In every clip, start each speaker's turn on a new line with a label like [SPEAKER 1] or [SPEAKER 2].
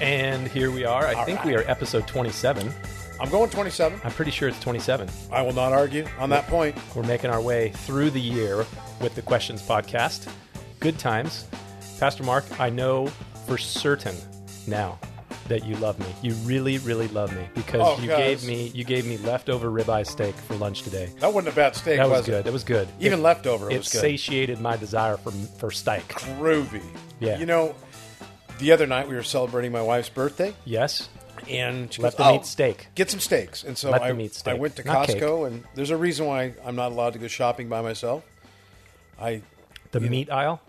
[SPEAKER 1] And here we are. I
[SPEAKER 2] All
[SPEAKER 1] think
[SPEAKER 2] right.
[SPEAKER 1] we are episode 27.
[SPEAKER 2] I'm going 27.
[SPEAKER 1] I'm pretty sure it's 27.
[SPEAKER 2] I will not argue on that point.
[SPEAKER 1] We're making our way through the year with the Questions Podcast. Good times. Pastor Mark, I know for certain now that you love me. You really, really love me because
[SPEAKER 2] Oh,
[SPEAKER 1] you
[SPEAKER 2] guys.
[SPEAKER 1] gave me you gave me leftover ribeye steak for lunch today.
[SPEAKER 2] That wasn't a bad steak,
[SPEAKER 1] That was
[SPEAKER 2] was,
[SPEAKER 1] good.
[SPEAKER 2] it?
[SPEAKER 1] That was good.
[SPEAKER 2] Even
[SPEAKER 1] It-
[SPEAKER 2] leftover
[SPEAKER 1] it
[SPEAKER 2] was good.
[SPEAKER 1] satiated my desire for for steak.
[SPEAKER 2] Groovy.
[SPEAKER 1] Yeah.
[SPEAKER 2] You know, the other night we were celebrating my wife's birthday,
[SPEAKER 1] Yes.
[SPEAKER 2] and she
[SPEAKER 1] Let
[SPEAKER 2] goes,
[SPEAKER 1] them
[SPEAKER 2] "Oh,
[SPEAKER 1] eat steak."
[SPEAKER 2] Get some steaks. And so
[SPEAKER 1] Let
[SPEAKER 2] I,
[SPEAKER 1] them eat steak.
[SPEAKER 2] I went to
[SPEAKER 1] Not cake.
[SPEAKER 2] Costco, and there's a reason why I'm not allowed to go shopping by myself. I
[SPEAKER 1] The meat aisle.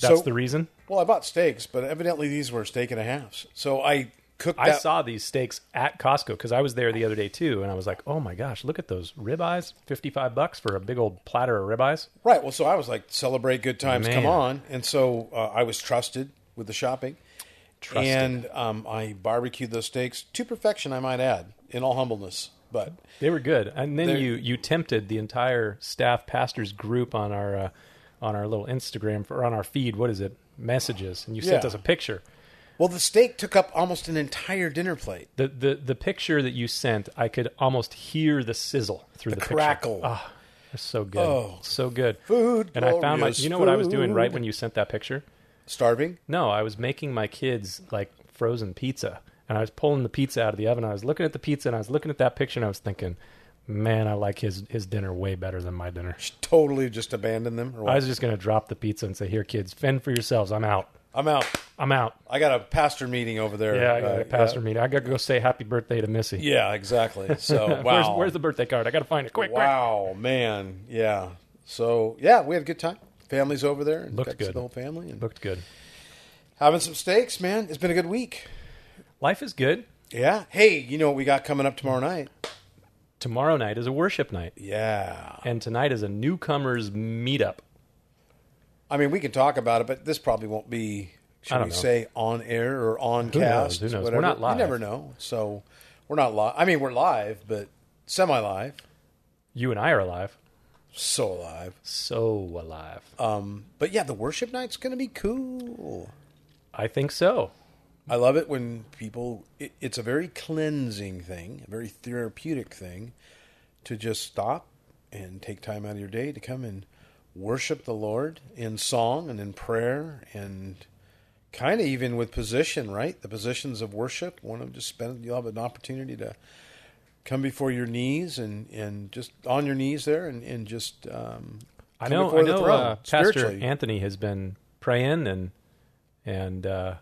[SPEAKER 1] That's
[SPEAKER 2] So-
[SPEAKER 1] the reason.
[SPEAKER 2] well, I bought steaks, but evidently these were steak and a halves. So I cooked.
[SPEAKER 1] I
[SPEAKER 2] that-
[SPEAKER 1] saw these steaks at Costco because I was there the other day too, and I was like, "Oh my gosh, look at those ribeyes! Fifty-five bucks for a big old platter of ribeyes."
[SPEAKER 2] Right. Well, so I was like, celebrate good times, come
[SPEAKER 1] Man.
[SPEAKER 2] on. And so uh, I was trusted with the shopping.
[SPEAKER 1] Trusted.
[SPEAKER 2] And um, I barbecued those steaks to perfection, I might add, in all humbleness. But
[SPEAKER 1] They were good. And then
[SPEAKER 2] They're-
[SPEAKER 1] you you tempted the entire staff pastors group on our uh, on our little Instagram for on our feed. What is it? Messages, and you sent
[SPEAKER 2] Yeah.
[SPEAKER 1] us a picture.
[SPEAKER 2] well, the steak took up almost an entire dinner plate.
[SPEAKER 1] The, the the picture that you sent, I could almost hear the sizzle through the, picture. Ah,
[SPEAKER 2] Crackle.
[SPEAKER 1] It's so good.
[SPEAKER 2] Oh.
[SPEAKER 1] so good.
[SPEAKER 2] Food,
[SPEAKER 1] And I found my.
[SPEAKER 2] glorious
[SPEAKER 1] You know what I was doing right
[SPEAKER 2] food.
[SPEAKER 1] when you sent that picture?
[SPEAKER 2] Starving.
[SPEAKER 1] No, I was making my kids like frozen pizza, and I was pulling the pizza out of the oven. I was looking at the pizza, and I was looking at that picture, and I was thinking, "Man, I like his his dinner way better than my dinner."
[SPEAKER 2] Totally just abandoned them. Or
[SPEAKER 1] I
[SPEAKER 2] what?
[SPEAKER 1] was just gonna drop the pizza and say, "Here, kids, fend for yourselves. I'm out.
[SPEAKER 2] I'm out.
[SPEAKER 1] I'm out."
[SPEAKER 2] I got a pastor meeting over there.
[SPEAKER 1] Yeah, I got
[SPEAKER 2] Uh,
[SPEAKER 1] a pastor meeting. I gotta go say happy birthday to Missy.
[SPEAKER 2] Yeah, exactly. So,
[SPEAKER 1] Where's,
[SPEAKER 2] wow.
[SPEAKER 1] where's the birthday card? I gotta find it quick. quick.
[SPEAKER 2] Wow, man. Yeah. So, yeah, we had a good time. Family's over there. And
[SPEAKER 1] Looked
[SPEAKER 2] got to see
[SPEAKER 1] good.
[SPEAKER 2] The whole family. And
[SPEAKER 1] Looked good.
[SPEAKER 2] having some steaks, man. It's been a good week.
[SPEAKER 1] Life is good.
[SPEAKER 2] Yeah. Hey, you know what we got coming up tomorrow night?
[SPEAKER 1] Tomorrow night is a worship night,
[SPEAKER 2] Yeah.
[SPEAKER 1] and tonight is a newcomers meetup.
[SPEAKER 2] I mean, we can talk about it, but this probably won't be, should
[SPEAKER 1] I
[SPEAKER 2] we
[SPEAKER 1] don't know.
[SPEAKER 2] say, on air or on
[SPEAKER 1] Who knows?
[SPEAKER 2] cast?
[SPEAKER 1] Who knows? We're
[SPEAKER 2] Whatever.
[SPEAKER 1] not live.
[SPEAKER 2] You never know. So we're not live. I mean, we're live, but semi live.
[SPEAKER 1] You and I are alive,
[SPEAKER 2] So alive.
[SPEAKER 1] so alive.
[SPEAKER 2] Um, but yeah, the worship night's going to be cool.
[SPEAKER 1] I think so.
[SPEAKER 2] I love it when people, it, it's a very cleansing thing, a very therapeutic thing to just stop and take time out of your day to come and worship the Lord in song and in prayer and kind of even with position, right? The positions of worship. One of them just spend, you'll have an opportunity to come before your knees and, and just on your knees there and, and just, um,
[SPEAKER 1] I
[SPEAKER 2] come
[SPEAKER 1] know.
[SPEAKER 2] before
[SPEAKER 1] I
[SPEAKER 2] the
[SPEAKER 1] know.
[SPEAKER 2] throne
[SPEAKER 1] Uh, Pastor
[SPEAKER 2] spiritually.
[SPEAKER 1] Anthony has been praying and and uh,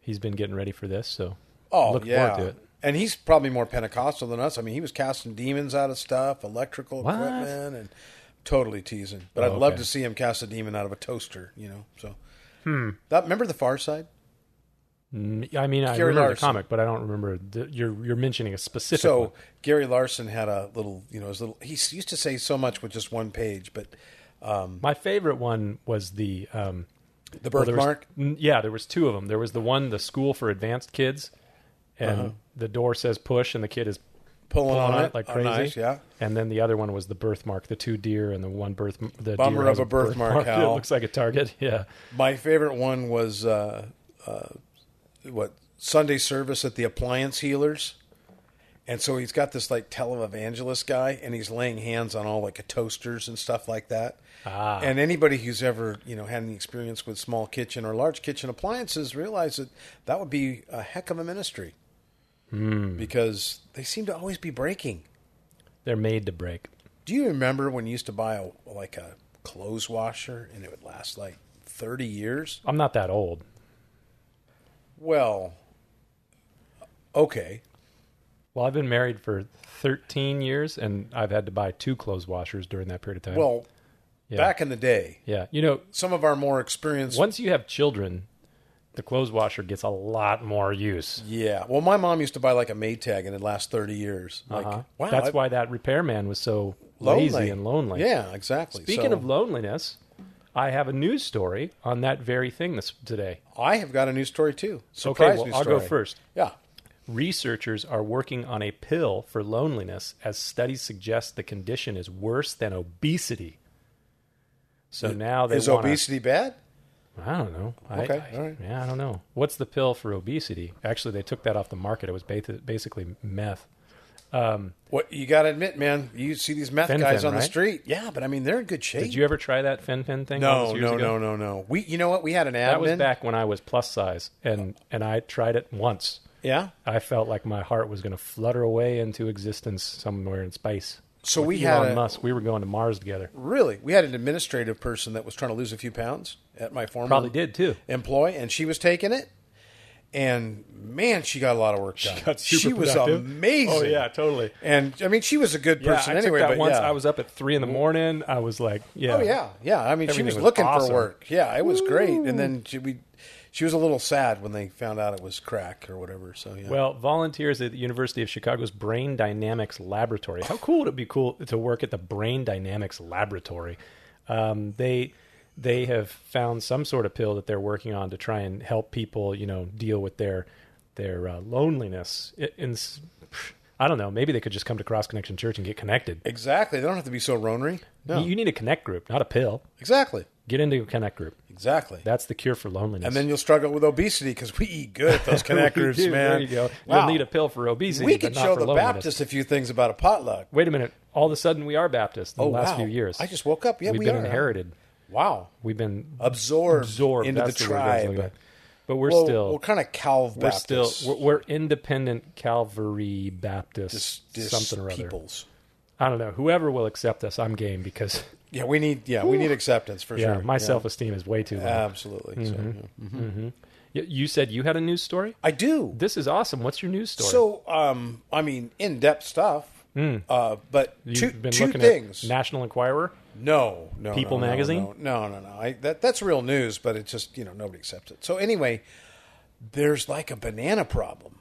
[SPEAKER 1] he's been getting ready for this. So
[SPEAKER 2] Oh,
[SPEAKER 1] look
[SPEAKER 2] yeah.
[SPEAKER 1] forward to it.
[SPEAKER 2] And he's probably more Pentecostal than us. I mean, he was casting demons out of stuff, electrical
[SPEAKER 1] What?
[SPEAKER 2] equipment, and totally teasing. But I'd
[SPEAKER 1] Oh,
[SPEAKER 2] love
[SPEAKER 1] okay.
[SPEAKER 2] to see him cast a demon out of a toaster, you know. So,
[SPEAKER 1] Hmm.
[SPEAKER 2] that remember the Far Side?
[SPEAKER 1] Mm, I mean, I
[SPEAKER 2] Gary
[SPEAKER 1] remember the
[SPEAKER 2] Larson.
[SPEAKER 1] comic, but I don't remember. The, you're you're mentioning a specific. one.
[SPEAKER 2] So Gary Larson had a little, you know, his little. He used to say so much with just one page, but
[SPEAKER 1] my favorite one was the um,
[SPEAKER 2] the
[SPEAKER 1] well, there was-
[SPEAKER 2] birthmark.
[SPEAKER 1] n- yeah, there was two of them. There was the one, the school for advanced kids, and
[SPEAKER 2] Uh-huh.
[SPEAKER 1] the door says push, and the kid is
[SPEAKER 2] Pulling
[SPEAKER 1] pulling
[SPEAKER 2] on
[SPEAKER 1] on
[SPEAKER 2] it,
[SPEAKER 1] it like
[SPEAKER 2] oh,
[SPEAKER 1] crazy.
[SPEAKER 2] nice, yeah.
[SPEAKER 1] And then the other one was the birthmark, the two deer and the one birth. The
[SPEAKER 2] Bummer
[SPEAKER 1] deer
[SPEAKER 2] of
[SPEAKER 1] has
[SPEAKER 2] a
[SPEAKER 1] It
[SPEAKER 2] birthmark, Hal.
[SPEAKER 1] looks like a target. Yeah.
[SPEAKER 2] My favorite one was uh, uh, what Sunday service at the appliance healers. And so he's got this like televangelist guy, and he's laying hands on all like toasters and stuff like that.
[SPEAKER 1] Ah.
[SPEAKER 2] And anybody who's ever you know had any experience with small kitchen or large kitchen appliances realize that that would be a heck of a ministry because they seem to always be breaking.
[SPEAKER 1] They're made to break.
[SPEAKER 2] Do you remember when you used to buy a, like a clothes washer and it would last like thirty years?
[SPEAKER 1] I'm not that old.
[SPEAKER 2] Well, okay.
[SPEAKER 1] Well, I've been married for 13 years, and I've had to buy two clothes washers during that period of time.
[SPEAKER 2] Well, back in the day,
[SPEAKER 1] yeah, you know,
[SPEAKER 2] some of our more experienced.
[SPEAKER 1] once you have children, the clothes washer gets a lot more use.
[SPEAKER 2] Yeah. Well, my mom used to buy like a Maytag and it lasts 30 years. Like,
[SPEAKER 1] Uh-huh.
[SPEAKER 2] wow.
[SPEAKER 1] That's
[SPEAKER 2] I-
[SPEAKER 1] why that repairman was so lazy and lonely.
[SPEAKER 2] Yeah, exactly.
[SPEAKER 1] Speaking
[SPEAKER 2] So,
[SPEAKER 1] of loneliness, I have a news story on that very thing this today.
[SPEAKER 2] I have got a new story too. Surprise
[SPEAKER 1] Okay, well,
[SPEAKER 2] news
[SPEAKER 1] I'll go
[SPEAKER 2] story.
[SPEAKER 1] first.
[SPEAKER 2] Yeah.
[SPEAKER 1] Researchers are working on a pill for loneliness as studies suggest the condition is worse than obesity. So now they
[SPEAKER 2] Is
[SPEAKER 1] want
[SPEAKER 2] obesity bad?
[SPEAKER 1] I don't know. I,
[SPEAKER 2] Okay,
[SPEAKER 1] I-
[SPEAKER 2] all right.
[SPEAKER 1] Yeah, I don't know. What's the pill for obesity? Actually, they took that off the market. It was ba- basically meth.
[SPEAKER 2] What you got to admit, man, you see these meth
[SPEAKER 1] Fen
[SPEAKER 2] guys
[SPEAKER 1] Phen,
[SPEAKER 2] on the
[SPEAKER 1] right?
[SPEAKER 2] street. Yeah, but I mean, they're in good shape.
[SPEAKER 1] Did you ever try that fen thing? all
[SPEAKER 2] no,
[SPEAKER 1] those years
[SPEAKER 2] no,
[SPEAKER 1] ago?
[SPEAKER 2] no, no, no. We, you know what? We had an admin.
[SPEAKER 1] That was back when I was plus size, and and I tried it once.
[SPEAKER 2] Yeah.
[SPEAKER 1] I felt like my heart was going to flutter away into existence somewhere in space.
[SPEAKER 2] So
[SPEAKER 1] With
[SPEAKER 2] we
[SPEAKER 1] Elon
[SPEAKER 2] had a-
[SPEAKER 1] Musk. We were going to Mars together.
[SPEAKER 2] Really, we had an administrative person that was trying to lose a few pounds at my former
[SPEAKER 1] Probably did too.
[SPEAKER 2] employ, and she was taking it. And man, she got a lot of work done. She was amazing.
[SPEAKER 1] Oh yeah, totally.
[SPEAKER 2] And I mean, she was a good person
[SPEAKER 1] I
[SPEAKER 2] anyway.
[SPEAKER 1] took that
[SPEAKER 2] but
[SPEAKER 1] once
[SPEAKER 2] yeah.
[SPEAKER 1] I was up at three in the morning. I was like, yeah,
[SPEAKER 2] Oh yeah, yeah. I mean, she
[SPEAKER 1] Everything
[SPEAKER 2] was,
[SPEAKER 1] was
[SPEAKER 2] looking
[SPEAKER 1] awesome.
[SPEAKER 2] for work. Yeah, it was great. And then she we, she was a little sad when they found out it was crack or whatever. So yeah.
[SPEAKER 1] Well, volunteers at the University of Chicago's Brain Dynamics Laboratory. How cool would it be cool to work at the Brain Dynamics Laboratory? Um, they they have found some sort of pill that they're working on to try and help people, you know, deal with their their uh, loneliness. It, in, s- I don't know. Maybe they could just come to Cross Connection Church and get connected.
[SPEAKER 2] exactly. They don't have to be so ronery. No.
[SPEAKER 1] You, you need a connect group, not a pill.
[SPEAKER 2] exactly.
[SPEAKER 1] Get into a connect group.
[SPEAKER 2] Exactly.
[SPEAKER 1] That's the cure for loneliness.
[SPEAKER 2] and then you'll struggle with obesity because we eat good at those connect
[SPEAKER 1] We
[SPEAKER 2] groups,
[SPEAKER 1] do.
[SPEAKER 2] man.
[SPEAKER 1] There you go.
[SPEAKER 2] Wow.
[SPEAKER 1] You'll need a pill for obesity.
[SPEAKER 2] we
[SPEAKER 1] but
[SPEAKER 2] could
[SPEAKER 1] not
[SPEAKER 2] show
[SPEAKER 1] for
[SPEAKER 2] the
[SPEAKER 1] loneliness.
[SPEAKER 2] Baptist a few things about a potluck.
[SPEAKER 1] Wait a minute. All of a sudden, we are Baptist in
[SPEAKER 2] Oh,
[SPEAKER 1] the last
[SPEAKER 2] wow.
[SPEAKER 1] few years.
[SPEAKER 2] I just woke up. Yeah,
[SPEAKER 1] We've
[SPEAKER 2] we
[SPEAKER 1] been
[SPEAKER 2] are.
[SPEAKER 1] inherited.
[SPEAKER 2] Wow.
[SPEAKER 1] We've been
[SPEAKER 2] Absorbed,
[SPEAKER 1] absorbed
[SPEAKER 2] into the
[SPEAKER 1] That's word I was
[SPEAKER 2] tribe.
[SPEAKER 1] looking at. But we're
[SPEAKER 2] well,
[SPEAKER 1] still,
[SPEAKER 2] well, kind of Calv
[SPEAKER 1] we're
[SPEAKER 2] Baptist.
[SPEAKER 1] still, we're, we're independent Calvary Baptist
[SPEAKER 2] Dis- dis-
[SPEAKER 1] something or other.
[SPEAKER 2] peoples.
[SPEAKER 1] I don't know. Whoever will accept us, I'm game because
[SPEAKER 2] Yeah, we need. Yeah, we need acceptance for
[SPEAKER 1] yeah, Mm-hmm.
[SPEAKER 2] sure. Uh,
[SPEAKER 1] my self-esteem is way too low.
[SPEAKER 2] Absolutely. So, yeah.
[SPEAKER 1] Y- you said you had a news story.
[SPEAKER 2] I do.
[SPEAKER 1] This is awesome. What's your news story?
[SPEAKER 2] So, um, I mean, in depth stuff. Uh, but
[SPEAKER 1] Mm. You've
[SPEAKER 2] two,
[SPEAKER 1] been
[SPEAKER 2] two
[SPEAKER 1] looking
[SPEAKER 2] things.
[SPEAKER 1] at National Enquirer.
[SPEAKER 2] No, no.
[SPEAKER 1] People
[SPEAKER 2] no, no,
[SPEAKER 1] magazine?
[SPEAKER 2] No, no, no. no. I, that that's real news, but it's just you know nobody accepts it. So anyway, there's like a banana problem.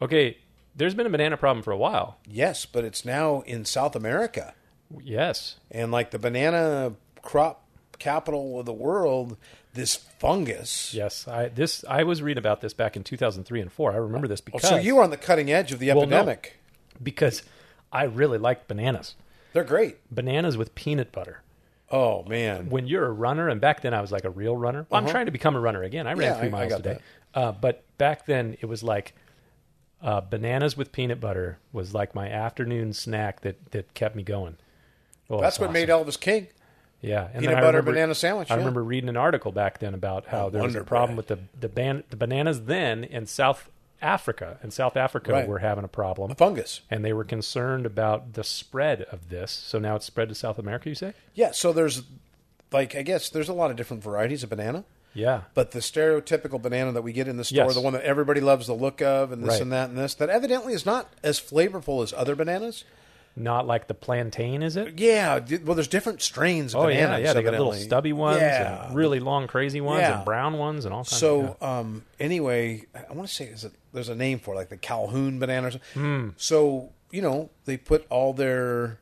[SPEAKER 1] Okay, there's been a banana problem for a while.
[SPEAKER 2] Yes, but it's now in South America,
[SPEAKER 1] Yes,
[SPEAKER 2] and like the banana crop capital of the world, this fungus.
[SPEAKER 1] Yes, I this I was reading about this back in 2003 and 4. I remember this because
[SPEAKER 2] Oh, So you were on the cutting edge of the
[SPEAKER 1] Well, no.
[SPEAKER 2] epidemic.
[SPEAKER 1] because I really liked bananas.
[SPEAKER 2] They're great.
[SPEAKER 1] Bananas with peanut butter.
[SPEAKER 2] Oh man,
[SPEAKER 1] When you're a runner, and back then I was like a real runner. Well, I'm trying to become a runner again. I ran
[SPEAKER 2] Uh-huh. Yeah,
[SPEAKER 1] three
[SPEAKER 2] I- I
[SPEAKER 1] miles
[SPEAKER 2] got
[SPEAKER 1] today, uh, but back then it was like uh, bananas with peanut butter was like my afternoon snack that that kept me going. Oh,
[SPEAKER 2] that's
[SPEAKER 1] it's
[SPEAKER 2] what
[SPEAKER 1] awesome.
[SPEAKER 2] made Elvis King.
[SPEAKER 1] Yeah, and
[SPEAKER 2] Peanut
[SPEAKER 1] then I
[SPEAKER 2] butter
[SPEAKER 1] remember-
[SPEAKER 2] banana sandwich,
[SPEAKER 1] I
[SPEAKER 2] yeah.
[SPEAKER 1] remember reading an article back then about how
[SPEAKER 2] Oh,
[SPEAKER 1] there was a
[SPEAKER 2] Wonder
[SPEAKER 1] problem with the the, ban- the bananas then in South Africa, and South Africa
[SPEAKER 2] Right.
[SPEAKER 1] were having a problem,
[SPEAKER 2] A fungus.
[SPEAKER 1] and they were concerned about the spread of this. So now it's spread to South America. You say?
[SPEAKER 2] Yeah. So there's like I guess there's a lot of different varieties of banana.
[SPEAKER 1] Yeah.
[SPEAKER 2] But the stereotypical banana that we get in the store,
[SPEAKER 1] Yes.
[SPEAKER 2] the one that everybody loves the look of, and this
[SPEAKER 1] Right.
[SPEAKER 2] and that and this, that evidently is not as flavorful as other bananas.
[SPEAKER 1] Not like the plantain, is it?
[SPEAKER 2] Yeah, d- well, there's different strains of
[SPEAKER 1] Oh
[SPEAKER 2] bananas.
[SPEAKER 1] yeah, yeah. They got little
[SPEAKER 2] Uh, evidently.
[SPEAKER 1] stubby ones,
[SPEAKER 2] Yeah.
[SPEAKER 1] and really long, crazy ones,
[SPEAKER 2] Yeah.
[SPEAKER 1] and brown ones, and all kinds. of, yeah.
[SPEAKER 2] so um, anyway, I- I want to say is it, there's a name for it, like the Calhoun banana. Or
[SPEAKER 1] Hmm.
[SPEAKER 2] something. So you know they put all their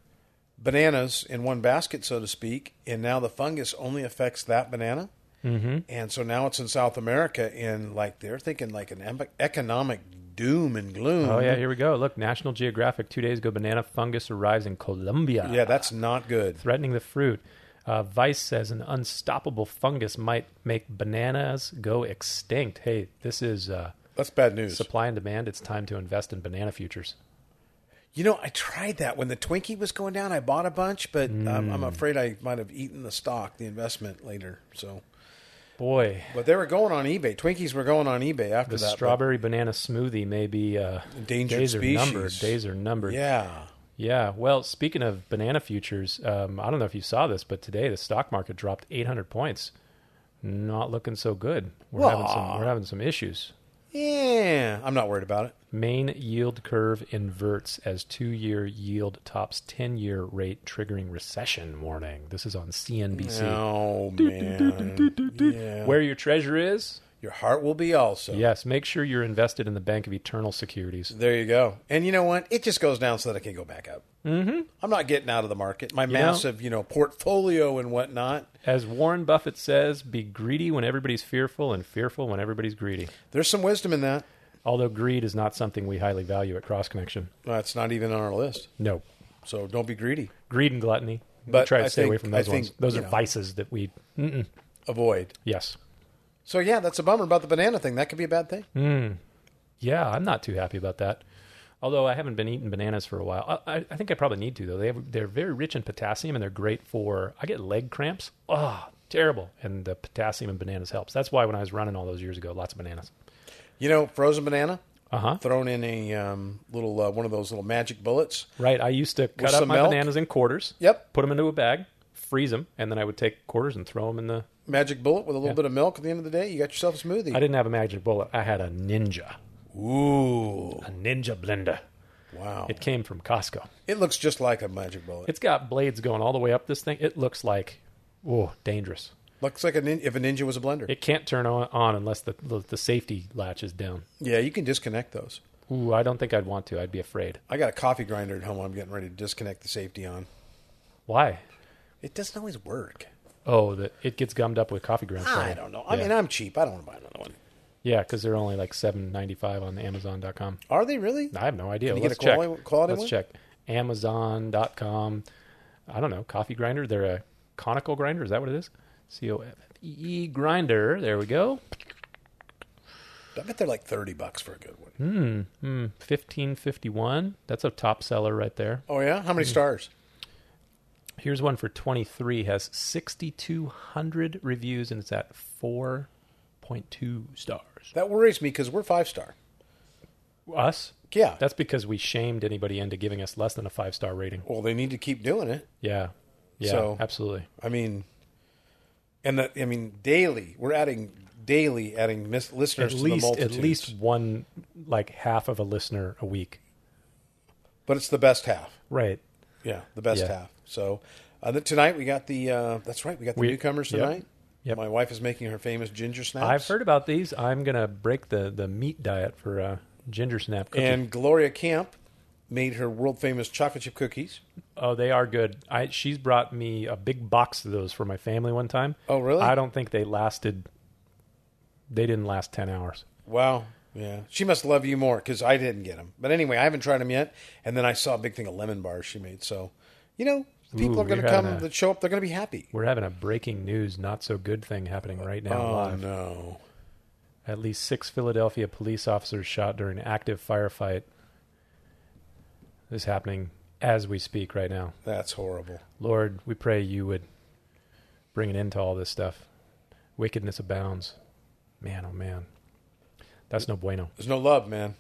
[SPEAKER 2] bananas in one basket, so to speak, and now the fungus only affects that banana. Mm-hmm. And so now it's in South America, and like they're thinking like an em- economic doom and gloom.
[SPEAKER 1] oh yeah, here we go. Look, National Geographic two days ago, banana fungus arrives in Colombia.
[SPEAKER 2] Yeah, that's not good.
[SPEAKER 1] threatening the fruit. Uh, Vice says an unstoppable fungus might make bananas go extinct. Hey, this is uh,
[SPEAKER 2] That's bad news.
[SPEAKER 1] supply and demand. It's time to invest in banana futures.
[SPEAKER 2] You know, I tried that when the Twinkie was going down. I bought a bunch, but um,
[SPEAKER 1] Mm.
[SPEAKER 2] I'm afraid I might have eaten the stock, the investment later. So,
[SPEAKER 1] Boy,
[SPEAKER 2] but they were going on eBay. Twinkies were going on eBay after
[SPEAKER 1] the
[SPEAKER 2] that. but-
[SPEAKER 1] strawberry banana smoothie may be uh,
[SPEAKER 2] Endangered
[SPEAKER 1] days are numbered.
[SPEAKER 2] species.
[SPEAKER 1] Days are numbered.
[SPEAKER 2] Yeah.
[SPEAKER 1] Yeah. Well, speaking of banana futures, um, I don't know if you saw this, but today the stock market dropped 800 points. Not looking so good. We're having some. We're having some issues.
[SPEAKER 2] Yeah. I'm not worried about it.
[SPEAKER 1] Main yield curve inverts as two year yield tops 10 year rate, triggering recession warning. This is on CNBC.
[SPEAKER 2] Oh man. Yeah.
[SPEAKER 1] Where your treasure is?
[SPEAKER 2] Your heart will be also.
[SPEAKER 1] Yes, make sure you're invested in the Bank of Eternal Securities.
[SPEAKER 2] There you go. And you know what? It just goes down so that it can go back up. Mm-hmm. I'm not getting out of the market. My massive, you know, portfolio and whatnot.
[SPEAKER 1] As Warren Buffett says, be greedy when everybody's fearful and fearful when everybody's greedy.
[SPEAKER 2] There's some wisdom in that.
[SPEAKER 1] Although greed is not something we highly value at Cross Connection.
[SPEAKER 2] That's not even on our list.
[SPEAKER 1] No.
[SPEAKER 2] So don't be greedy.
[SPEAKER 1] Greed and gluttony. But
[SPEAKER 2] But
[SPEAKER 1] try to
[SPEAKER 2] I
[SPEAKER 1] stay away
[SPEAKER 2] think-
[SPEAKER 1] from those
[SPEAKER 2] I
[SPEAKER 1] ones.
[SPEAKER 2] think,
[SPEAKER 1] Those
[SPEAKER 2] you
[SPEAKER 1] are
[SPEAKER 2] know.
[SPEAKER 1] vices that we. Mm-mm.
[SPEAKER 2] Avoid.
[SPEAKER 1] Yes.
[SPEAKER 2] So yeah, that's a bummer about the banana thing. That could be a bad thing.
[SPEAKER 1] Yeah, I'm not too happy about that. Although I haven't been eating bananas for a while. I, I, I think I probably need to though. They have, they're very rich in potassium and they're great for. I get leg cramps. Oh, terrible! And the potassium in bananas helps. That's why when I was running all those years ago, lots of bananas.
[SPEAKER 2] You know, frozen banana
[SPEAKER 1] Uh huh.
[SPEAKER 2] thrown in a um, little uh, one of those little magic bullets.
[SPEAKER 1] Right. I used to cut up
[SPEAKER 2] some
[SPEAKER 1] my
[SPEAKER 2] milk?
[SPEAKER 1] bananas in quarters.
[SPEAKER 2] Yep,
[SPEAKER 1] Put them into a bag, freeze them, and then I would take quarters and throw them in the.
[SPEAKER 2] magic bullet with a little bit of milk. At the end of the day, you got yourself a smoothie.
[SPEAKER 1] I didn't have a magic bullet. I had a ninja,
[SPEAKER 2] Ooh,
[SPEAKER 1] a ninja blender.
[SPEAKER 2] wow!
[SPEAKER 1] It came from Costco.
[SPEAKER 2] It looks just like a magic bullet.
[SPEAKER 1] It's got blades going all the way up this thing. It looks like, oh, dangerous.
[SPEAKER 2] Looks like a nin- if a ninja was a blender.
[SPEAKER 1] It can't turn on, on unless the, the the safety latch is down.
[SPEAKER 2] Yeah, you can disconnect those.
[SPEAKER 1] Ooh, I don't think I'd want to. I'd be afraid.
[SPEAKER 2] I got a coffee grinder at home. I'm getting ready to disconnect the safety on.
[SPEAKER 1] Why?
[SPEAKER 2] It doesn't always work.
[SPEAKER 1] Oh, that it gets gummed up with coffee grounds.
[SPEAKER 2] I don't know. I
[SPEAKER 1] yeah.
[SPEAKER 2] mean, I'm cheap. I don't want to buy another one.
[SPEAKER 1] Yeah, because they're only like seven ninety five on Amazon.com.
[SPEAKER 2] Are they really?
[SPEAKER 1] I have no idea.
[SPEAKER 2] you get
[SPEAKER 1] Let's
[SPEAKER 2] a
[SPEAKER 1] check.
[SPEAKER 2] quali- quality
[SPEAKER 1] Let's
[SPEAKER 2] one?
[SPEAKER 1] check. Amazon.com. I don't know. Coffee grinder. They're a conical grinder. Is that what it is? C O F E E grinder. There we go.
[SPEAKER 2] I bet they're like thirty bucks for a good one.
[SPEAKER 1] Hmm. Fifteen fifty one. That's a top seller right there.
[SPEAKER 2] Oh yeah, how many
[SPEAKER 1] Hmm.
[SPEAKER 2] stars?
[SPEAKER 1] Here's one for 23 has 6200 reviews and it's at 4.2 stars.
[SPEAKER 2] That worries me because we're five star.
[SPEAKER 1] Us?
[SPEAKER 2] Yeah.
[SPEAKER 1] That's because we shamed anybody into giving us less than a 5-star rating.
[SPEAKER 2] well, they need to keep doing it.
[SPEAKER 1] Yeah. Yeah,
[SPEAKER 2] So-
[SPEAKER 1] absolutely.
[SPEAKER 2] I mean, and that I mean daily. We're adding daily, adding mis- listeners
[SPEAKER 1] At
[SPEAKER 2] to
[SPEAKER 1] least
[SPEAKER 2] the
[SPEAKER 1] at
[SPEAKER 2] multitudes.
[SPEAKER 1] least one like half of a listener a week.
[SPEAKER 2] but it's the best half.
[SPEAKER 1] Right.
[SPEAKER 2] Yeah, the best
[SPEAKER 1] Yeah.
[SPEAKER 2] half. So uh, th- tonight we got the. Uh, that's right, we got the
[SPEAKER 1] We-
[SPEAKER 2] newcomers
[SPEAKER 1] yep.
[SPEAKER 2] tonight.
[SPEAKER 1] Yep.
[SPEAKER 2] My wife is making her famous ginger snaps.
[SPEAKER 1] I've heard about these. I'm going to break the the meat diet for uh ginger snap cookie.
[SPEAKER 2] And Gloria Camp made her world famous chocolate chip cookies.
[SPEAKER 1] Oh, they are good. I she's brought me a big box of those for my family one time.
[SPEAKER 2] Oh, really?
[SPEAKER 1] I don't think they lasted. They didn't last ten hours.
[SPEAKER 2] Wow. Yeah. She must love you more because I didn't get them. But anyway, I haven't tried them yet. And then I saw a big thing of lemon bars she made. So, you know, people
[SPEAKER 1] Ooh,
[SPEAKER 2] are going
[SPEAKER 1] we're
[SPEAKER 2] to come,
[SPEAKER 1] having a-
[SPEAKER 2] that show up, they're going to be happy.
[SPEAKER 1] We're having a breaking news, not so good thing happening right now.
[SPEAKER 2] Oh,
[SPEAKER 1] live.
[SPEAKER 2] no.
[SPEAKER 1] At least six Philadelphia police officers shot during active firefight. This is happening as we speak right now.
[SPEAKER 2] That's horrible.
[SPEAKER 1] Lord, we pray you would bring an end to all this stuff. Wickedness abounds. Man, oh man, that's no bueno.
[SPEAKER 2] There's no love, man.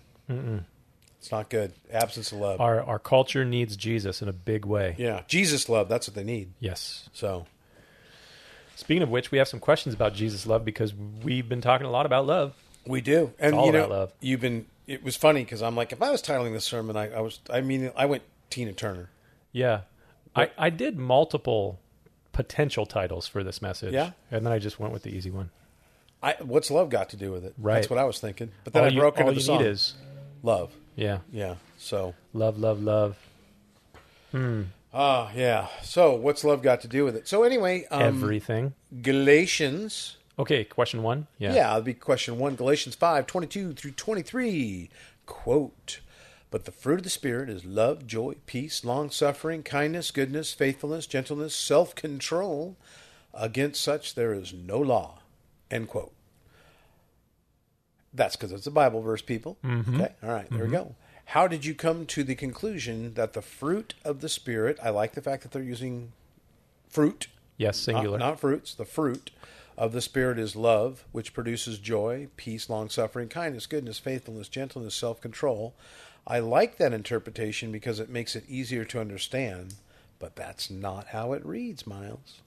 [SPEAKER 2] It's not good. Absence of love.
[SPEAKER 1] our our culture needs Jesus in a big way.
[SPEAKER 2] yeah. Jesus love. That's what they need.
[SPEAKER 1] Yes.
[SPEAKER 2] So,
[SPEAKER 1] Speaking of which, we have some questions about Jesus love because we've been talking a lot about love.
[SPEAKER 2] we do. And,
[SPEAKER 1] all
[SPEAKER 2] you know,
[SPEAKER 1] about love.
[SPEAKER 2] you've been, it was funny because I'm like, if I was titling this sermon, I, I was, I mean, I went Tina Turner.
[SPEAKER 1] Yeah. I, I did multiple potential titles for this message.
[SPEAKER 2] Yeah?
[SPEAKER 1] And then I just went with the easy one.
[SPEAKER 2] I, what's love got to do with it?
[SPEAKER 1] Right.
[SPEAKER 2] That's what I was thinking. But then
[SPEAKER 1] all
[SPEAKER 2] I broke
[SPEAKER 1] you,
[SPEAKER 2] into
[SPEAKER 1] all
[SPEAKER 2] the
[SPEAKER 1] you
[SPEAKER 2] song.
[SPEAKER 1] need is
[SPEAKER 2] love.
[SPEAKER 1] yeah.
[SPEAKER 2] Yeah. So,
[SPEAKER 1] Love, love, love.
[SPEAKER 2] ah, yeah. So, what's love got to do with it? So, anyway, um,
[SPEAKER 1] Everything.
[SPEAKER 2] Galatians.
[SPEAKER 1] Okay, question one. Yeah.
[SPEAKER 2] Yeah. that'll be question one. Galatians 5 22 through 23. Quote, But the fruit of the Spirit is love, joy, peace, long suffering, kindness, goodness, faithfulness, gentleness, self control. Against such there is no law. End quote. That's because it's a Bible verse, people. Okay. All right. There we go. How did you come to the conclusion that the fruit of the Spirit, I like the fact that they're using fruit
[SPEAKER 1] Yes,
[SPEAKER 2] not-
[SPEAKER 1] singular.
[SPEAKER 2] Not, fruits. The fruit of the Spirit is love, which produces joy, peace, long suffering, kindness, goodness, faithfulness, gentleness, self control. I like that interpretation because it makes it easier to understand, but that's not how it reads, Miles.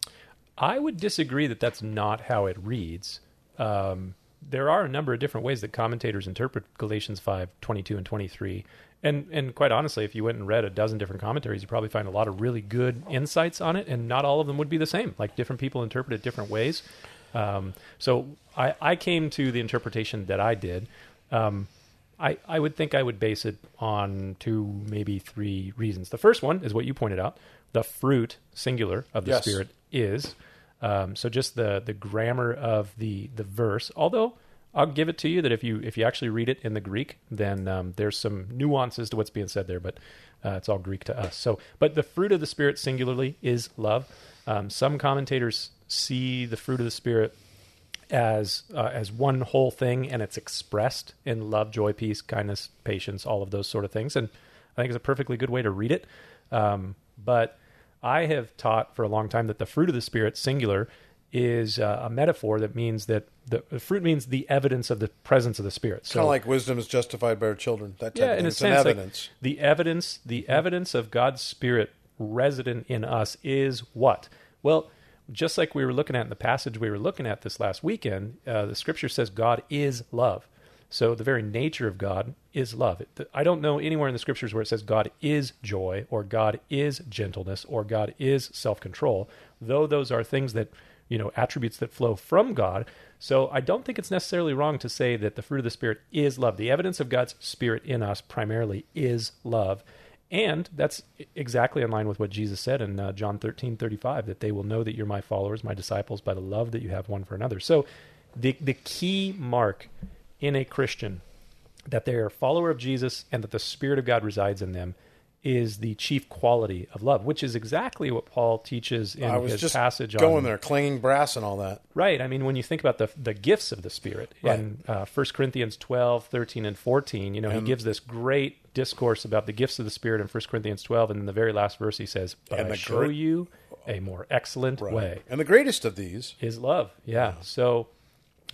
[SPEAKER 1] I would disagree that that's not how it reads. Um, there are a number of different ways that commentators interpret Galatians 5, 22 and 23. And, and quite honestly, if you went and read a dozen different commentaries, you'd probably find a lot of really good insights on it, and not all of them would be the same. Like different people interpret it different ways. Um, so I, I came to the interpretation that I did. Um, I, I would think I would base it on two, maybe three reasons. The first one is what you pointed out the fruit, singular, of the
[SPEAKER 2] Yes.
[SPEAKER 1] Spirit is. Um, so just the the grammar of the the verse, although I'll give it to you that if you if you actually read it in the Greek, then um, there's some nuances to what's being said there, but uh, it's all Greek to us. So, but the fruit of the spirit singularly is love. Um, some commentators see the fruit of the spirit as uh, as one whole thing, and it's expressed in love, joy, peace, kindness, patience, all of those sort of things. And I think it's a perfectly good way to read it. Um, but I have taught for a long time that the fruit of the spirit singular is uh, a metaphor that means that the, the fruit means the evidence of the presence of the spirit. So
[SPEAKER 2] kind of like wisdom is justified by our children. That type
[SPEAKER 1] yeah,
[SPEAKER 2] of thing.
[SPEAKER 1] in a
[SPEAKER 2] it's
[SPEAKER 1] sense,
[SPEAKER 2] an
[SPEAKER 1] like,
[SPEAKER 2] evidence. Mm-hmm.
[SPEAKER 1] the evidence, the evidence of God's Spirit resident in us is what? Well, just like we were looking at in the passage we were looking at this last weekend, uh, the Scripture says God is love. So the very nature of God is love. It- th- I don't know anywhere in the Scriptures where it says God is joy or God is gentleness or God is self-control, though those are things that you know attributes that flow from God. So I don't think it's necessarily wrong to say that the fruit of the spirit is love. The evidence of God's spirit in us primarily is love. And that's i- exactly in line with what Jesus said in uh, John 13, 35, that they will know that you're my followers, my disciples, by the love that you have one for another. So the, the key mark in a Christian that they are a follower of Jesus and that the Spirit of God resides in them is the chief quality of love, which is exactly what Paul teaches in
[SPEAKER 2] I was
[SPEAKER 1] his
[SPEAKER 2] just
[SPEAKER 1] passage
[SPEAKER 2] going
[SPEAKER 1] on
[SPEAKER 2] there, clanging brass and all that.
[SPEAKER 1] Right. I mean, when you think about the the gifts of the Spirit in uh, 1 Corinthians 12, 13, and 14, you know, he gives this great discourse about the gifts of the Spirit in 1 Corinthians 12. And in the very last verse, he says, But
[SPEAKER 2] And
[SPEAKER 1] I
[SPEAKER 2] the
[SPEAKER 1] show
[SPEAKER 2] gr-
[SPEAKER 1] you a more excellent way
[SPEAKER 2] And the greatest of these,
[SPEAKER 1] is love. Yeah. So,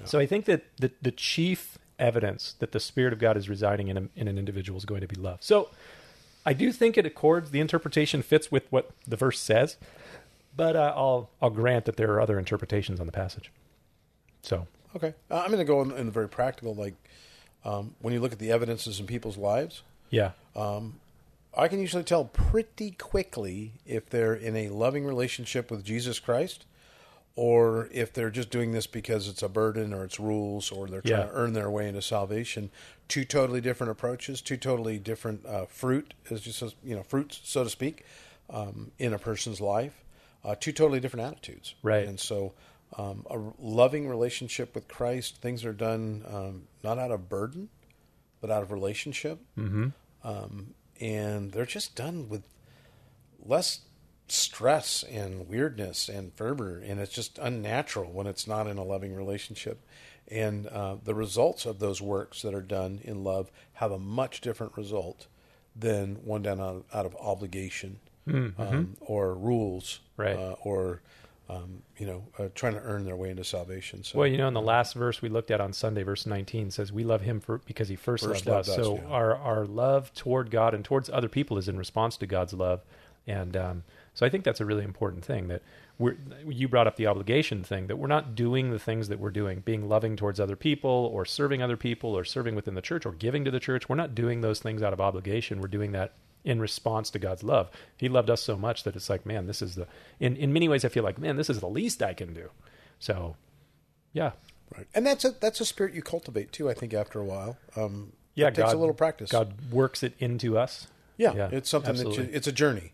[SPEAKER 1] so I think that the, the chief evidence that the Spirit of God is residing in, a, in an individual is going to be love. So, I do think it accords the interpretation fits with what the verse says, but uh, I'll I'll grant that there are other interpretations on the passage. So,
[SPEAKER 2] okay, Uh, I'm going to go in, in the very practical. Like um, when you look at the evidences in people's lives,
[SPEAKER 1] yeah,
[SPEAKER 2] I can usually tell pretty quickly if they're in a loving relationship with Jesus Christ or if they're just doing this because it's a burden or it's rules or they're trying
[SPEAKER 1] Yeah.
[SPEAKER 2] to earn their way into salvation. Two totally different approaches, two totally different uh, fruit, as just as, you know, fruits, so to speak, um, in a person's life. Uh, two totally different attitudes.
[SPEAKER 1] Right.
[SPEAKER 2] And so um, a r- loving relationship with Christ, things are done um, not out of burden, but out of relationship
[SPEAKER 1] Mm-hmm.
[SPEAKER 2] Um, and they're just done with less stress and weirdness and fervor and it's just unnatural when it's not in a loving relationship and uh, the results of those works that are done in love have a much different result than one done out, out of obligation um, or rules
[SPEAKER 1] Mm-hmm. Right.
[SPEAKER 2] uh, or um, you know uh, trying to earn their way into salvation so
[SPEAKER 1] Well, you know, in the last verse we looked at on Sunday, verse 19 says, We love him for, because he first,
[SPEAKER 2] First
[SPEAKER 1] loved, us.
[SPEAKER 2] loved us,
[SPEAKER 1] So
[SPEAKER 2] yeah.
[SPEAKER 1] our, our love toward God and towards other people is in response to God's love. And um, so I think that's a really important thing that we're, you brought up the obligation thing that we're not doing the things that we're doing, being loving towards other people or serving other people or serving within the church or giving to the church. We're not doing those things out of obligation. We're doing that in response to God's love. He loved us so much that it's like, man, this is the, in, in many ways, I feel like, man, this is the least I can do. So, yeah,
[SPEAKER 2] right. and that's a that's a spirit you cultivate too i think after a while um
[SPEAKER 1] yeah,
[SPEAKER 2] it takes
[SPEAKER 1] God,
[SPEAKER 2] a little practice
[SPEAKER 1] God works it into us.
[SPEAKER 2] yeah,
[SPEAKER 1] Yeah,
[SPEAKER 2] it's something that
[SPEAKER 1] absolutely.
[SPEAKER 2] you, it's a journey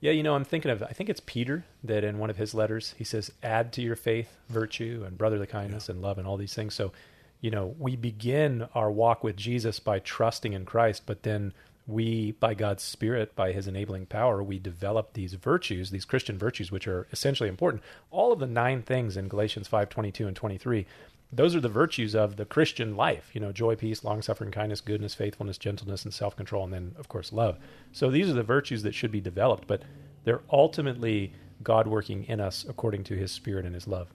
[SPEAKER 1] Yeah, you know, I'm thinking of. I think it's Peter that in one of his letters he says, "Add to your faith virtue and brotherly kindness and love and all these things." So, you know, we begin our walk with Jesus by trusting in Christ, but then we, by God's Spirit, by His enabling power, we develop these virtues, these Christian virtues, which are essentially important. All of the nine things in Galatians five twenty two and twenty three. Those are the virtues of the Christian life, you know, joy, peace, long suffering, kindness, goodness, faithfulness, gentleness, and self control, and then, of course, love. So these are the virtues that should be developed, but they're ultimately God working in us according to his spirit and his love.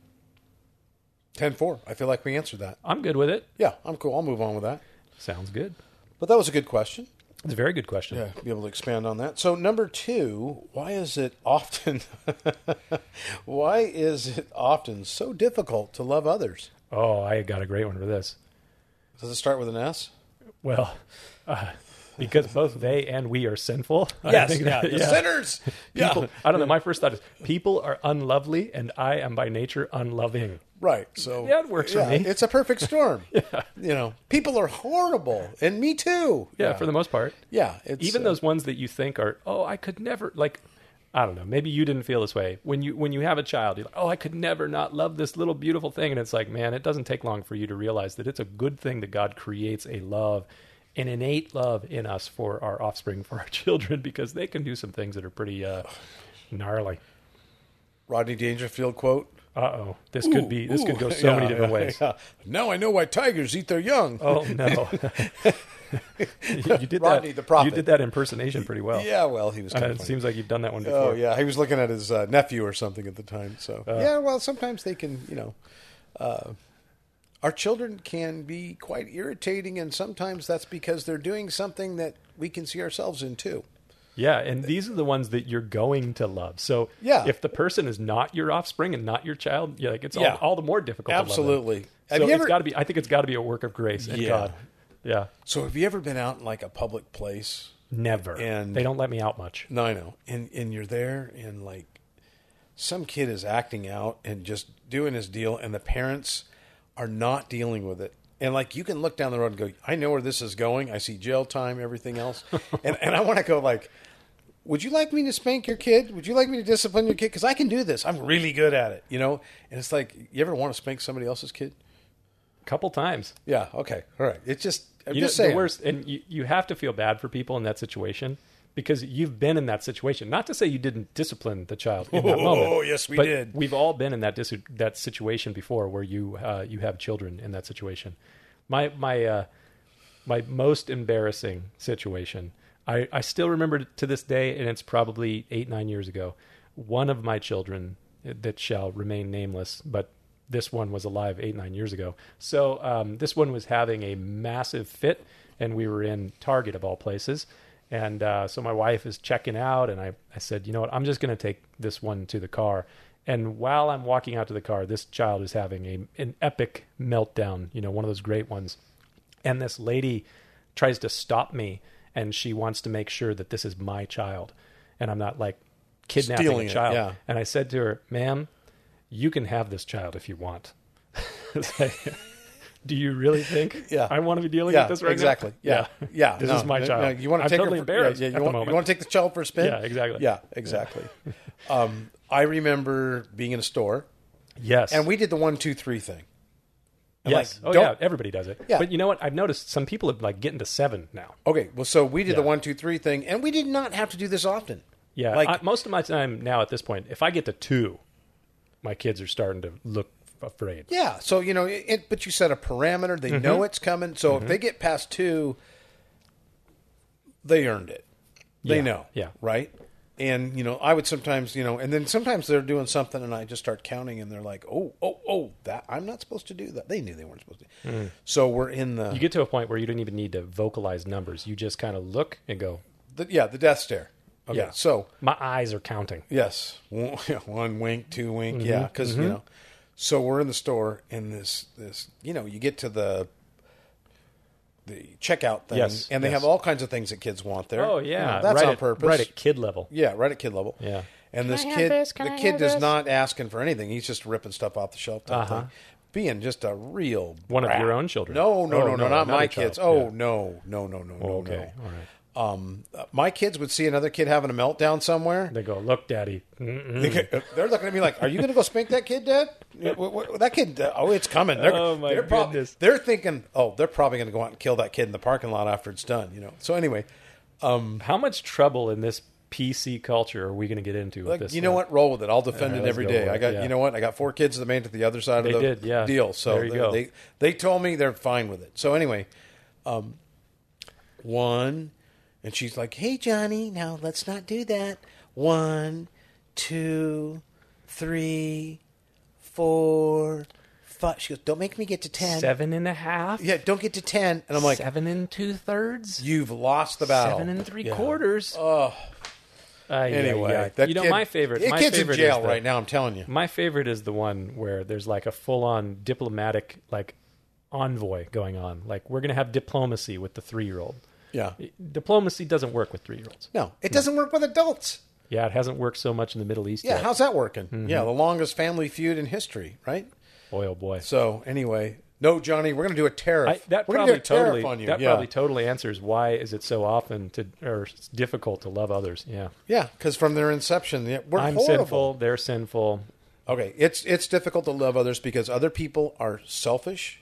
[SPEAKER 2] 10 4. I feel like we answered that.
[SPEAKER 1] I'm good with it.
[SPEAKER 2] Yeah, I'm cool. I'll move on with that.
[SPEAKER 1] Sounds good.
[SPEAKER 2] But that was a good question.
[SPEAKER 1] It's a very good question.
[SPEAKER 2] Yeah, be able to expand on that. So, number two, why is it often, why is it often so difficult to love others?
[SPEAKER 1] Oh, I got a great one for this.
[SPEAKER 2] Does it start with an S?
[SPEAKER 1] Well, uh, because both they and we are sinful. I think that-
[SPEAKER 2] the sinners. Yeah,
[SPEAKER 1] People- I don't know. My first thought is people are unlovely, and I am by nature unloving.
[SPEAKER 2] right. So
[SPEAKER 1] Yeah, it works for
[SPEAKER 2] yeah,
[SPEAKER 1] me.
[SPEAKER 2] It's a perfect storm. You know, people are horrible, and me too.
[SPEAKER 1] yeah. for the most part.
[SPEAKER 2] yeah. It's,
[SPEAKER 1] even
[SPEAKER 2] uh,
[SPEAKER 1] those ones that you think are oh i could never like I don't know. Maybe you didn't feel this way when you when you have a child. You're like, oh, I could never not love this little beautiful thing, and it's like, man, it doesn't take long for you to realize that it's a good thing that God creates a love, an innate love in us for our offspring, for our children, because they can do some things that are pretty uh, gnarly.
[SPEAKER 2] Rodney Dangerfield quote.
[SPEAKER 1] Uh oh, this could be this could go so many different ways.
[SPEAKER 2] Now I know why tigers eat their young.
[SPEAKER 1] Oh no, you, you did
[SPEAKER 2] Rodney
[SPEAKER 1] that.
[SPEAKER 2] the prophet.
[SPEAKER 1] You did that impersonation pretty well.
[SPEAKER 2] Yeah, well, he was
[SPEAKER 1] Uh,
[SPEAKER 2] kind
[SPEAKER 1] it
[SPEAKER 2] of funny.
[SPEAKER 1] seems like you've done that one before. Uh.
[SPEAKER 2] Oh yeah, he was looking at his uh, nephew or something at the time. So yeah, well, sometimes they can, you know, uh, our children can be quite irritating, and sometimes that's because they're doing something that we can see ourselves in too.
[SPEAKER 1] Yeah, and these are the ones that you're going to love. So
[SPEAKER 2] Yeah.
[SPEAKER 1] if the person is not your offspring and not your child, yeah, like it's
[SPEAKER 2] Yeah.
[SPEAKER 1] all, all the more difficult.
[SPEAKER 2] Absolutely.
[SPEAKER 1] To love them.
[SPEAKER 2] Have
[SPEAKER 1] So
[SPEAKER 2] you
[SPEAKER 1] it's
[SPEAKER 2] ever-
[SPEAKER 1] got to be. I think it's got to be a work of grace and
[SPEAKER 2] Yeah.
[SPEAKER 1] God. Yeah,
[SPEAKER 2] So have you ever been out in like a public place?
[SPEAKER 1] never.
[SPEAKER 2] And-
[SPEAKER 1] they don't let me out much.
[SPEAKER 2] No, I know, and and you're there, and like some kid is acting out and just doing his deal, and the parents are not dealing with it. And like you can look down the road and go, I know where this is going. I see jail time, everything else, and and I want to go like. Would you like me to spank your kid? Would you like me to discipline your kid? Because I can do this. I'm really good at it, you know. And it's like, you ever want to spank somebody else's kid?
[SPEAKER 1] couple times.
[SPEAKER 2] Yeah. Okay. All right. It's just, I'm
[SPEAKER 1] You
[SPEAKER 2] just
[SPEAKER 1] know,
[SPEAKER 2] saying.
[SPEAKER 1] the worst, and you, you have to feel bad for people in that situation because you've been in that situation. Not to say you didn't discipline the child in that
[SPEAKER 2] Oh,
[SPEAKER 1] moment.
[SPEAKER 2] yes, we
[SPEAKER 1] but
[SPEAKER 2] did.
[SPEAKER 1] We've all been in that dis- that situation before, where you uh, you have children in that situation. My my uh, my most embarrassing situation. I, I still remember it to this day, and it's probably eight nine years ago. One of my children that shall remain nameless, but this one was alive eight nine years ago. So um, this one was having a massive fit, and we were in Target of all places. And uh, so my wife is checking out, and I, I said, you know what, I'm just going to take this one to the car. And while I'm walking out to the car, this child is having a, an epic meltdown, you know, one of those great ones and this lady tries to stop me and she wants to make sure that this is my child and i'm not like kidnapping
[SPEAKER 2] Stealing
[SPEAKER 1] a
[SPEAKER 2] it,
[SPEAKER 1] child
[SPEAKER 2] yeah.
[SPEAKER 1] and i said to her ma'am you can have this child if you want It's like, do you really think
[SPEAKER 2] Yeah.
[SPEAKER 1] i want to be dealing
[SPEAKER 2] yeah,
[SPEAKER 1] with this right now?
[SPEAKER 2] exactly. Yeah, yeah.
[SPEAKER 1] this
[SPEAKER 2] No,
[SPEAKER 1] is my
[SPEAKER 2] no,
[SPEAKER 1] child
[SPEAKER 2] no, you want to
[SPEAKER 1] I'm
[SPEAKER 2] take
[SPEAKER 1] totally
[SPEAKER 2] her for, yeah,
[SPEAKER 1] embarrassed
[SPEAKER 2] Yeah,
[SPEAKER 1] at
[SPEAKER 2] you
[SPEAKER 1] the
[SPEAKER 2] want,
[SPEAKER 1] moment.
[SPEAKER 2] you want to take the child for a spin?
[SPEAKER 1] Yeah, exactly.
[SPEAKER 2] Yeah, exactly. um, I remember being in a store,
[SPEAKER 1] yes
[SPEAKER 2] and we did the one, two, three thing. And,
[SPEAKER 1] yes
[SPEAKER 2] like,
[SPEAKER 1] oh
[SPEAKER 2] don't-
[SPEAKER 1] yeah everybody does it
[SPEAKER 2] Yeah.
[SPEAKER 1] but you know what i've noticed some people have like getting to seven now
[SPEAKER 2] Okay, well, so we did the
[SPEAKER 1] Yeah.
[SPEAKER 2] one, two, three thing, and we did not have to do this often.
[SPEAKER 1] Yeah,
[SPEAKER 2] like
[SPEAKER 1] I, most of my time now at this point, if I get to two, my kids are starting to look afraid.
[SPEAKER 2] yeah. So you know, it, it- but you set a parameter; they
[SPEAKER 1] Mm-hmm.
[SPEAKER 2] know it's coming. So if they get past two, they earned it. They
[SPEAKER 1] Yeah,
[SPEAKER 2] know.
[SPEAKER 1] yeah.
[SPEAKER 2] Right. And you know, I would sometimes, you know, and then sometimes they're doing something, and I just start counting, and they're like, "Oh, oh, oh, that I'm not supposed to do that." They knew they weren't supposed to. So we're in the
[SPEAKER 1] Mm. You get to a point where you don't even need to vocalize numbers. You just kind of look and go,
[SPEAKER 2] The, yeah, the death stare. Okay,
[SPEAKER 1] Yeah.
[SPEAKER 2] so
[SPEAKER 1] "My eyes are counting."
[SPEAKER 2] yes, one, one wink, two wink,
[SPEAKER 1] Mm-hmm,
[SPEAKER 2] yeah, because you know. So we're in the store, and this this you know you get to the the checkout thing,
[SPEAKER 1] Yes,
[SPEAKER 2] and they
[SPEAKER 1] yes.
[SPEAKER 2] have all kinds of things that kids want there.
[SPEAKER 1] Oh
[SPEAKER 2] You
[SPEAKER 1] yeah,
[SPEAKER 2] know, that's
[SPEAKER 1] right
[SPEAKER 2] on
[SPEAKER 1] at,
[SPEAKER 2] purpose,
[SPEAKER 1] right at kid level.
[SPEAKER 2] yeah, right at kid level.
[SPEAKER 1] Yeah.
[SPEAKER 2] And this
[SPEAKER 3] I have
[SPEAKER 2] kid,
[SPEAKER 3] this? Can
[SPEAKER 2] the
[SPEAKER 3] I
[SPEAKER 2] kid
[SPEAKER 3] have
[SPEAKER 2] does
[SPEAKER 3] this?
[SPEAKER 2] not asking for anything. He's just ripping stuff off the shelf, type thing. being just a real
[SPEAKER 1] Uh-huh. One of
[SPEAKER 2] brat.
[SPEAKER 1] your own children.
[SPEAKER 2] No, no,
[SPEAKER 1] Oh,
[SPEAKER 2] no,
[SPEAKER 1] no,
[SPEAKER 2] no, not
[SPEAKER 1] another
[SPEAKER 2] my
[SPEAKER 1] child.
[SPEAKER 2] kids. Oh
[SPEAKER 1] Yeah. Oh,
[SPEAKER 2] no, no, no, no, no,
[SPEAKER 1] Okay,
[SPEAKER 2] no
[SPEAKER 1] all right.
[SPEAKER 2] um, uh, my kids would see another kid having a meltdown somewhere.
[SPEAKER 1] They go, "Look, Daddy." Mm-mm.
[SPEAKER 2] uh, They're looking at me like, "Are you going to go spank that kid, Dad? Wh- wh- That kid? uh, Oh, it's coming." They're,
[SPEAKER 1] Oh, my
[SPEAKER 2] they're prob-
[SPEAKER 1] goodness.
[SPEAKER 2] They're thinking, "Oh, they're probably going to go out and kill that kid in the parking lot after it's done." You know. So anyway,
[SPEAKER 1] How much trouble in this PC culture are we going to get into with
[SPEAKER 2] like,
[SPEAKER 1] this? uh,
[SPEAKER 2] you know
[SPEAKER 1] now?
[SPEAKER 2] what? Roll with it. I'll defend it
[SPEAKER 1] let's
[SPEAKER 2] every
[SPEAKER 1] go
[SPEAKER 2] day.
[SPEAKER 1] with
[SPEAKER 2] I
[SPEAKER 1] it,
[SPEAKER 2] got
[SPEAKER 1] yeah.
[SPEAKER 2] you know what? I got four kids that made it the other side
[SPEAKER 1] They
[SPEAKER 2] of the
[SPEAKER 1] did, yeah.
[SPEAKER 2] deal. So
[SPEAKER 1] There you
[SPEAKER 2] they,
[SPEAKER 1] go.
[SPEAKER 2] they they told me they're fine with it. So anyway, um, one, and she's like, "Hey Johnny, now let's not do that." One, two, three, four, five. She goes, "Don't make me get to ten.
[SPEAKER 1] Seven and a half.
[SPEAKER 2] Yeah, don't get to ten. And I'm like,
[SPEAKER 1] seven and two thirds.
[SPEAKER 2] "You've lost the battle."
[SPEAKER 1] Seven and three
[SPEAKER 2] Yeah.
[SPEAKER 1] quarters. Oh.
[SPEAKER 2] Anyway, that
[SPEAKER 1] you know
[SPEAKER 2] kid-
[SPEAKER 1] my favorite.
[SPEAKER 2] It
[SPEAKER 1] my
[SPEAKER 2] kid's
[SPEAKER 1] favorite
[SPEAKER 2] in jail
[SPEAKER 1] is the-
[SPEAKER 2] right now. I'm telling you.
[SPEAKER 1] My favorite is the one where there's like a full on diplomatic like envoy going on. Like we're gonna have diplomacy with the three year old.
[SPEAKER 2] Yeah.
[SPEAKER 1] Diplomacy doesn't work with three year olds.
[SPEAKER 2] No, it doesn't work with adults.
[SPEAKER 1] Yeah, it hasn't worked so much in the Middle East
[SPEAKER 2] Yeah,
[SPEAKER 1] yet. Mm-hmm.
[SPEAKER 2] how's that working? Yeah, the longest family feud in history, right?
[SPEAKER 1] Boy, oh boy.
[SPEAKER 2] So anyway, No, Johnny, we're going to do a tariff.
[SPEAKER 1] I, that
[SPEAKER 2] we're
[SPEAKER 1] probably
[SPEAKER 2] gonna do a
[SPEAKER 1] totally
[SPEAKER 2] tariff on you.
[SPEAKER 1] that
[SPEAKER 2] yeah.
[SPEAKER 1] probably totally answers why is it so often to or it's difficult to love others. Yeah,
[SPEAKER 2] yeah, because from their inception, yeah, we're
[SPEAKER 1] I'm
[SPEAKER 2] horrible.
[SPEAKER 1] sinful. They're sinful.
[SPEAKER 2] Okay, it's it's difficult to love others because other people are selfish,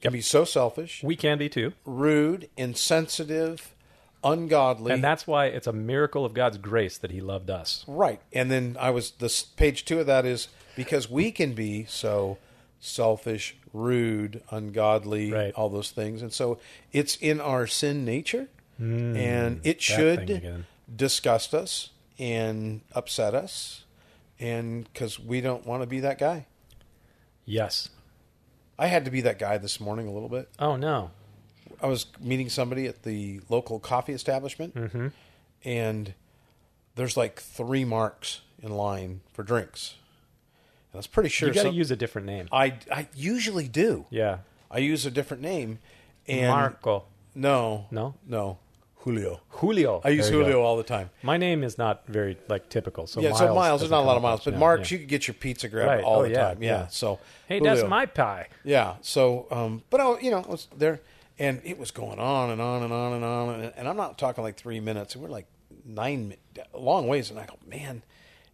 [SPEAKER 2] can be so selfish,
[SPEAKER 1] We can be too,
[SPEAKER 2] rude, insensitive, ungodly,
[SPEAKER 1] and that's why it's a miracle of God's grace that He loved us.
[SPEAKER 2] Right. And then I was this page two of that is because we can be so selfish, rude, ungodly,
[SPEAKER 1] Right.
[SPEAKER 2] all those things. And so it's in our sin nature and it
[SPEAKER 1] Hmm. thing again.
[SPEAKER 2] should disgust us and upset us. And because we don't want to be that guy.
[SPEAKER 1] Yes.
[SPEAKER 2] I had to be that guy this morning a little bit.
[SPEAKER 1] Oh no.
[SPEAKER 2] I was meeting somebody at the local coffee establishment,
[SPEAKER 1] Mm-hmm.
[SPEAKER 2] and there's like three marks in line for drinks. And I was pretty sure
[SPEAKER 1] You got to
[SPEAKER 2] some-
[SPEAKER 1] use a different name.
[SPEAKER 2] I, I usually do.
[SPEAKER 1] Yeah.
[SPEAKER 2] I use a different name. And
[SPEAKER 1] Marco.
[SPEAKER 2] No.
[SPEAKER 1] No?
[SPEAKER 2] No. Julio.
[SPEAKER 1] Julio.
[SPEAKER 2] I use
[SPEAKER 1] There you go.
[SPEAKER 2] Julio all the time.
[SPEAKER 1] My name is not very like typical. So
[SPEAKER 2] Yeah,
[SPEAKER 1] Miles
[SPEAKER 2] so Miles, there's
[SPEAKER 1] doesn't
[SPEAKER 2] not a lot
[SPEAKER 1] come up
[SPEAKER 2] of Miles, but
[SPEAKER 1] much.
[SPEAKER 2] Marks,
[SPEAKER 1] Yeah.
[SPEAKER 2] you could get your pizza grabbed
[SPEAKER 1] Right.
[SPEAKER 2] all
[SPEAKER 1] Oh,
[SPEAKER 2] the
[SPEAKER 1] yeah,
[SPEAKER 2] time. Yeah.
[SPEAKER 1] yeah.
[SPEAKER 2] So
[SPEAKER 1] Hey, that's
[SPEAKER 2] Julio.
[SPEAKER 1] my pie.
[SPEAKER 2] Yeah. So, um, but I, you know, I was there, and it was going on and on and on and on, and, and I'm not talking like three minutes. We're like nine, mi- a long ways, and I go, man.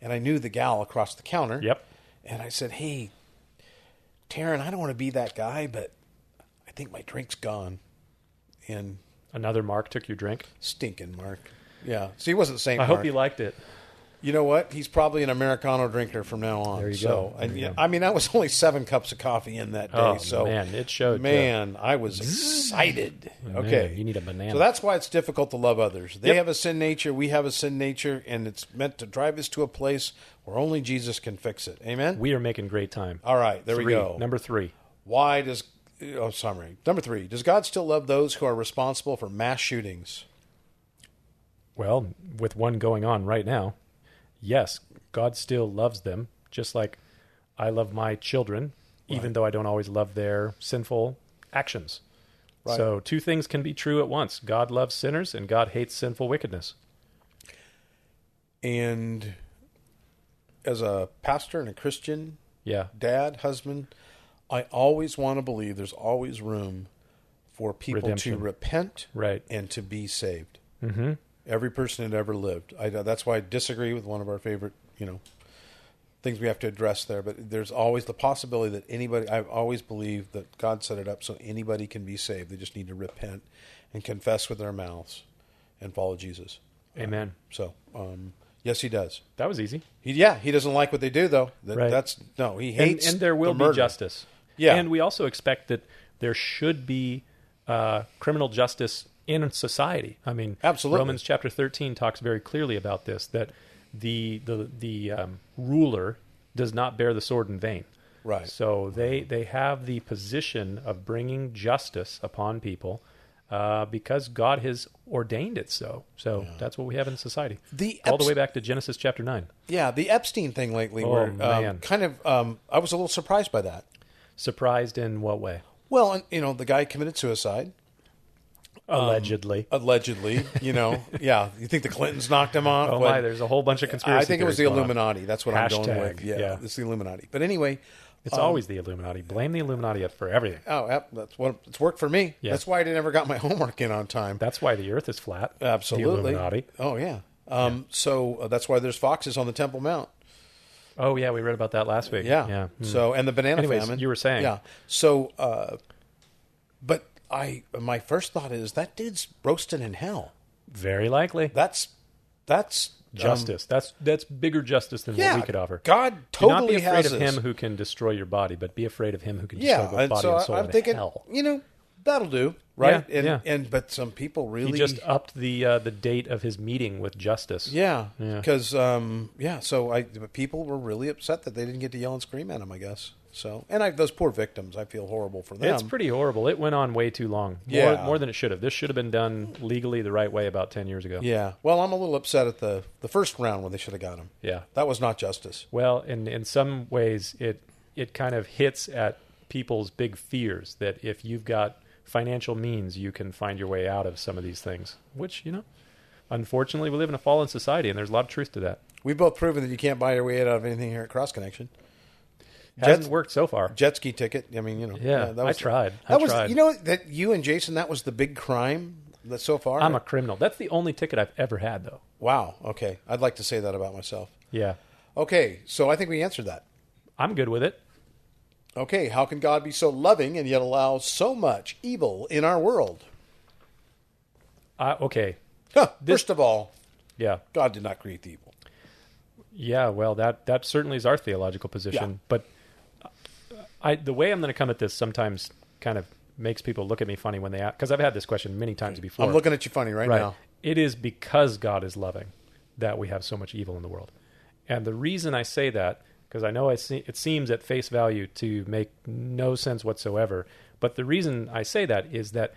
[SPEAKER 2] And I knew the gal across the counter.
[SPEAKER 1] Yep.
[SPEAKER 2] And I said, hey, Taryn, I don't want to be that guy, but I think my drink's gone. And
[SPEAKER 1] Another Mark took your drink.
[SPEAKER 2] stinking Mark. Yeah. So he wasn't Saint
[SPEAKER 1] I
[SPEAKER 2] Mark.
[SPEAKER 1] hope you liked it.
[SPEAKER 2] You know what? He's probably an Americano drinker from now on.
[SPEAKER 1] There you
[SPEAKER 2] so,
[SPEAKER 1] go.
[SPEAKER 2] And,
[SPEAKER 1] There you
[SPEAKER 2] yeah,
[SPEAKER 1] go.
[SPEAKER 2] I mean, I was only seven cups of coffee in that day.
[SPEAKER 1] Oh,
[SPEAKER 2] so
[SPEAKER 1] man, it showed, yeah.
[SPEAKER 2] Man, I was excited. okay,
[SPEAKER 1] Man, you need a banana.
[SPEAKER 2] So that's why it's difficult to love others. They
[SPEAKER 1] Yep.
[SPEAKER 2] have a sin nature. We have a sin nature, and it's meant to drive us to a place where only Jesus can fix it. Amen.
[SPEAKER 1] we are making great time.
[SPEAKER 2] All right, there we
[SPEAKER 1] Three.
[SPEAKER 2] go.
[SPEAKER 1] Number three.
[SPEAKER 2] why does oh summary number three? Does God still love those who are responsible for mass shootings?
[SPEAKER 1] Well, with one going on right now, yes, God still loves them, just like I love my children, even though I don't always love their sinful actions.
[SPEAKER 2] Right.
[SPEAKER 1] So, two things can be true at once God loves sinners, and God hates sinful wickedness.
[SPEAKER 2] And as a pastor and a Christian,
[SPEAKER 1] Yeah.
[SPEAKER 2] dad, husband, I always want to believe there's always room for people to
[SPEAKER 1] Redemption.
[SPEAKER 2] repent
[SPEAKER 1] Right.
[SPEAKER 2] and to be saved. Mm-hmm. Every person that ever lived. I, that's why I disagree with one of our favorite, you know, things we have to address there. But there's always the possibility that anybody. I've always believed that God set it up so anybody can be saved. They just need to repent and confess with their mouths and follow Jesus.
[SPEAKER 1] Amen.
[SPEAKER 2] So, um, yes, He does.
[SPEAKER 1] That was easy.
[SPEAKER 2] He, yeah, He doesn't like what they do though. That,
[SPEAKER 1] Right.
[SPEAKER 2] That's no. He
[SPEAKER 1] And,
[SPEAKER 2] hates
[SPEAKER 1] and there will
[SPEAKER 2] the
[SPEAKER 1] be
[SPEAKER 2] murder.
[SPEAKER 1] justice.
[SPEAKER 2] Yeah.
[SPEAKER 1] And we also expect that there should be uh, criminal justice in society. I mean,
[SPEAKER 2] Absolutely.
[SPEAKER 1] Romans chapter 13 talks very clearly about this that the, the, the um, ruler does not bear the sword in vain.
[SPEAKER 2] Right.
[SPEAKER 1] So they, they have the position of bringing justice upon people uh, because God has ordained it so. So that's what we have in society.
[SPEAKER 2] The
[SPEAKER 1] All the
[SPEAKER 2] abs-
[SPEAKER 1] way back to Genesis chapter 9.
[SPEAKER 2] Yeah, the Epstein thing lately.
[SPEAKER 1] Oh,
[SPEAKER 2] where, um,
[SPEAKER 1] man.
[SPEAKER 2] kind of, um, I was a little surprised by that.
[SPEAKER 1] Surprised in what way?
[SPEAKER 2] Well, and, you know, the guy committed suicide Um,
[SPEAKER 1] Allegedly.
[SPEAKER 2] allegedly. You know, yeah. You think the Clintons knocked him off?
[SPEAKER 1] Oh
[SPEAKER 2] but
[SPEAKER 1] my! There's a whole bunch of conspiracy.
[SPEAKER 2] I think it was the
[SPEAKER 1] theories going on.
[SPEAKER 2] Illuminati. That's what I'm going
[SPEAKER 1] Hashtag,
[SPEAKER 2] with. Yeah,
[SPEAKER 1] yeah.
[SPEAKER 2] it's the Illuminati. But anyway,
[SPEAKER 1] It's always the Illuminati. Blame the Illuminati for everything.
[SPEAKER 2] oh, yep, that's what it's worked for me.
[SPEAKER 1] Yeah.
[SPEAKER 2] That's why I never got my homework in on time.
[SPEAKER 1] That's why the Earth is flat.
[SPEAKER 2] Absolutely.
[SPEAKER 1] The Illuminati.
[SPEAKER 2] Oh yeah. Um, So uh, that's why there's foxes on the Temple Mount.
[SPEAKER 1] Oh yeah, we read about that last week.
[SPEAKER 2] Yeah.
[SPEAKER 1] Yeah. Hmm.
[SPEAKER 2] So and the banana
[SPEAKER 1] Anyways,
[SPEAKER 2] famine.
[SPEAKER 1] you were saying.
[SPEAKER 2] Yeah. So, uh, but I my first thought is that dude's roasting in hell.
[SPEAKER 1] Very likely.
[SPEAKER 2] That's that's um,
[SPEAKER 1] justice. that's that's bigger justice than
[SPEAKER 2] yeah.
[SPEAKER 1] what we could offer.
[SPEAKER 2] God
[SPEAKER 1] Do not
[SPEAKER 2] totally
[SPEAKER 1] be afraid
[SPEAKER 2] has
[SPEAKER 1] of
[SPEAKER 2] this.
[SPEAKER 1] him who can destroy your body, but be afraid of him who can
[SPEAKER 2] Yeah.
[SPEAKER 1] destroy both
[SPEAKER 2] and
[SPEAKER 1] body
[SPEAKER 2] so
[SPEAKER 1] and
[SPEAKER 2] I-
[SPEAKER 1] soul
[SPEAKER 2] I'm
[SPEAKER 1] in
[SPEAKER 2] thinking,
[SPEAKER 1] hell.
[SPEAKER 2] you know, that'll do, right?
[SPEAKER 1] Yeah,
[SPEAKER 2] and
[SPEAKER 1] yeah.
[SPEAKER 2] and but some people really
[SPEAKER 1] He just upped the uh, the date of his meeting with justice.
[SPEAKER 2] yeah,
[SPEAKER 1] Yeah.
[SPEAKER 2] because um, yeah. So I, but people were really upset that they didn't get to yell and scream at him. I guess so. And I, those poor victims, I feel horrible for them.
[SPEAKER 1] It's pretty horrible. It went on way too long.
[SPEAKER 2] Yeah.
[SPEAKER 1] More, more than it should have. This should have been done legally the right way about 10 years ago.
[SPEAKER 2] Yeah. Well, I'm a little upset at the the first round when they should have got him.
[SPEAKER 1] Yeah.
[SPEAKER 2] That was not justice.
[SPEAKER 1] Well, in in some ways, it it kind of hits at people's big fears that if you've got financial means, you can find your way out of some of these things. Which you know, unfortunately, we live in a fallen society, and there's a lot of truth to that.
[SPEAKER 2] We've both proven that you can't buy your way out of anything here at Cross Connection.
[SPEAKER 1] Hasn't
[SPEAKER 2] Jets-
[SPEAKER 1] worked so far.
[SPEAKER 2] jet ski ticket. I mean, you know.
[SPEAKER 1] Yeah, I tried.
[SPEAKER 2] That
[SPEAKER 1] I
[SPEAKER 2] was
[SPEAKER 1] tried.
[SPEAKER 2] you know that you and Jason. That was the big crime that so far.
[SPEAKER 1] I'm a criminal. That's the only ticket I've ever had, though.
[SPEAKER 2] wow. Okay, I'd like to say that about myself.
[SPEAKER 1] Yeah,
[SPEAKER 2] Okay, so I think we answered that.
[SPEAKER 1] I'm good with it.
[SPEAKER 2] Okay, how can God be so loving and yet allow so much evil in our world?
[SPEAKER 1] I, okay,
[SPEAKER 2] Huh, first of all,
[SPEAKER 1] yeah,
[SPEAKER 2] God did not create the evil.
[SPEAKER 1] yeah. Well, that that certainly is our theological position.
[SPEAKER 2] Yeah.
[SPEAKER 1] But I, the way I'm going to come at this sometimes kind of makes people look at me funny when they because I've had this question many times before.
[SPEAKER 2] I'm looking at you funny right,
[SPEAKER 1] right.
[SPEAKER 2] now.
[SPEAKER 1] It is because God is loving that we have so much evil in the world. And the reason I say that, because I know I see, it seems at face value to make no sense whatsoever, but the reason I say that is that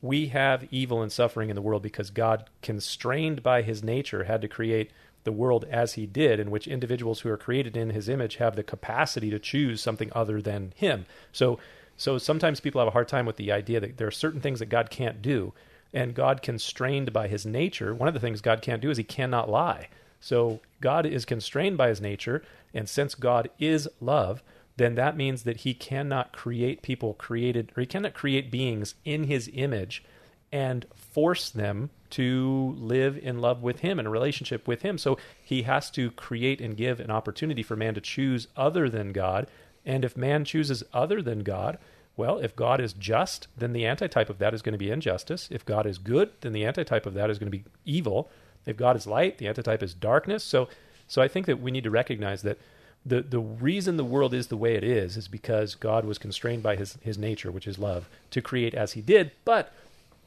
[SPEAKER 1] we have evil and suffering in the world because God, constrained by his nature, had to create the world as he did, in which individuals who are created in his image have the capacity to choose something other than him. So, so sometimes people have a hard time with the idea that there are certain things that God can't do and God constrained by his nature. One of the things God can't do is he cannot lie. So God is constrained by his nature, and since God is love, then that means that he cannot create people created or he cannot create beings in his image and force them to live in love with him in a relationship with him. So he has to create and give an opportunity for man to choose other than God. And if man chooses other than God, well, if God is just, then the antitype of that is going to be injustice. If God is good, then the antitype of that is going to be evil. If God is light, the antitype is darkness. So, so I think that we need to recognize that the the reason the world is the way it is is because God was constrained by his his nature, which is love, to create as he did. But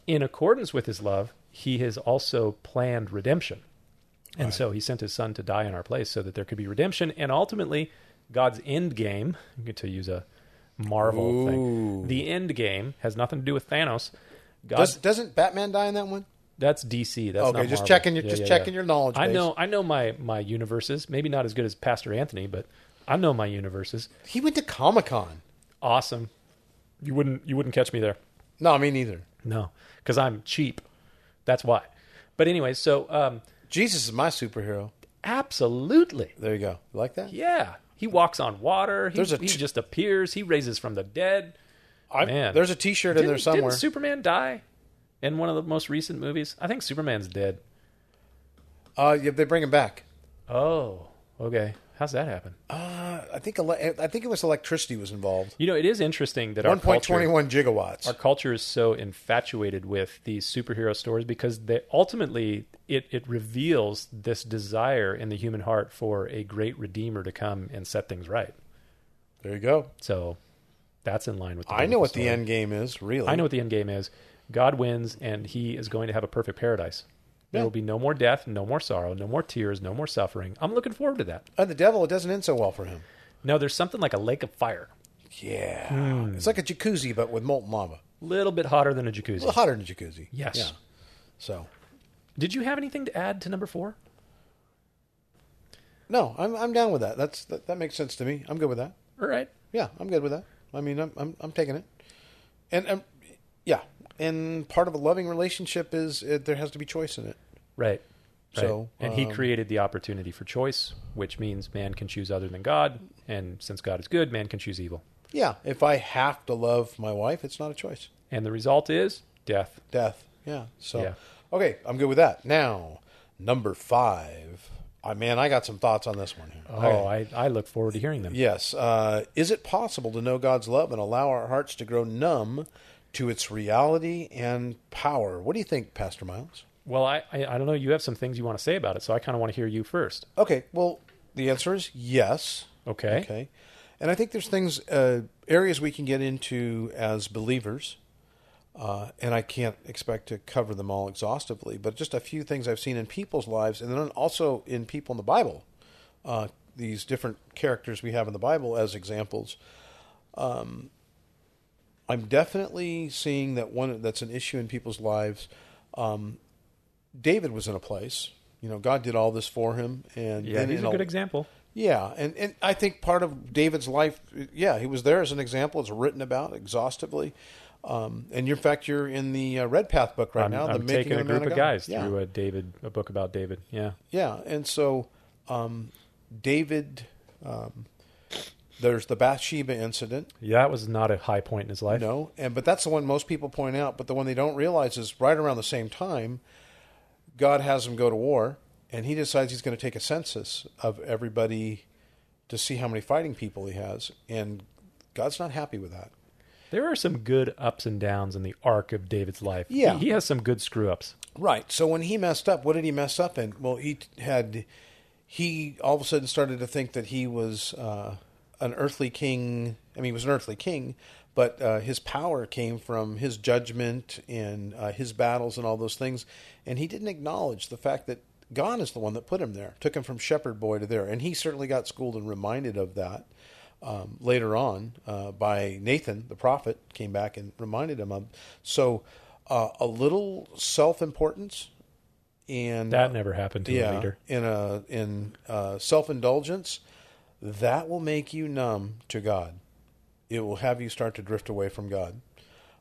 [SPEAKER 1] in accordance with his love, he has also planned redemption. And so he sent his son to die in our place so that there could be redemption. And ultimately, God's end game, to use a Marvel thing, the end game has nothing to do with Thanos. God,
[SPEAKER 2] Does, doesn't Batman die in that one?
[SPEAKER 1] that's DC. That's
[SPEAKER 2] Okay,
[SPEAKER 1] not
[SPEAKER 2] just
[SPEAKER 1] Marvel.
[SPEAKER 2] checking your
[SPEAKER 1] Yeah,
[SPEAKER 2] just
[SPEAKER 1] yeah,
[SPEAKER 2] checking
[SPEAKER 1] yeah.
[SPEAKER 2] your knowledge.
[SPEAKER 1] I
[SPEAKER 2] base.
[SPEAKER 1] know, I know my my universes. Maybe not as good as Pastor Anthony, but I know my universes.
[SPEAKER 2] he went to Comic Con.
[SPEAKER 1] Awesome. You wouldn't you wouldn't catch me there.
[SPEAKER 2] No, me neither.
[SPEAKER 1] No, because I'm cheap. That's why. But anyway, so um,
[SPEAKER 2] Jesus is my superhero.
[SPEAKER 1] absolutely,
[SPEAKER 2] There you go. You like that?
[SPEAKER 1] yeah. He walks on water. He,
[SPEAKER 2] There's a
[SPEAKER 1] he
[SPEAKER 2] t-
[SPEAKER 1] just appears. He raises from the dead.
[SPEAKER 2] I,
[SPEAKER 1] Man.
[SPEAKER 2] there's a T-shirt in there
[SPEAKER 1] Didn't-
[SPEAKER 2] somewhere.
[SPEAKER 1] Didn't Superman die in one of the most recent movies? I think Superman's dead.
[SPEAKER 2] uh, yeah, they bring him back.
[SPEAKER 1] Oh, okay. How's that happen?
[SPEAKER 2] Uh, I think ele- I think it was electricity was involved.
[SPEAKER 1] You know, it is interesting that our
[SPEAKER 2] One point
[SPEAKER 1] culture
[SPEAKER 2] twenty one gigawatts.
[SPEAKER 1] our culture is so infatuated with these superhero stories because they ultimately it, it reveals this desire in the human heart for a great redeemer to come and set things right.
[SPEAKER 2] there you go.
[SPEAKER 1] So that's in line with the
[SPEAKER 2] I know
[SPEAKER 1] biblical
[SPEAKER 2] what the
[SPEAKER 1] story.
[SPEAKER 2] end game is. Really,
[SPEAKER 1] I know what the end game is. God wins and he is going to have a perfect paradise. There
[SPEAKER 2] Yeah.
[SPEAKER 1] will be no more death, no more sorrow, no more tears, no more suffering. I'm looking forward to that.
[SPEAKER 2] And Uh, the devil, it doesn't end so well for him.
[SPEAKER 1] No, there's something like a lake of fire.
[SPEAKER 2] Yeah,
[SPEAKER 1] Hmm.
[SPEAKER 2] it's like a jacuzzi, but with molten lava.
[SPEAKER 1] A little bit hotter than a
[SPEAKER 2] A little
[SPEAKER 1] jacuzzi.
[SPEAKER 2] hotter than a jacuzzi.
[SPEAKER 1] Yes.
[SPEAKER 2] Yeah. So
[SPEAKER 1] Did you have anything to add to number four?
[SPEAKER 2] no, I'm I'm down with that. That's that, that makes sense to me. I'm good with that.
[SPEAKER 1] All right.
[SPEAKER 2] Yeah, I'm good with that. I mean, I'm I'm, I'm taking it, and um, yeah, and part of a loving relationship is uh there has to be choice in it.
[SPEAKER 1] Right.
[SPEAKER 2] So,
[SPEAKER 1] and he
[SPEAKER 2] um,
[SPEAKER 1] created the opportunity for choice, which means man can choose other than God, and since God is good, man can choose evil.
[SPEAKER 2] Yeah, if I have to love my wife, it's not a choice.
[SPEAKER 1] And the result is death.
[SPEAKER 2] Death. Yeah. So
[SPEAKER 1] Yeah.
[SPEAKER 2] okay, I'm good with that. Now number five. I man, I got some thoughts on this one here.
[SPEAKER 1] Oh,
[SPEAKER 2] Okay.
[SPEAKER 1] I, I look forward to hearing them.
[SPEAKER 2] Yes. Uh, is it possible to know God's love and allow our hearts to grow numb to its reality and power? What do you think, Pastor Miles?
[SPEAKER 1] Well, I, I, I don't know. You have some things you want to say about it, so I kind of want to hear you first.
[SPEAKER 2] Okay. Well, the answer is yes.
[SPEAKER 1] Okay.
[SPEAKER 2] Okay. And I think there's things, uh, areas we can get into as believers. Uh, and I can't expect to cover them all exhaustively, but just a few things I've seen in people's lives, and then also in people in the Bible, uh, these different characters we have in the Bible as examples. Um, I'm definitely seeing that one that's an issue in people's lives. Um, David was in a place, you know, God did all this for him, and
[SPEAKER 1] Yeah,
[SPEAKER 2] then
[SPEAKER 1] he's
[SPEAKER 2] in
[SPEAKER 1] a good example.
[SPEAKER 2] yeah, and, and I think part of David's life, yeah, he was there as an example. It's written about exhaustively, um, and in fact, you're in the uh, Red Path book right
[SPEAKER 1] I'm,
[SPEAKER 2] now. the
[SPEAKER 1] I'm
[SPEAKER 2] making
[SPEAKER 1] taking a
[SPEAKER 2] of Man
[SPEAKER 1] group of
[SPEAKER 2] God.
[SPEAKER 1] guys uh,
[SPEAKER 2] yeah,
[SPEAKER 1] through a David, a book about David. Yeah.
[SPEAKER 2] yeah, and so um, David, um, There's the Bathsheba incident.
[SPEAKER 1] Yeah, that was not a high point in his life.
[SPEAKER 2] No, and but that's the one most people point out. But the one they don't realize is right around the same time, God has him go to war, and he decides he's going to take a census of everybody to see how many fighting people he has, and God's not happy with that.
[SPEAKER 1] There are some good ups and downs in the arc of David's life.
[SPEAKER 2] Yeah.
[SPEAKER 1] He, he has some good screw ups.
[SPEAKER 2] Right. So when he messed up, what did he mess up in? Well, he t- had he all of a sudden started to think that he was uh, an earthly king. I mean, he was an earthly king, but uh, his power came from his judgment and uh, his battles and all those things. And he didn't acknowledge the fact that God is the one that put him there, took him from shepherd boy to there. And he certainly got schooled and reminded of that um, later on uh, by Nathan, the prophet, came back and reminded him of. So uh, a little self importance and
[SPEAKER 1] That never happened to a leader.
[SPEAKER 2] in a in uh, self indulgence, that will make you numb to God. It will have you start to drift away from God.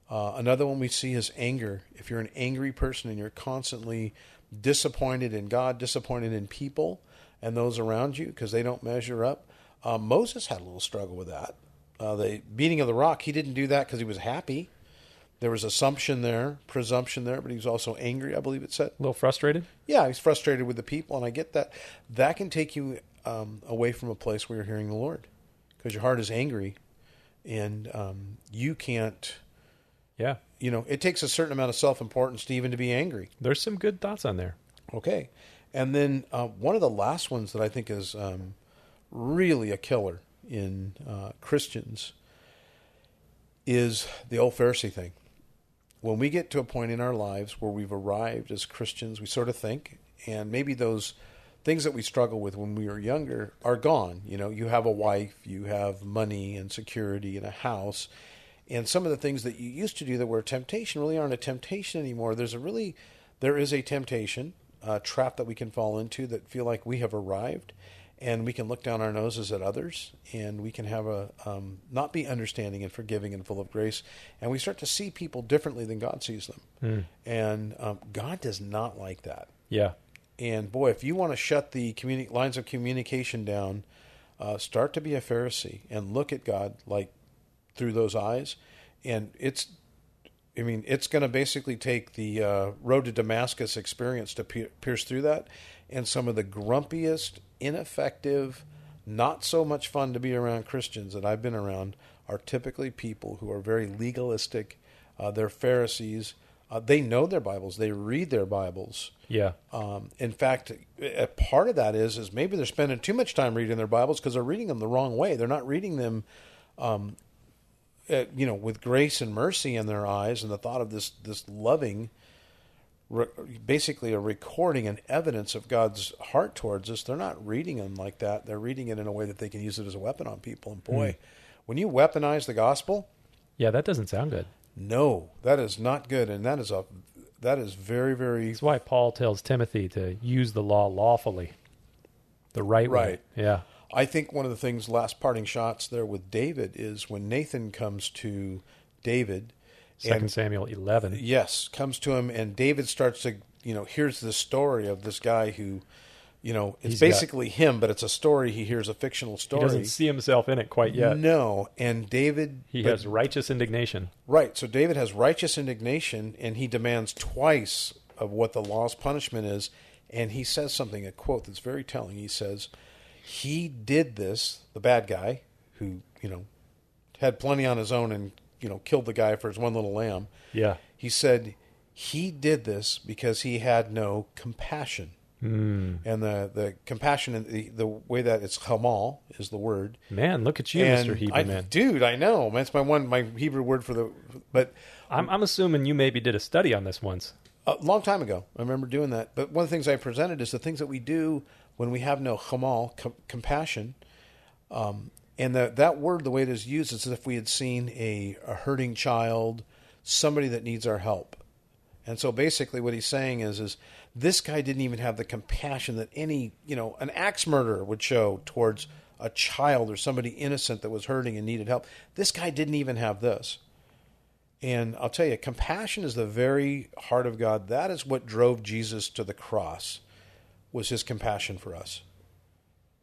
[SPEAKER 2] Uh, another one we see is anger. If you're an angry person and you're constantly disappointed in God, disappointed in people and those around you because they don't measure up, uh, Moses had a little struggle with that. Uh, the beating of the rock, he didn't do that because he was happy. There was assumption there, presumption there, but he was also angry, I believe it said
[SPEAKER 1] A little frustrated.
[SPEAKER 2] yeah, he's frustrated with the people, and I get that. That can take you um, away from a place where you're hearing the Lord, because your heart is angry, and um, you can't.
[SPEAKER 1] Yeah.
[SPEAKER 2] You know, it takes a certain amount of self-importance to even to be angry.
[SPEAKER 1] There's some good thoughts on there.
[SPEAKER 2] Okay, and then uh, one of the last ones that I think is um, really a killer in uh, Christians is the old Pharisee thing. When we get to a point in our lives where we've arrived as Christians, we sort of think, and maybe those things that we struggle with when we were younger are gone. You know, you have a wife, you have money and security and a house. And some of the things that you used to do that were a temptation really aren't a temptation anymore. There's a really, there is a temptation, a uh, trap that we can fall into that feel like we have arrived and we can look down our noses at others and we can have a um, not be understanding and forgiving and full of grace and we start to see people differently than god sees them and um, god does not like that
[SPEAKER 1] Yeah.
[SPEAKER 2] and boy if you want to shut the communi- lines of communication down uh, start to be a pharisee and look at god like through those eyes and it's I mean, it's going to basically take the uh, road to Damascus experience to pier- pierce through that, and some of the grumpiest, ineffective, not so much fun to be around Christians that I've been around are typically people who are very legalistic. Uh, they're Pharisees. Uh, they know their Bibles. They read their Bibles.
[SPEAKER 1] Yeah.
[SPEAKER 2] Um, in fact, a part of that is is maybe they're spending too much time reading their Bibles because they're reading them the wrong way. They're not reading them, um, uh, you know, with grace and mercy in their eyes and the thought of this this loving, re- basically a recording and evidence of God's heart towards us. They're not reading them like that. They're reading it in a way that they can use it as a weapon on people. And boy, when you weaponize the gospel,
[SPEAKER 1] Yeah, that doesn't sound good.
[SPEAKER 2] no, that is not good, and that is a that is very very
[SPEAKER 1] That's why Paul tells Timothy to use the law lawfully, the right, way.
[SPEAKER 2] Right.
[SPEAKER 1] Yeah.
[SPEAKER 2] I think one of the things, last parting shots there with David, is when Nathan comes to David,
[SPEAKER 1] Second
[SPEAKER 2] and
[SPEAKER 1] Samuel 11.
[SPEAKER 2] yes, comes to him, and David starts to, you know, hears the story of this guy who, you know,
[SPEAKER 1] got-
[SPEAKER 2] it's basically him, but it's a story he hears, a fictional
[SPEAKER 1] He
[SPEAKER 2] story.
[SPEAKER 1] doesn't see himself in it quite yet.
[SPEAKER 2] No, and David,
[SPEAKER 1] He
[SPEAKER 2] but-
[SPEAKER 1] has righteous indignation.
[SPEAKER 2] right. So David has righteous indignation, and he demands twice of what the law's punishment is, and he says something, a quote that's very telling. He says, "He did this, the bad guy, who you know had plenty on his own and you know killed the guy for his one little lamb."
[SPEAKER 1] Yeah.
[SPEAKER 2] He said he did this because he had no compassion.
[SPEAKER 1] Hmm.
[SPEAKER 2] And the, the compassion, and the, the way that it's chamal is the word,
[SPEAKER 1] Man, look at you,
[SPEAKER 2] and
[SPEAKER 1] Mr. Hebrew
[SPEAKER 2] I-
[SPEAKER 1] man.
[SPEAKER 2] Dude, I know. That's my one, my Hebrew word for the, but
[SPEAKER 1] I'm, I'm assuming you maybe did a study on this once.
[SPEAKER 2] a long time ago, I remember doing that. But one of the things I presented is the things that we do when we have no chamal, com- compassion. Um, and the, that word, the way it is used, is as if we had seen a, a hurting child, somebody that needs our help. And so basically what he's saying is, is this guy didn't even have the compassion that any, you know, an axe murderer would show towards a child or somebody innocent that was hurting and needed help. This guy didn't even have this. And I'll tell you, compassion is the very heart of God. That is what drove Jesus to the cross, was his compassion for us.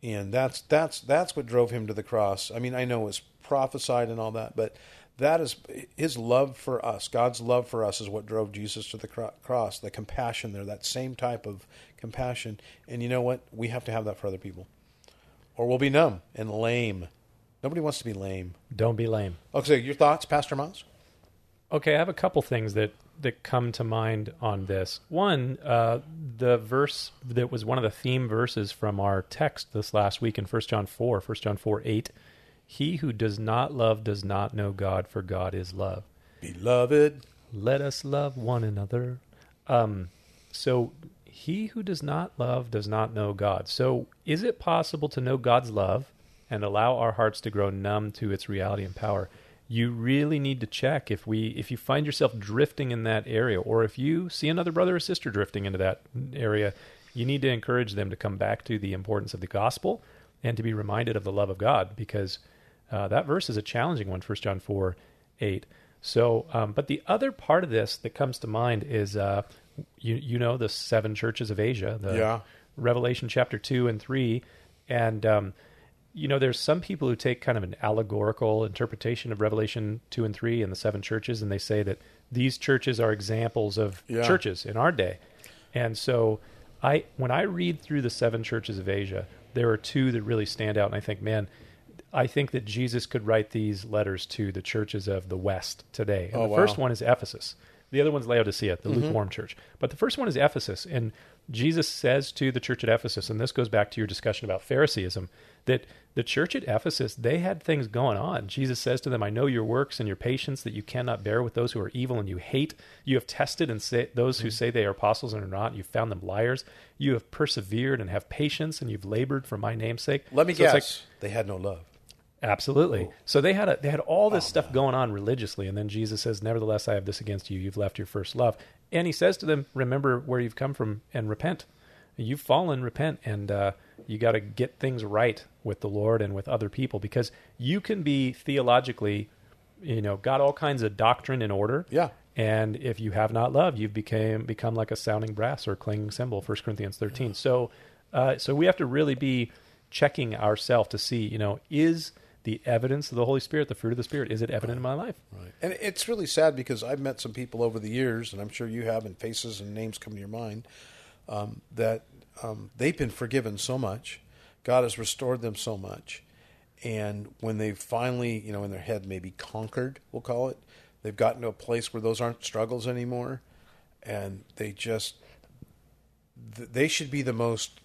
[SPEAKER 2] and that's that's that's what drove him to the cross. I mean, I know it's prophesied and all that, but that is his love for us. God's love for us is what drove Jesus to the cro- cross. The compassion there, that same type of compassion. And you know what? We have to have that for other people, or we'll be numb and lame. Nobody wants to be lame.
[SPEAKER 1] Don't be lame.
[SPEAKER 2] Okay, so your thoughts, Pastor Miles?
[SPEAKER 1] Okay, I have a couple things that that come to mind on this. One, uh, the verse that was one of the theme verses from our text this last week in 1 John 4, 1 John 4 8. He who does not love does not know God, for God is love.
[SPEAKER 2] Beloved,
[SPEAKER 1] Let us love one another. Um, so, he who does not love does not know God. So, is it possible to know God's love and allow our hearts to grow numb to its reality and power? You really need to check if we if you find yourself drifting in that area, or if you see another brother or sister drifting into that area, you need to encourage them to come back to the importance of the gospel and to be reminded of the love of God, because uh, that verse is a challenging one. 1 John four eight. So, um, but the other part of this that comes to mind is uh, you you know the seven churches of Asia, the
[SPEAKER 2] Yeah.
[SPEAKER 1] Revelation chapter two and three, and um, you know there's some people who take kind of an allegorical interpretation of Revelation two and three and the seven churches, and they say that these churches are examples of
[SPEAKER 2] Yeah.
[SPEAKER 1] churches in our day, and so I when I read through the seven churches of Asia, there are two that really stand out, and I think, man. I think that Jesus could write these letters to the churches of the West today. And
[SPEAKER 2] Oh,
[SPEAKER 1] the
[SPEAKER 2] wow.
[SPEAKER 1] first one is Ephesus. The other one's Laodicea,
[SPEAKER 2] Mm-hmm.
[SPEAKER 1] the lukewarm church. But the first one is Ephesus. And Jesus says to the church at Ephesus, and this goes back to your discussion about Phariseeism, that the church at Ephesus, they had things going on. Jesus says to them, I know your works and your patience that you cannot bear with those who are evil and you hate. You have tested and say, those
[SPEAKER 2] Mm-hmm.
[SPEAKER 1] who say they are apostles and are not. You've found them liars. You have persevered and have patience and you've labored for my name's sake.
[SPEAKER 2] let me
[SPEAKER 1] So it's
[SPEAKER 2] guess.
[SPEAKER 1] like,
[SPEAKER 2] they had no love.
[SPEAKER 1] Absolutely. So they had a, they had all this stuff going on religiously, and then Jesus says, "Nevertheless, I have this against you: you've left your first love." And he says to them, "Remember where you've come from and repent. You've fallen, repent, and uh, you got to get things right with the Lord and with other people because you can be theologically, you know, got all kinds of doctrine in order,
[SPEAKER 2] Yeah.
[SPEAKER 1] and if you have not love, you've became become like a sounding brass or clanging cymbal. 1 Corinthians thirteen. So, uh, so we have to really be checking ourselves to see, you know, is the evidence of the Holy Spirit, the fruit of the Spirit, is it evident in my life?
[SPEAKER 2] Right. And it's really sad because I've met some people over the years, and I'm sure you have, and faces and names come to your mind, um, that um, they've been forgiven so much. God has restored them so much. And when they've finally, you know, in their head, maybe conquered, we'll call it, they've gotten to a place where those aren't struggles anymore. And they just, th- they should be the most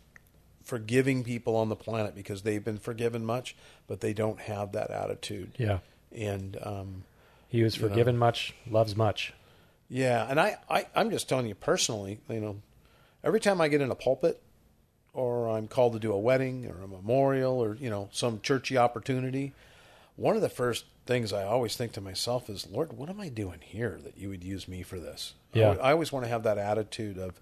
[SPEAKER 2] forgiving people on the planet because they've been forgiven much, but they don't have that attitude.
[SPEAKER 1] Yeah,
[SPEAKER 2] And, um,
[SPEAKER 1] he was forgiven much, loves much.
[SPEAKER 2] yeah, and I, I, I'm just telling you personally, you know, every time I get in a pulpit or I'm called to do a wedding or a memorial or, you know, some churchy opportunity, one of the first things I always think to myself is, Lord, what am I doing here that you would use me for this? I
[SPEAKER 1] Yeah.
[SPEAKER 2] al- I always want to have that attitude of,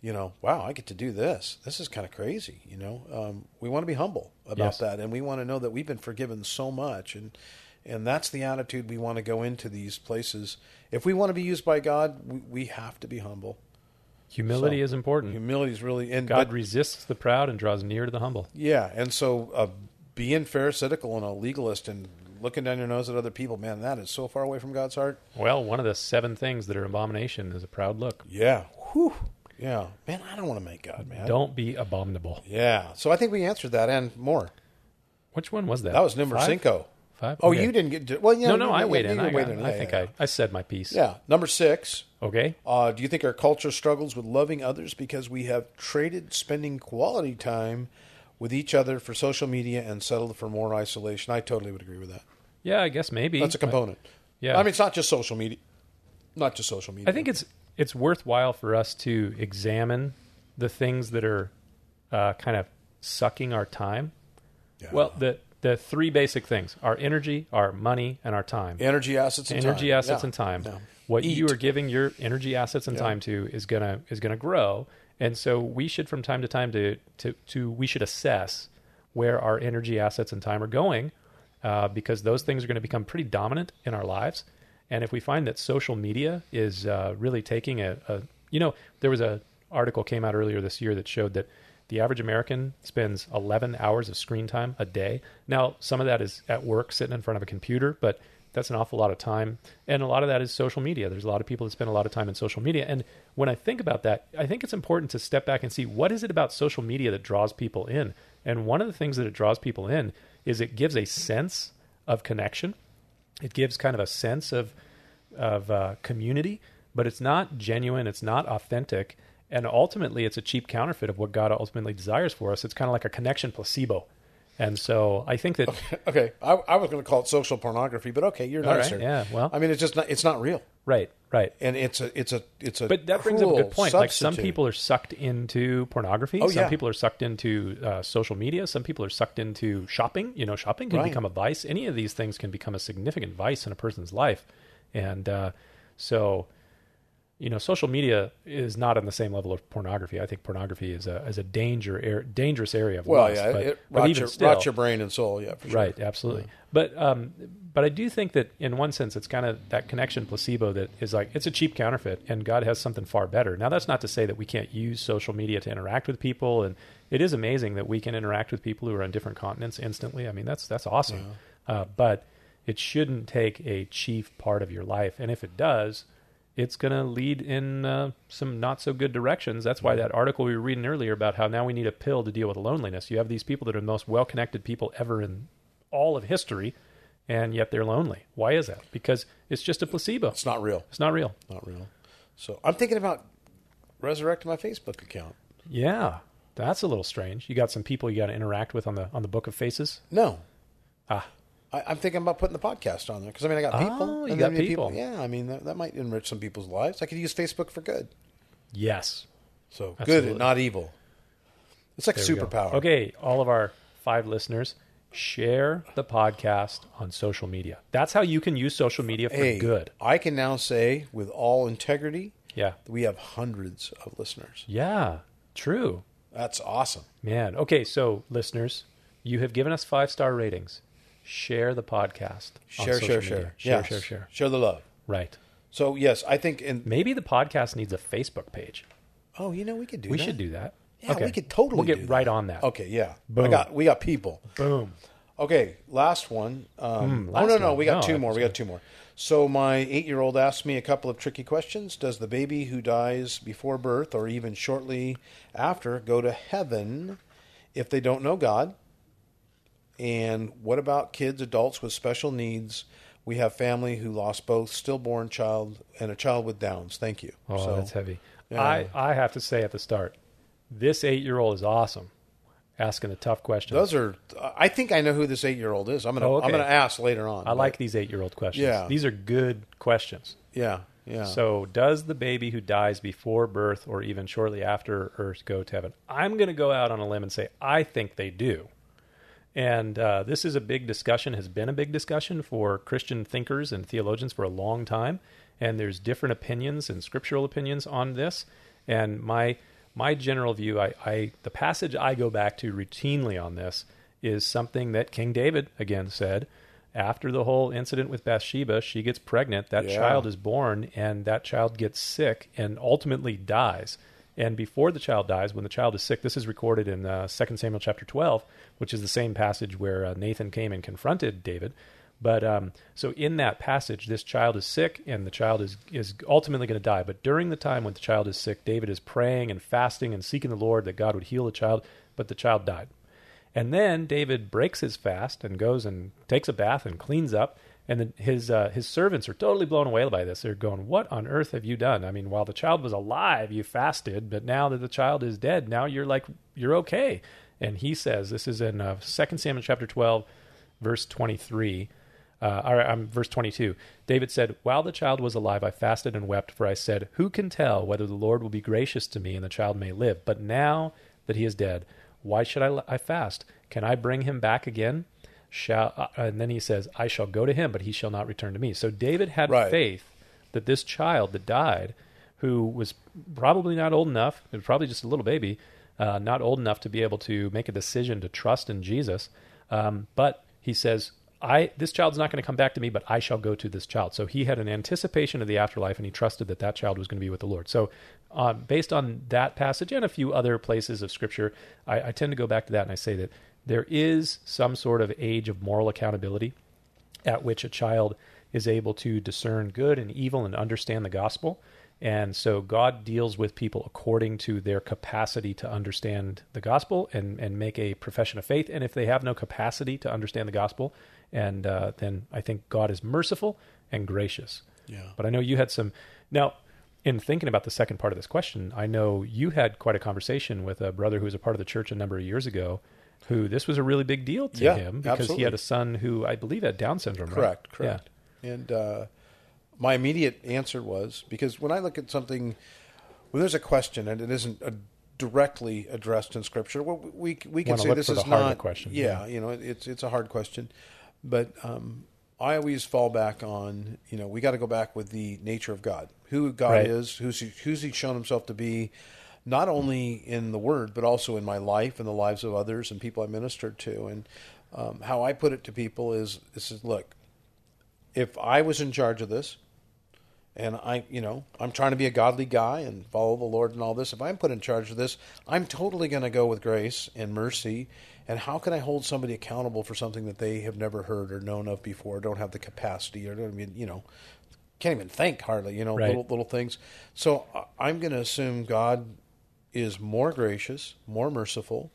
[SPEAKER 2] you know, wow, I get to do this. This is kind of crazy, you know. Um, we want to be humble about
[SPEAKER 1] Yes.
[SPEAKER 2] that, and we want to know that we've been forgiven so much, and and that's the attitude we want to go into these places. If we want to be used by God, we, we have to be humble.
[SPEAKER 1] Humility is important.
[SPEAKER 2] Humility is really and
[SPEAKER 1] God
[SPEAKER 2] but-
[SPEAKER 1] resists the proud and draws near to the humble.
[SPEAKER 2] yeah, and so uh, being pharisaical and a legalist and looking down your nose at other people, man, that is so far away from God's heart.
[SPEAKER 1] Well, one of the seven things that are abomination is a proud look.
[SPEAKER 2] Yeah, whew, yeah, man, I don't want to make God mad.
[SPEAKER 1] Don't be abominable.
[SPEAKER 2] Yeah, so I think we answered that and more.
[SPEAKER 1] Which one was that?
[SPEAKER 2] That was number
[SPEAKER 1] Five?
[SPEAKER 2] cinco.
[SPEAKER 1] Five?
[SPEAKER 2] Oh,
[SPEAKER 1] Okay.
[SPEAKER 2] you didn't get to, well. Yeah,
[SPEAKER 1] No, no,
[SPEAKER 2] you-
[SPEAKER 1] I
[SPEAKER 2] you-
[SPEAKER 1] weighed
[SPEAKER 2] you
[SPEAKER 1] in. I,
[SPEAKER 2] weighed
[SPEAKER 1] got-
[SPEAKER 2] in.
[SPEAKER 1] I
[SPEAKER 2] Yeah,
[SPEAKER 1] think
[SPEAKER 2] yeah.
[SPEAKER 1] I, I said my piece.
[SPEAKER 2] Yeah, number six.
[SPEAKER 1] Okay.
[SPEAKER 2] Uh, do you think our culture struggles with loving others because we have traded spending quality time with each other for social media and settled for more isolation? I totally would agree with that.
[SPEAKER 1] Yeah, I guess maybe.
[SPEAKER 2] That's a component.
[SPEAKER 1] Hmm. yeah.
[SPEAKER 2] I mean, it's not just social media. Not just social media.
[SPEAKER 1] I think it's it's worthwhile for us to examine the things that are uh, kind of sucking our time.
[SPEAKER 2] Yeah.
[SPEAKER 1] Well, the the three basic things: our energy, our money, and our time.
[SPEAKER 2] energy assets and
[SPEAKER 1] energy
[SPEAKER 2] time.
[SPEAKER 1] assets
[SPEAKER 2] Yeah.
[SPEAKER 1] and time.
[SPEAKER 2] Yeah.
[SPEAKER 1] What you
[SPEAKER 2] Eat.
[SPEAKER 1] are giving your energy assets and time to is gonna is gonna grow, and so we should from time to time to to, to we should assess where our energy assets and time are going, uh, because those things are going to become pretty dominant in our lives, and if we find that social media is uh, really taking a, a you know there was a article came out earlier this year that showed that The average American spends 11 hours of screen time a day. Now, some of that is at work sitting in front of a computer, but that's an awful lot of time. And a lot of that is social media. There's a lot of people that spend a lot of time in social media. And when I think about that, I think it's important to step back and see what is it about social media that draws people in. And one of the things that it draws people in is it gives a sense of connection. It gives kind of a sense of of uh, community, but it's not genuine. It's not authentic. And ultimately, it's a cheap counterfeit of what God ultimately desires for us. It's kind of like a connection placebo. And so I think that,
[SPEAKER 2] Okay, I, I was going to call it social pornography, but okay, you're
[SPEAKER 1] All right,
[SPEAKER 2] nicer.
[SPEAKER 1] yeah, well.
[SPEAKER 2] I mean, it's just not, it's not real,
[SPEAKER 1] right, right.
[SPEAKER 2] and it's a it's a it's a.
[SPEAKER 1] But that brings up a
[SPEAKER 2] cruel
[SPEAKER 1] good point. Like some
[SPEAKER 2] substitute.
[SPEAKER 1] people are sucked into pornography.
[SPEAKER 2] Oh,
[SPEAKER 1] some
[SPEAKER 2] yeah.
[SPEAKER 1] people are sucked into uh, social media. Some people are sucked into shopping. You know, shopping can
[SPEAKER 2] Right.
[SPEAKER 1] become a vice. Any of these things can become a significant vice in a person's life. And uh, so, you know, social media is not on the same level of pornography. I think pornography is a is a danger er, dangerous area of
[SPEAKER 2] Well,
[SPEAKER 1] lust.
[SPEAKER 2] yeah,
[SPEAKER 1] but,
[SPEAKER 2] it
[SPEAKER 1] but
[SPEAKER 2] rots,
[SPEAKER 1] even
[SPEAKER 2] your,
[SPEAKER 1] still,
[SPEAKER 2] rots your brain and soul. Yeah, for sure.
[SPEAKER 1] Right, absolutely. But um, but I do think that in one sense, it's kind of that connection placebo that is like it's a cheap counterfeit, and God has something far better. Now, that's not to say that we can't use social media to interact with people, and it is amazing that we can interact with people who are on different continents instantly. I mean, that's that's awesome. Uh, but it shouldn't take a chief part of your life, and if it does. It's going to lead in uh, some not so good directions. That's why that article we were reading earlier about how now we need a pill to deal with loneliness. You have these people that are the most well connected people ever in all of history, and yet they're lonely. Why is that? Because it's just a placebo.
[SPEAKER 2] It's not real.
[SPEAKER 1] It's not real.
[SPEAKER 2] Not real. So I'm thinking about resurrecting my Facebook account.
[SPEAKER 1] Yeah, that's a little strange. You got some people you got to interact with on the on the Book of Faces.
[SPEAKER 2] No,
[SPEAKER 1] Ah,
[SPEAKER 2] I, I'm thinking about putting the podcast on there because I mean I got
[SPEAKER 1] Oh,
[SPEAKER 2] people.
[SPEAKER 1] you
[SPEAKER 2] and I
[SPEAKER 1] got
[SPEAKER 2] mean,
[SPEAKER 1] people.
[SPEAKER 2] Yeah, I mean that, that might enrich some people's lives. I could use Facebook for good.
[SPEAKER 1] yes.
[SPEAKER 2] So good
[SPEAKER 1] Absolutely.
[SPEAKER 2] and not evil. It's like
[SPEAKER 1] There
[SPEAKER 2] a
[SPEAKER 1] we go.
[SPEAKER 2] superpower.
[SPEAKER 1] Okay, all of our five listeners, share the podcast on social media. That's how you can use social media for
[SPEAKER 2] Hey,
[SPEAKER 1] good.
[SPEAKER 2] I can now say with all integrity
[SPEAKER 1] Yeah.
[SPEAKER 2] that we have hundreds of listeners.
[SPEAKER 1] Yeah. True.
[SPEAKER 2] That's awesome.
[SPEAKER 1] Man. Okay, so listeners, you have given us five star ratings. Share the podcast. on
[SPEAKER 2] Share,
[SPEAKER 1] social
[SPEAKER 2] share,
[SPEAKER 1] media.
[SPEAKER 2] share.
[SPEAKER 1] Share,
[SPEAKER 2] Yes.
[SPEAKER 1] share, share.
[SPEAKER 2] Share the love.
[SPEAKER 1] Right.
[SPEAKER 2] So yes, I think and
[SPEAKER 1] Maybe the podcast needs a Facebook page.
[SPEAKER 2] oh, you know we could do.
[SPEAKER 1] We
[SPEAKER 2] that.
[SPEAKER 1] should do that.
[SPEAKER 2] Yeah, we could totally.
[SPEAKER 1] We'll get
[SPEAKER 2] do that. Oh,
[SPEAKER 1] right on that.
[SPEAKER 2] Okay, yeah. I
[SPEAKER 1] Boom.
[SPEAKER 2] got we got people.
[SPEAKER 1] Boom.
[SPEAKER 2] Okay, last one. Um,
[SPEAKER 1] Mm, last
[SPEAKER 2] oh no, no,
[SPEAKER 1] one.
[SPEAKER 2] we got
[SPEAKER 1] No,
[SPEAKER 2] two
[SPEAKER 1] I
[SPEAKER 2] more.
[SPEAKER 1] was
[SPEAKER 2] We got two more. So my eight-year-old asked me a couple of tricky questions. Does the baby who dies before birth or even shortly after go to heaven if they don't know God? And what about kids, adults with special needs? We have family who lost both stillborn child and a child with Downs. Thank you.
[SPEAKER 1] Oh,
[SPEAKER 2] so
[SPEAKER 1] that's heavy.
[SPEAKER 2] yeah.
[SPEAKER 1] I, I have to say at the start, this eight year old is awesome, asking the tough questions.
[SPEAKER 2] those are. I think I know who this eight-year-old is. I'm gonna.
[SPEAKER 1] Oh, okay.
[SPEAKER 2] I'm gonna ask later on.
[SPEAKER 1] I like these eight year old questions.
[SPEAKER 2] Yeah.
[SPEAKER 1] These are good questions.
[SPEAKER 2] Yeah. Yeah.
[SPEAKER 1] So, does the baby who dies before birth or even shortly after Earth go to heaven? I'm going to go out on a limb and say I think they do. And uh, this is a big discussion, has been a big discussion for Christian thinkers and theologians for a long time. And there's different opinions and scriptural opinions on this. And my my general view, I, I the passage I go back to routinely on this is something that King David again said. After the whole incident with Bathsheba, she gets pregnant. That
[SPEAKER 2] Yeah.
[SPEAKER 1] child is born, and that child gets sick and ultimately dies. And before the child dies, when the child is sick, this is recorded in uh, 2 Samuel chapter 12, which is the same passage where uh, Nathan came and confronted David. But um, so in that passage, this child is sick and the child is, is ultimately going to die. But during the time when the child is sick, David is praying and fasting and seeking the Lord that God would heal the child, but the child died. And then David breaks his fast and goes and takes a bath and cleans up. And then his uh, his servants are totally blown away by this. They're going, "What on earth have you done? I mean, while the child was alive, you fasted, but now that the child is dead, now you're like you're okay." And he says, "This is in uh, 2 Samuel chapter twelve, verse twenty three. Uh, all right, um, verse 22. David said, While the child was alive, I fasted and wept, for I said, Who can tell whether the Lord will be gracious to me and the child may live? But now that he is dead, why should I, I fast? Can I bring him back again? Shall, uh, and then he says, I shall go to him, but he shall not return to me. So David had
[SPEAKER 2] Right.
[SPEAKER 1] faith that this child that died, who was probably not old enough, it was probably just a little baby, uh, not old enough to be able to make a decision to trust in Jesus, um, but he says, I this child's not going to come back to me, but I shall go to this child. So he had an anticipation of the afterlife, and he trusted that that child was going to be with the Lord. So, uh, based on that passage and a few other places of Scripture, I, I tend to go back to that and I say that there is some sort of age of moral accountability at which a child is able to discern good and evil and understand the gospel. And so God deals with people according to their capacity to understand the gospel and, and make a profession of faith. And if they have no capacity to understand the gospel, and uh, then I think God is merciful and gracious.
[SPEAKER 2] Yeah.
[SPEAKER 1] But I know you had some. Now, in thinking about the second part of this question, I know you had quite a conversation with a brother who was a part of the church a number of years ago, who this was a really big deal to
[SPEAKER 2] Yeah,
[SPEAKER 1] him because he
[SPEAKER 2] absolutely.
[SPEAKER 1] had a son who I believe had Down syndrome. right?
[SPEAKER 2] Correct,
[SPEAKER 1] Yeah.
[SPEAKER 2] correct. And uh, my immediate answer was because when I look at something, when there's a question and it isn't uh directly addressed in Scripture, well, we we can
[SPEAKER 1] Wanna
[SPEAKER 2] say
[SPEAKER 1] look
[SPEAKER 2] this
[SPEAKER 1] for
[SPEAKER 2] is
[SPEAKER 1] the harder
[SPEAKER 2] not
[SPEAKER 1] question,
[SPEAKER 2] Yeah, you know, it's it's a hard question, but um, I always fall back on you know we got to go back with the nature of God, who God
[SPEAKER 1] Right.
[SPEAKER 2] is, who's he, who's He shown Himself to be. Not only in the Word, but also in my life and the lives of others and people I ministered to, and um, how I put it to people is, this is look, if I was in charge of this, and I, you know, I'm trying to be a godly guy and follow the Lord and all this, if I'm put in charge of this, I'm totally going to go with grace and mercy. And how can I hold somebody accountable for something that they have never heard or known of before, don't have the capacity, or don't even, you know, can't even think hardly, you know,
[SPEAKER 1] Right.
[SPEAKER 2] little little things. So I- I'm going to assume God is more gracious, more merciful,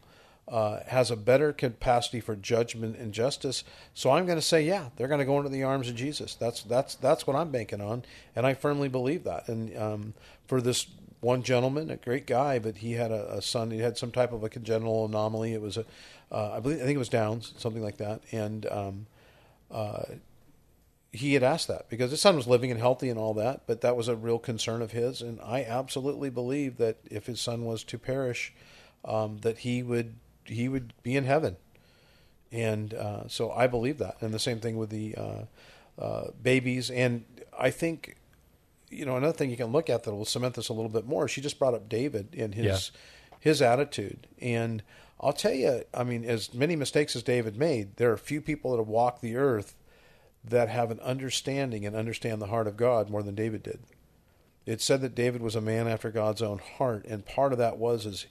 [SPEAKER 2] uh, has a better capacity for judgment and justice. So I'm going to say, yeah, they're going to go into the arms of Jesus. That's that's that's what I'm banking on, and I firmly believe that. And um, for this one gentleman, a great guy, but he had a, a son. He had some type of a congenital anomaly. It was a, uh, I believe, I think it was Downs, something like that, and. Um, he had asked that because his son was living and healthy and all that, but that was a real concern of his. And I absolutely believe that if his son was to perish, um, that he would he would be in heaven. And uh, so I believe that. And the same thing with the uh, uh, babies. And I think you know another thing you can look at that will cement this a little bit more. She just brought up David and his his attitude, and I'll tell you, I mean, as many mistakes as David made, there are few people that have walked the earth that have an understanding and understand the heart of God more than David did. It's said that David was a man after God's own heart, and part of that was is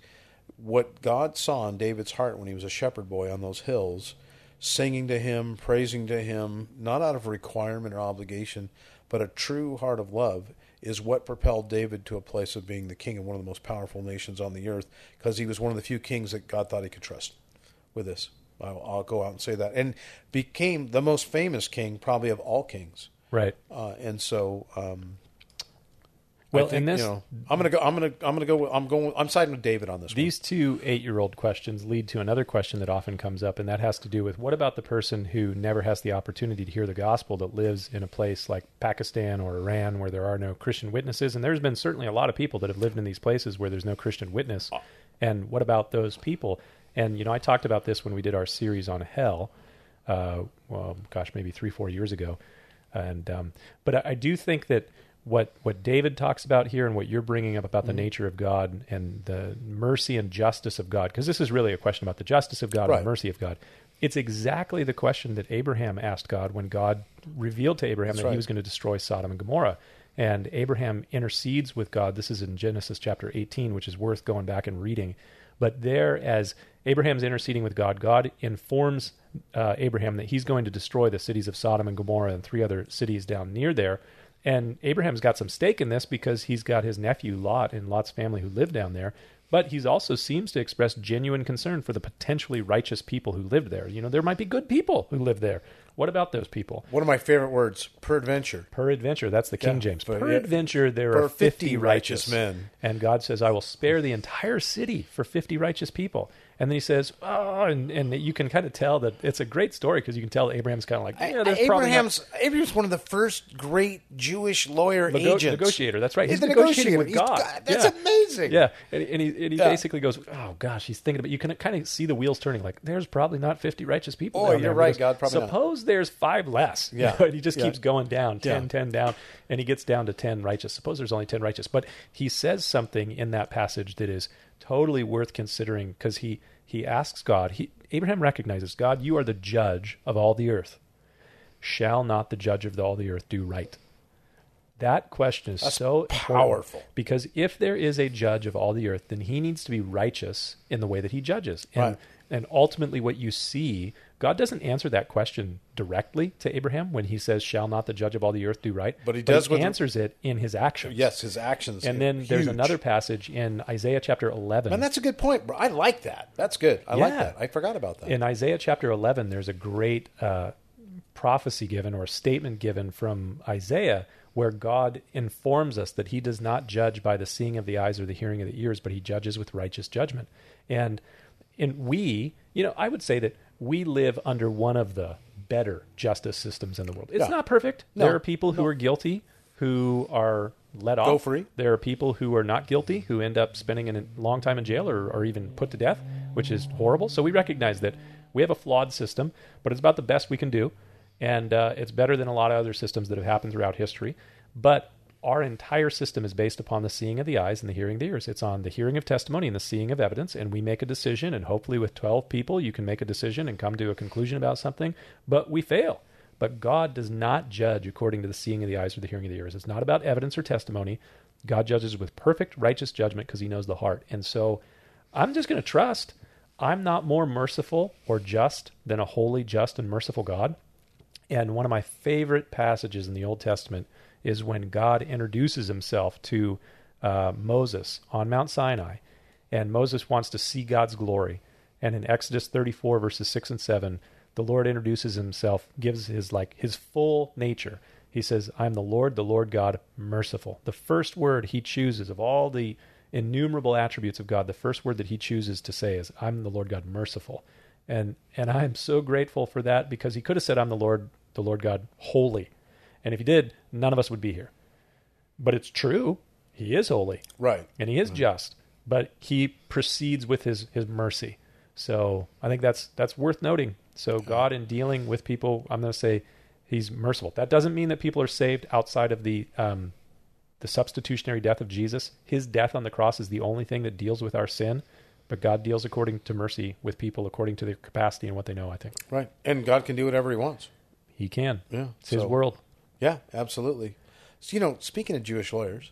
[SPEAKER 2] what God saw in David's heart when he was a shepherd boy on those hills, singing to him, praising to him, not out of requirement or obligation, but a true heart of love is what propelled David to a place of being the king of one of the most powerful nations on the earth because he was one of the few kings that God thought he could trust with this. I'll, I'll go out and say that. And became the most famous king probably of all kings.
[SPEAKER 1] Right.
[SPEAKER 2] Uh, and so, um,
[SPEAKER 1] Well,
[SPEAKER 2] I think,
[SPEAKER 1] and this-
[SPEAKER 2] you know, I'm gonna go. I'm gonna. I'm gonna go. With, I'm going. I'm siding with David on this.
[SPEAKER 1] These two eight year old questions lead to another question that often comes up, and that has to do with what about the person who never has the opportunity to hear the gospel that lives in a place like Pakistan or Iran where there are no Christian witnesses? And there's been certainly a lot of people that have lived in these places where there's no Christian witness. And what about those people? And, you know, I talked about this when we did our series on hell, uh, well, gosh, maybe three, four years ago. And, um, but I, I do think that what what David talks about here and what you're bringing up about the nature of God and the mercy and justice of God, because this is really a question about the justice of God and
[SPEAKER 2] Right.
[SPEAKER 1] the mercy of God. It's exactly the question that Abraham asked God when God revealed to Abraham that
[SPEAKER 2] right.
[SPEAKER 1] he was going to destroy Sodom and Gomorrah. And Abraham intercedes with God. This is in Genesis chapter 18, which is worth going back and reading. But there, as Abraham's interceding with God, God informs uh, Abraham that he's going to destroy the cities of Sodom and Gomorrah and three other cities down near there. And Abraham's got some stake in this because he's got his nephew Lot and Lot's family who live down there. But he's also seems to express genuine concern for the potentially righteous people who lived there. You know, there might be good people who live there. What about those people?
[SPEAKER 2] One of my favorite words: peradventure.
[SPEAKER 1] Peradventure, that's the King
[SPEAKER 2] Yeah,
[SPEAKER 1] James.
[SPEAKER 2] but-
[SPEAKER 1] Peradventure, there
[SPEAKER 2] Per
[SPEAKER 1] are 50,
[SPEAKER 2] 50
[SPEAKER 1] righteous
[SPEAKER 2] righteous men.
[SPEAKER 1] And God says, I will spare the entire city for 50 righteous people. And then he says, oh, and, and you can kind of tell that it's a great story because you can tell Abraham's kind of like, yeah, there's probably not-
[SPEAKER 2] Abraham's Abraham's one of the first great Jewish lawyer
[SPEAKER 1] Nego-
[SPEAKER 2] agents.
[SPEAKER 1] negotiator. That's right.
[SPEAKER 2] He's,
[SPEAKER 1] He's,
[SPEAKER 2] the
[SPEAKER 1] negotiating
[SPEAKER 2] negotiator.
[SPEAKER 1] with
[SPEAKER 2] He's-
[SPEAKER 1] God.
[SPEAKER 2] That's
[SPEAKER 1] Yeah.
[SPEAKER 2] amazing.
[SPEAKER 1] Yeah, and, and he and he
[SPEAKER 2] Yeah.
[SPEAKER 1] basically goes, "Oh gosh, he's thinking about." You can kind of see the wheels turning. Like, there's probably not 50 righteous people.
[SPEAKER 2] Oh,
[SPEAKER 1] down
[SPEAKER 2] you're
[SPEAKER 1] there. And he
[SPEAKER 2] right,
[SPEAKER 1] goes,
[SPEAKER 2] God, probably not.
[SPEAKER 1] Suppose there's five less. You
[SPEAKER 2] Yeah.
[SPEAKER 1] know, and he just
[SPEAKER 2] Yeah.
[SPEAKER 1] keeps going down, 10,
[SPEAKER 2] Yeah.
[SPEAKER 1] 10 down, and he gets down to 10 righteous. Suppose there's only 10 righteous, but he says something in that passage that is totally worth considering because he he asks God. He Abraham recognizes God. You are the judge of all the earth. shall not the judge of all the earth do right? That question is
[SPEAKER 2] That's
[SPEAKER 1] so important
[SPEAKER 2] powerful.
[SPEAKER 1] because if there is a judge of all the earth, then he needs to be righteous in the way that he judges. And,
[SPEAKER 2] Right.
[SPEAKER 1] and ultimately, what you see, God doesn't answer that question directly to Abraham when he says, Shall not the judge of all the earth do right?
[SPEAKER 2] But he does with-
[SPEAKER 1] answers it in his actions.
[SPEAKER 2] Yes, his actions.
[SPEAKER 1] And
[SPEAKER 2] are
[SPEAKER 1] then there's
[SPEAKER 2] huge.
[SPEAKER 1] another passage in Isaiah chapter 11.
[SPEAKER 2] And that's a good point, bro. I like that. That's good. I like
[SPEAKER 1] Yeah.
[SPEAKER 2] that. I forgot about that.
[SPEAKER 1] in Isaiah chapter 11, there's a great uh, prophecy given or statement given from Isaiah where God informs us that he does not judge by the seeing of the eyes or the hearing of the ears, but he judges with righteous judgment. And and we, you know, I would say that we live under one of the better justice systems in the world. It's
[SPEAKER 2] Yeah.
[SPEAKER 1] not perfect.
[SPEAKER 2] No.
[SPEAKER 1] There are people who are guilty who are let off.
[SPEAKER 2] free.
[SPEAKER 1] There are people who are not guilty who end up spending a long time in jail or, or even put to death, which is horrible. So we recognize that we have a flawed system, but it's about the best we can do. And uh, it's better than a lot of other systems that have happened throughout history. But our entire system is based upon the seeing of the eyes and the hearing of the ears. It's on the hearing of testimony and the seeing of evidence. And we make a decision. And hopefully, with 12 people, you can make a decision and come to a conclusion about something. But we fail. But God does not judge according to the seeing of the eyes or the hearing of the ears. It's not about evidence or testimony. God judges with perfect righteous judgment because he knows the heart. And so I'm just going to trust I'm not more merciful or just than a holy, just, and merciful God. And one of my favorite passages in the Old Testament is when God introduces himself to uh, Moses on Mount Sinai. And Moses wants to see God's glory. And in Exodus 34, verses 6 and 7, the Lord introduces himself, gives his like his full nature. He says, I'm the Lord, the Lord God, merciful. The first word he chooses of all the innumerable attributes of God, the first word that he chooses to say is, I'm the Lord God, merciful and and I am so grateful for that because he could have said, "I'm the Lord, the Lord God, holy," and if he did, none of us would be here. But it's true; he is holy
[SPEAKER 2] right.
[SPEAKER 1] and he is just, but he proceeds with his his mercy. So I think that's that's worth noting. So God, in dealing with people, I'm going to say he's merciful. That doesn't mean that people are saved outside of the um, the substitutionary death of Jesus. His death on the cross is the only thing that deals with our sin, but God deals according to mercy with people according to their capacity and what they know. I think
[SPEAKER 2] Right. And God can do whatever he wants.
[SPEAKER 1] He can.
[SPEAKER 2] Yeah,
[SPEAKER 1] it's His
[SPEAKER 2] so-
[SPEAKER 1] world.
[SPEAKER 2] Yeah, absolutely. So, you know, speaking of Jewish lawyers,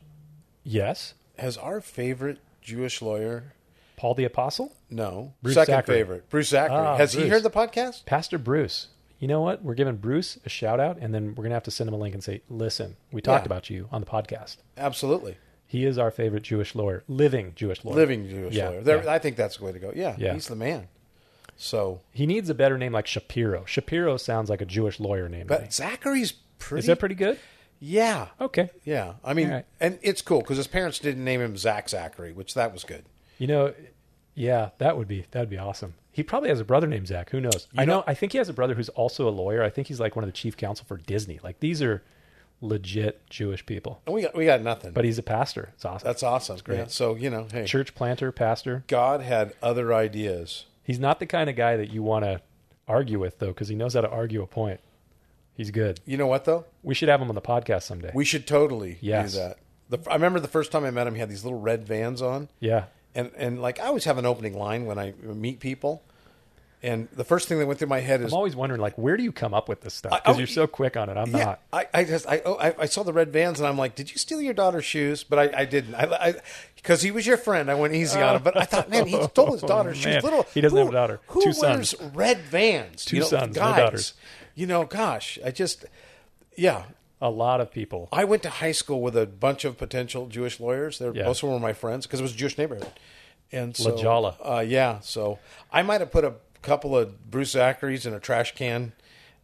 [SPEAKER 1] Yes,
[SPEAKER 2] has our favorite Jewish lawyer,
[SPEAKER 1] Paul the Apostle,
[SPEAKER 2] no,
[SPEAKER 1] Bruce
[SPEAKER 2] second
[SPEAKER 1] Zachary.
[SPEAKER 2] favorite, Bruce Zachary,
[SPEAKER 1] Ah,
[SPEAKER 2] has he
[SPEAKER 1] Bruce.
[SPEAKER 2] heard the podcast?
[SPEAKER 1] Pastor Bruce. You know what? We're giving Bruce a shout out, and then we're gonna have to send him a link and say, "Listen, we talked
[SPEAKER 2] Yeah.
[SPEAKER 1] about you on the podcast."
[SPEAKER 2] Absolutely.
[SPEAKER 1] He is our favorite Jewish lawyer, living Jewish lawyer.
[SPEAKER 2] Living Jewish
[SPEAKER 1] Yeah,
[SPEAKER 2] lawyer. There,
[SPEAKER 1] yeah.
[SPEAKER 2] I think that's the way to go. Yeah,
[SPEAKER 1] Yeah.
[SPEAKER 2] he's the man. So,
[SPEAKER 1] He needs a better name like Shapiro. Shapiro sounds like a Jewish lawyer name. to me.
[SPEAKER 2] but Zachary's pretty.
[SPEAKER 1] is that pretty good?
[SPEAKER 2] Yeah.
[SPEAKER 1] Okay.
[SPEAKER 2] Yeah. I mean,
[SPEAKER 1] All right.
[SPEAKER 2] and it's cool because his parents didn't name him Zach Zachary, which that was good.
[SPEAKER 1] You know, yeah, that would be that'd be awesome. He probably has a brother named Zach. Who knows? I know, I think he has a brother who's also a lawyer. I think he's like one of the chief counsel for Disney. Like these are legit Jewish people.
[SPEAKER 2] And we got, we got nothing.
[SPEAKER 1] But he's a pastor. It's awesome.
[SPEAKER 2] That's awesome. great. So, you know, hey,
[SPEAKER 1] Church planter, pastor.
[SPEAKER 2] God had other ideas.
[SPEAKER 1] He's not the kind of guy that you want to argue with, though, because he knows how to argue a point. He's good.
[SPEAKER 2] You know what, though?
[SPEAKER 1] We should have him on the podcast someday.
[SPEAKER 2] We should totally
[SPEAKER 1] Yes.
[SPEAKER 2] do that. The, I remember the first time I met him, he had these little red vans on.
[SPEAKER 1] yeah.
[SPEAKER 2] And, and like, I always have an opening line when I meet people. And the first thing that went through my head is,
[SPEAKER 1] I'm always wondering, like, where do you come up with this stuff? Because
[SPEAKER 2] oh,
[SPEAKER 1] you're so quick on it. I'm
[SPEAKER 2] yeah,
[SPEAKER 1] not.
[SPEAKER 2] I, I just, I, oh, I, I saw the red vans and I'm like, did you steal your daughter's shoes? But I, I didn't. I, because he was your friend, I went easy on him. But I thought, man, he stole his daughter's
[SPEAKER 1] Oh, Man,
[SPEAKER 2] shoes. Little,
[SPEAKER 1] he doesn't
[SPEAKER 2] who-
[SPEAKER 1] have a daughter.
[SPEAKER 2] Who
[SPEAKER 1] Two
[SPEAKER 2] wears red vans? Two
[SPEAKER 1] sons, no
[SPEAKER 2] guys,
[SPEAKER 1] daughters.
[SPEAKER 2] You know, gosh, I just, yeah.
[SPEAKER 1] A lot of people.
[SPEAKER 2] I went to high school with a bunch of potential Jewish lawyers. They're,
[SPEAKER 1] Yeah.
[SPEAKER 2] Most of them were my friends because it was a Jewish neighborhood. And so,
[SPEAKER 1] La Jolla.
[SPEAKER 2] Uh, yeah. So I might have put a couple of Bruce Zachary's in a trash can.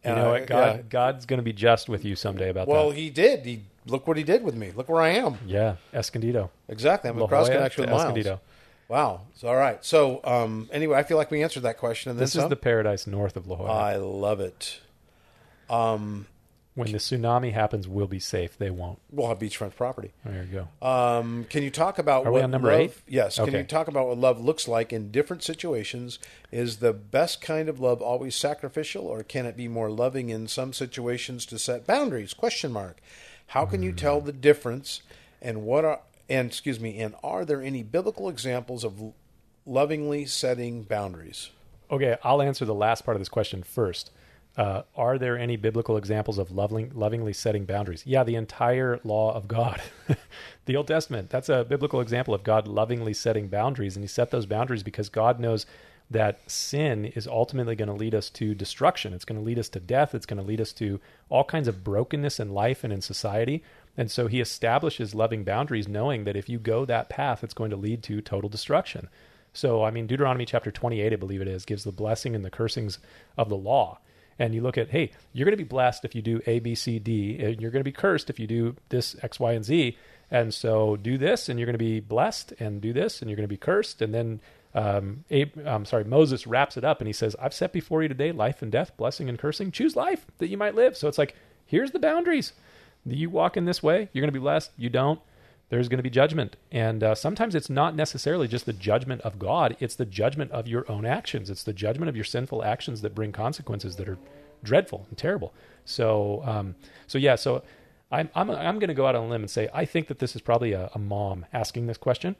[SPEAKER 1] You
[SPEAKER 2] And
[SPEAKER 1] know
[SPEAKER 2] I-
[SPEAKER 1] what? God,
[SPEAKER 2] yeah.
[SPEAKER 1] God's going to be just with you someday about
[SPEAKER 2] Well,
[SPEAKER 1] that.
[SPEAKER 2] he did. He look what he did with me. Look where I am.
[SPEAKER 1] Yeah. Escondido.
[SPEAKER 2] Exactly. I'm
[SPEAKER 1] La
[SPEAKER 2] a cross
[SPEAKER 1] Jolla
[SPEAKER 2] connection with
[SPEAKER 1] to
[SPEAKER 2] Miles.
[SPEAKER 1] Escondido.
[SPEAKER 2] Wow. So all right. So um, anyway, I feel like we answered that question. And then
[SPEAKER 1] This is
[SPEAKER 2] some.
[SPEAKER 1] the paradise north of La Jolla.
[SPEAKER 2] I love it.
[SPEAKER 1] when the tsunami happens, we'll be safe. They won't.
[SPEAKER 2] We'll have beachfront property.
[SPEAKER 1] There you go.
[SPEAKER 2] Um, can you talk about
[SPEAKER 1] Are we
[SPEAKER 2] what
[SPEAKER 1] on number
[SPEAKER 2] love,
[SPEAKER 1] eight?
[SPEAKER 2] Yes. Can
[SPEAKER 1] Okay.
[SPEAKER 2] you talk about what love looks like in different situations? Is the best kind of love always sacrificial, or can it be more loving in some situations to set boundaries? Question mark. How can you tell the difference? And what are and excuse me? And are there any biblical examples of l- lovingly setting boundaries?
[SPEAKER 1] Okay, I'll answer the last part of this question first. Uh, are there any biblical examples of loving, lovingly setting boundaries? Yeah, the entire law of God, the Old Testament. That's a biblical example of God lovingly setting boundaries, and He set those boundaries because God knows that sin is ultimately going to lead us to destruction. It's going to lead us to death. It's going to lead us to all kinds of brokenness in life and in society. And so He establishes loving boundaries, knowing that if you go that path, it's going to lead to total destruction. So, I mean, Deuteronomy chapter 28, I believe it is, gives the blessing and the cursings of the law. And you look at, hey, you're going to be blessed if you do A, B, C, D, and you're going to be cursed if you do this, X, Y, and Z. And so do this, and you're going to be blessed, and do this, and you're going to be cursed. And then, um, Ab- I'm sorry, Moses wraps it up and he says, I've set before you today life and death, blessing and cursing. Choose life that you might live. So it's like, here's the boundaries. You walk in this way, you're going to be blessed. You don't there's going to be judgment. And uh, sometimes it's not necessarily just the judgment of God, it's the judgment of your own actions. It's the judgment of your sinful actions that bring consequences that are dreadful and terrible. So, um, so yeah, so I'm, I'm, I'm going to go out on a limb and say, I think that this is probably a, a mom asking this question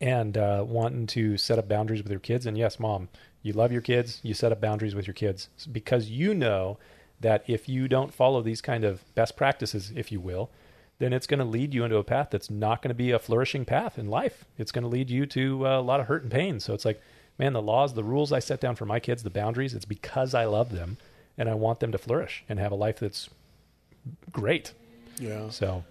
[SPEAKER 1] and uh, wanting to set up boundaries with your kids. And yes, mom, you love your kids, you set up boundaries with your kids because you know that if you don't follow these kind of best practices, if you will, then it's going to lead you into a path that's not going to be a flourishing path in life. It's going to lead you to uh, a lot of hurt and pain. So it's like, man, the laws, the rules I set down for my kids, the boundaries, it's because I love them and I want them to flourish and have a life that's great.
[SPEAKER 2] Yeah.
[SPEAKER 1] So,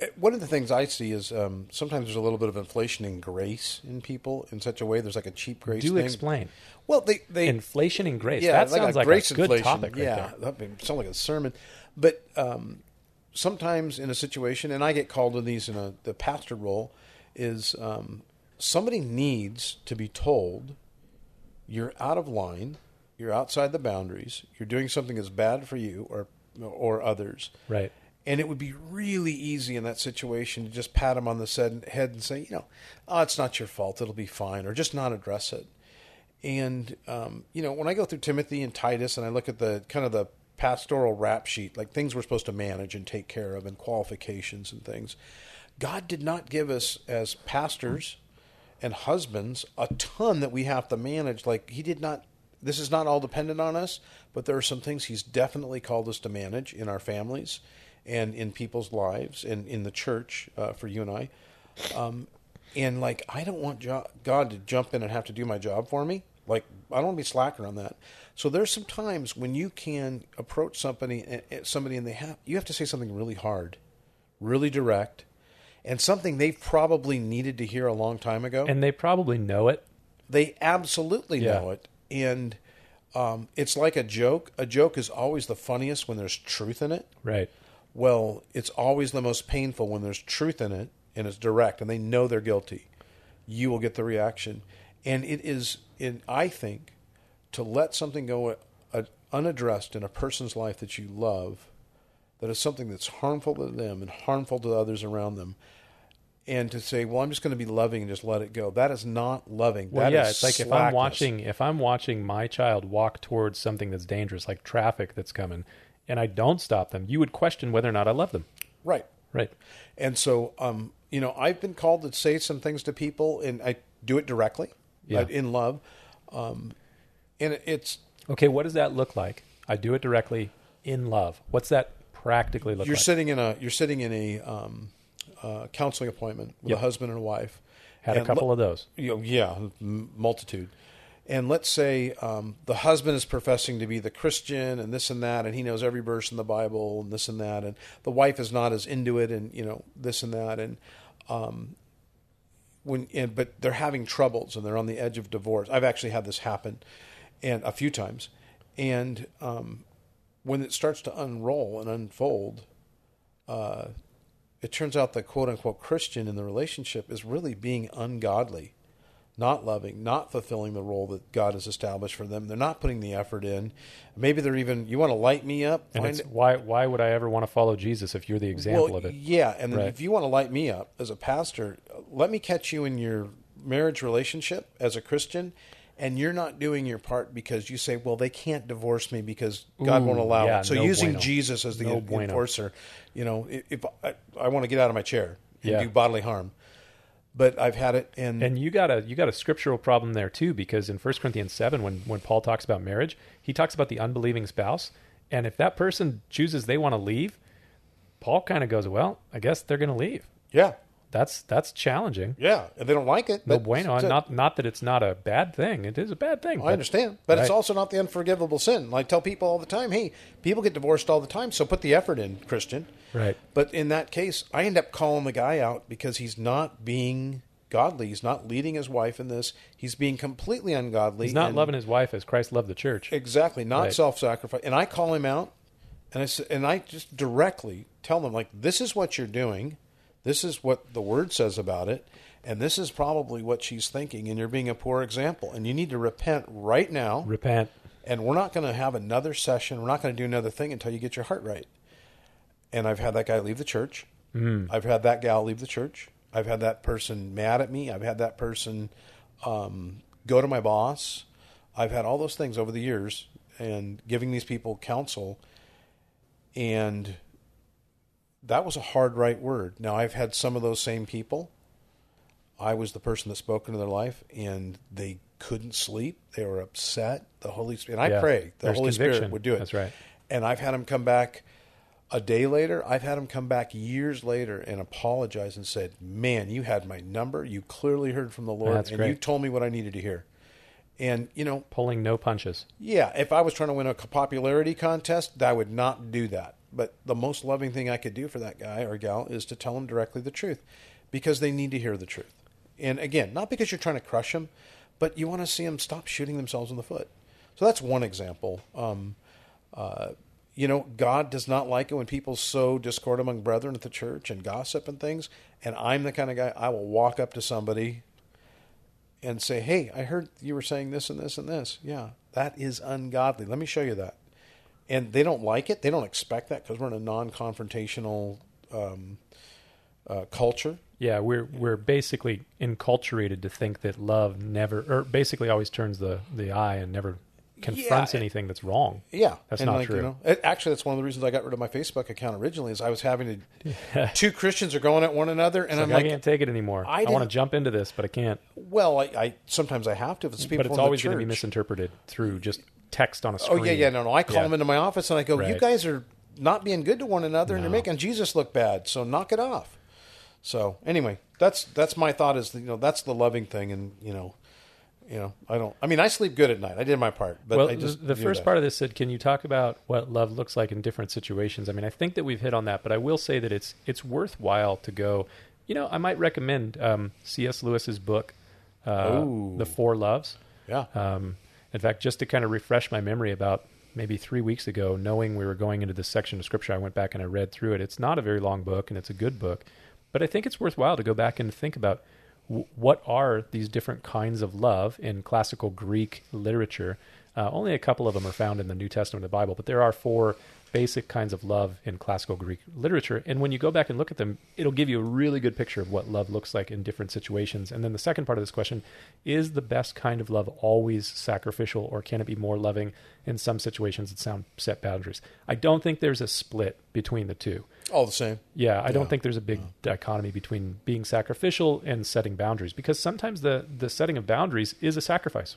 [SPEAKER 2] Eh, One of the things I see is um, sometimes there's a little bit of inflation in grace in people in such a way. There's like a cheap grace.
[SPEAKER 1] do
[SPEAKER 2] thing.
[SPEAKER 1] explain
[SPEAKER 2] Well, they they
[SPEAKER 1] inflation and grace.
[SPEAKER 2] yeah,
[SPEAKER 1] that sounds like
[SPEAKER 2] grace
[SPEAKER 1] a good
[SPEAKER 2] inflation.
[SPEAKER 1] topic right
[SPEAKER 2] yeah,
[SPEAKER 1] there.
[SPEAKER 2] that may sound like a sermon. But um, sometimes in a situation, and I get called in these in a, the pastor role, is um, somebody needs to be told you're out of line, you're outside the boundaries, you're doing something that's bad for you or or others,
[SPEAKER 1] Right.
[SPEAKER 2] and it would be really easy in that situation to just pat him on the said- head and say, you know, oh, it's not your fault. It'll be fine, or just not address it. And um, you know, when I go through Timothy and Titus, and I look at the kind of the pastoral rap sheet, like things we're supposed to manage and take care of, and qualifications and things, God did not give us as pastors and husbands a ton that we have to manage. Like He did not. This is not all dependent on us, but there are some things He's definitely called us to manage in our families and in people's lives and in the church uh, for you and I. Um, and like, I don't want jo- God to jump in and have to do my job for me. Like, I don't want to be slacker on that. So there's some times when you can approach somebody, eh, somebody, and they have you have to say something really hard, really direct, and something they probably needed to hear a long time ago.
[SPEAKER 1] And they probably know it.
[SPEAKER 2] They absolutely know it, and um, it's like a joke. A joke is always the funniest when there's truth in it.
[SPEAKER 1] Right.
[SPEAKER 2] Well, it's always the most painful when there's truth in it and it's direct and they know they're guilty. You will get the reaction. And it is, in, I think, to let something go uh, unaddressed in a person's life that you love, that is something that's harmful to them and harmful to others around them, and to say, well, I'm just going to be loving and just let it go. That is not loving.
[SPEAKER 1] Well,
[SPEAKER 2] That
[SPEAKER 1] yeah,
[SPEAKER 2] is
[SPEAKER 1] it's like if I'm
[SPEAKER 2] slackness.
[SPEAKER 1] watching if I'm watching my child walk towards something that's dangerous, like traffic that's coming, and I don't stop them, you would question whether or not I love them.
[SPEAKER 2] Right.
[SPEAKER 1] Right.
[SPEAKER 2] And so, um, you know, I've been called to say some things to people, and I do it directly,
[SPEAKER 1] Yeah.
[SPEAKER 2] uh, in love. Um, and it- it's
[SPEAKER 1] Okay, what does that look like? I do it directly in love. What's that practically look
[SPEAKER 2] you're
[SPEAKER 1] like?
[SPEAKER 2] sitting in a you're sitting in a um, uh, counseling appointment with
[SPEAKER 1] Yep.
[SPEAKER 2] a husband and a wife.
[SPEAKER 1] Had a
[SPEAKER 2] And le-
[SPEAKER 1] couple of those.
[SPEAKER 2] you know, yeah, m- multitude. And let's say um, the husband is professing to be the Christian and this and that, and he knows every verse in the Bible and this and that, and the wife is not as into it and you know this and that, and um, when and, but they're having troubles and they're on the edge of divorce. I've actually had this happen, and a few times, and um, when it starts to unroll and unfold, uh, it turns out the quote unquote Christian in the relationship is really being ungodly, not loving, not fulfilling the role that God has established for them. They're not putting the effort in. Maybe they're even, you want to light me up?
[SPEAKER 1] And
[SPEAKER 2] Find
[SPEAKER 1] it's why why would I ever want to follow Jesus if you're the example
[SPEAKER 2] well,
[SPEAKER 1] of it?
[SPEAKER 2] Yeah, and then
[SPEAKER 1] Right.
[SPEAKER 2] if you want to light me up as a pastor, let me catch you in your marriage relationship as a Christian, and you're not doing your part because you say, "Well, they can't divorce me because God
[SPEAKER 1] Ooh,
[SPEAKER 2] won't allow
[SPEAKER 1] yeah,
[SPEAKER 2] it." So
[SPEAKER 1] no
[SPEAKER 2] using
[SPEAKER 1] bueno.
[SPEAKER 2] Jesus as the
[SPEAKER 1] No
[SPEAKER 2] en-
[SPEAKER 1] bueno.
[SPEAKER 2] enforcer, you know, i- if I, I want to get out of my chair and
[SPEAKER 1] Yeah.
[SPEAKER 2] do bodily harm, but I've had it, and,
[SPEAKER 1] And you got a you got a scriptural problem there too, because in 1 Corinthians seven, when when Paul talks about marriage, he talks about the unbelieving spouse, and if that person chooses they want to leave, Paul kind of goes, well, I guess they're going to leave.
[SPEAKER 2] yeah,
[SPEAKER 1] That's that's challenging.
[SPEAKER 2] yeah, and they don't like it.
[SPEAKER 1] No
[SPEAKER 2] but
[SPEAKER 1] bueno.
[SPEAKER 2] it's-
[SPEAKER 1] And not not that it's not a bad thing. It is a bad thing.
[SPEAKER 2] I understand, but it's
[SPEAKER 1] Right.
[SPEAKER 2] also not the unforgivable sin. Like tell people all the time, hey, people get divorced all the time, so put the effort in, Christian.
[SPEAKER 1] Right.
[SPEAKER 2] But in that case, I end up calling the guy out because he's not being godly. He's not leading his wife in this. He's being completely ungodly.
[SPEAKER 1] He's not
[SPEAKER 2] and-
[SPEAKER 1] loving his wife as Christ loved the church.
[SPEAKER 2] Exactly, not
[SPEAKER 1] Right.
[SPEAKER 2] self-sacrifice. And I call him out, and I s- and I just directly tell them like, this is what you're doing, this is what the word says about it, and this is probably what she's thinking, and you're being a poor example, and you need to repent right now.
[SPEAKER 1] Repent.
[SPEAKER 2] And we're not going to have another session. We're not going to do another thing until you get your heart right. And I've had that guy leave the church. Mm. I've had that gal leave the church. I've had that person mad at me. I've had that person um, go to my boss. I've had all those things over the years and giving these people counsel. And that was a hard right word. Now, I've had some of those same people. I was the person that spoke into their life, and they couldn't sleep. They were upset. The Holy Spirit, and I
[SPEAKER 1] Yeah.
[SPEAKER 2] pray the
[SPEAKER 1] There's
[SPEAKER 2] Holy Spirit
[SPEAKER 1] conviction.
[SPEAKER 2] would do it.
[SPEAKER 1] That's right.
[SPEAKER 2] And I've had them come back a day later. I've had them come back years later and apologize and said, "Man, you had my number. You clearly heard from the Lord,
[SPEAKER 1] That's
[SPEAKER 2] and
[SPEAKER 1] great.
[SPEAKER 2] you told me what I needed to hear." And you know,
[SPEAKER 1] Pulling no punches.
[SPEAKER 2] yeah, if I was trying to win a popularity contest, I would not do that. But the most loving thing I could do for that guy or gal is to tell him directly the truth because they need to hear the truth. And again, not because you're trying to crush them, but you want to see them stop shooting themselves in the foot. So that's one example. Um, uh, you know, God does not like it when people sow discord among brethren at the church and gossip and things. And I'm the kind of guy I will walk up to somebody and say, "Hey, I heard you were saying this and this and this. Yeah, that is ungodly. Let me show you that." And they don't like it. They don't expect that because we're in a non-confrontational um, uh, culture.
[SPEAKER 1] Yeah, we're we're basically enculturated to think that love never, or basically always turns the the eye and never confronts
[SPEAKER 2] Yeah.
[SPEAKER 1] anything that's wrong.
[SPEAKER 2] Yeah,
[SPEAKER 1] That's
[SPEAKER 2] And,
[SPEAKER 1] not
[SPEAKER 2] like,
[SPEAKER 1] true.
[SPEAKER 2] You know, it- actually, that's one of the reasons I got rid of my Facebook account originally. Is I was having to, two Christians are going at one another, and I'm
[SPEAKER 1] Like, I
[SPEAKER 2] like,
[SPEAKER 1] can't take it anymore.
[SPEAKER 2] I
[SPEAKER 1] I, want
[SPEAKER 2] didn't-
[SPEAKER 1] to jump into this, but I can't.
[SPEAKER 2] well, I, I sometimes I have to. If it's people,
[SPEAKER 1] But it's
[SPEAKER 2] in the
[SPEAKER 1] always going to be
[SPEAKER 2] church.
[SPEAKER 1] misinterpreted through just text on a
[SPEAKER 2] Oh
[SPEAKER 1] screen.
[SPEAKER 2] yeah, yeah, no, no. I call
[SPEAKER 1] Yeah.
[SPEAKER 2] them into my office and I go, "You
[SPEAKER 1] Right.
[SPEAKER 2] guys are not being good to one another, and you're making Jesus look bad. So knock it off." So anyway, that's that's my thought. Is you know that's the loving thing, and you know, you know, I don't. I mean, I sleep good at night. I did my part, but
[SPEAKER 1] Well,
[SPEAKER 2] I just
[SPEAKER 1] the, the
[SPEAKER 2] knew
[SPEAKER 1] first
[SPEAKER 2] that.
[SPEAKER 1] part of this said, can you talk about what love looks like in different situations? I mean, I think that we've hit on that, but I will say that it's it's worthwhile to go. You know, I might recommend um, C.S. Lewis's book, uh,
[SPEAKER 2] Ooh.
[SPEAKER 1] The Four Loves.
[SPEAKER 2] Yeah,
[SPEAKER 1] Um, in fact, just to kind of refresh my memory about maybe three weeks ago, knowing we were going into this section of scripture, I went back and I read through it. It's not a very long book and it's a good book, but I think it's worthwhile to go back and think about w- what are these different kinds of love in classical Greek literature. Uh, only a couple of them are found in the New Testament of the Bible, but there are four basic kinds of love in classical Greek literature. And when you go back and look at them, it'll give you a really good picture of what love looks like in different situations. And then the second part of this question is the best kind of love always sacrificial, or can it be more loving in some situations that sound set boundaries? I don't think there's a split between the two.
[SPEAKER 2] all the same.
[SPEAKER 1] Yeah, I don't think there's a big dichotomy between being sacrificial and setting boundaries because sometimes the the setting of boundaries is a sacrifice.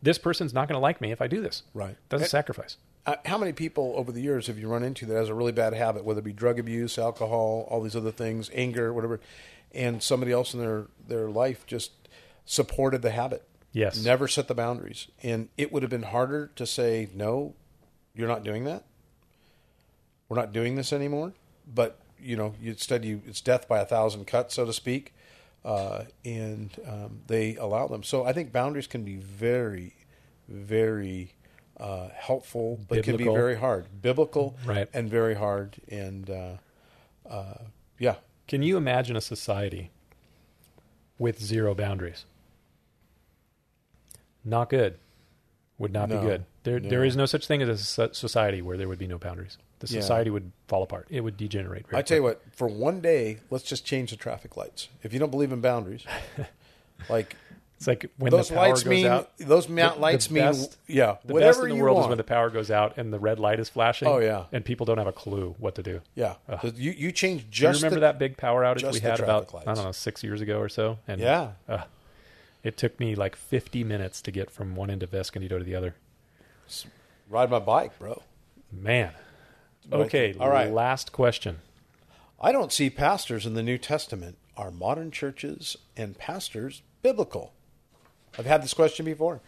[SPEAKER 1] This person's not going to like me if I do this.
[SPEAKER 2] Right.
[SPEAKER 1] That's a
[SPEAKER 2] It-
[SPEAKER 1] sacrifice.
[SPEAKER 2] Uh, how many people over the years have you run into that has a really bad habit, whether it be drug abuse, alcohol, all these other things, anger, whatever, and somebody else in their their life just supported the habit.
[SPEAKER 1] Yes.
[SPEAKER 2] Never set the boundaries. And it would have been harder to say, no, you're not doing that. We're not doing this anymore. But, you know, you- instead you, it's death by a thousand cuts, so to speak. Uh, and um, they allow them. So I think boundaries can be very, very uh, helpful, but can
[SPEAKER 1] Biblical.
[SPEAKER 2] be very hard. Biblical
[SPEAKER 1] Right.
[SPEAKER 2] and very hard. And uh, uh, yeah,
[SPEAKER 1] Can you imagine a society with zero boundaries? Not good. Would not
[SPEAKER 2] No,
[SPEAKER 1] be good. There,
[SPEAKER 2] no.
[SPEAKER 1] there is no such thing as a so- society where there would be no boundaries. The
[SPEAKER 2] Yeah.
[SPEAKER 1] society would fall apart. It would degenerate. Very
[SPEAKER 2] I tell you what, for one day, let's just change the traffic lights. If you don't believe in boundaries, like
[SPEAKER 1] It's like when
[SPEAKER 2] Those
[SPEAKER 1] the power
[SPEAKER 2] lights
[SPEAKER 1] goes
[SPEAKER 2] mean
[SPEAKER 1] out.
[SPEAKER 2] those ma-
[SPEAKER 1] the
[SPEAKER 2] lights mean
[SPEAKER 1] best-
[SPEAKER 2] yeah.
[SPEAKER 1] The
[SPEAKER 2] whatever
[SPEAKER 1] best in the
[SPEAKER 2] you
[SPEAKER 1] world
[SPEAKER 2] want.
[SPEAKER 1] is when the power goes out and the red light is flashing.
[SPEAKER 2] Oh, yeah.
[SPEAKER 1] and people don't have a clue what to do.
[SPEAKER 2] yeah. So you you change
[SPEAKER 1] Do you
[SPEAKER 2] just
[SPEAKER 1] remember
[SPEAKER 2] the,
[SPEAKER 1] that big power outage
[SPEAKER 2] just
[SPEAKER 1] we
[SPEAKER 2] the
[SPEAKER 1] had about
[SPEAKER 2] traffic lights.
[SPEAKER 1] I don't know six years ago or so? And
[SPEAKER 2] Yeah.
[SPEAKER 1] uh, it took me like 50 minutes to get from one end of Escondido to the other.
[SPEAKER 2] Ride my bike, bro.
[SPEAKER 1] Man.
[SPEAKER 2] Right.
[SPEAKER 1] Okay.
[SPEAKER 2] All right.
[SPEAKER 1] Last question.
[SPEAKER 2] I don't see pastors in the New Testament. Are modern churches and pastors biblical? I've had this question before.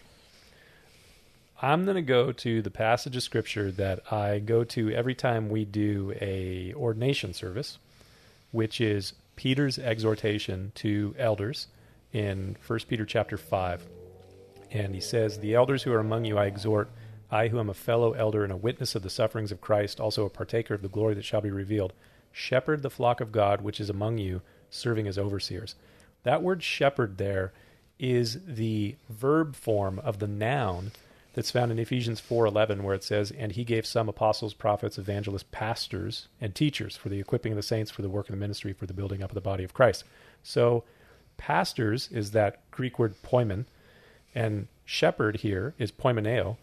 [SPEAKER 1] I'm going to go to the passage of scripture that I go to every time we do a ordination service, which is Peter's exhortation to elders in 1 Peter chapter 5. And he says, "The elders who are among you I exhort, I who am a fellow elder and a witness of the sufferings of Christ, also a partaker of the glory that shall be revealed, shepherd the flock of God which is among you, serving as overseers." That word shepherd there is the verb form of the noun that's found in Ephesians 4:11 where it says, "And he gave some apostles, prophets, evangelists, pastors, and teachers for the equipping of the saints for the work of the ministry for the building up of the body of Christ." So, pastors is that Greek word poimen, and shepherd here is poimeneo,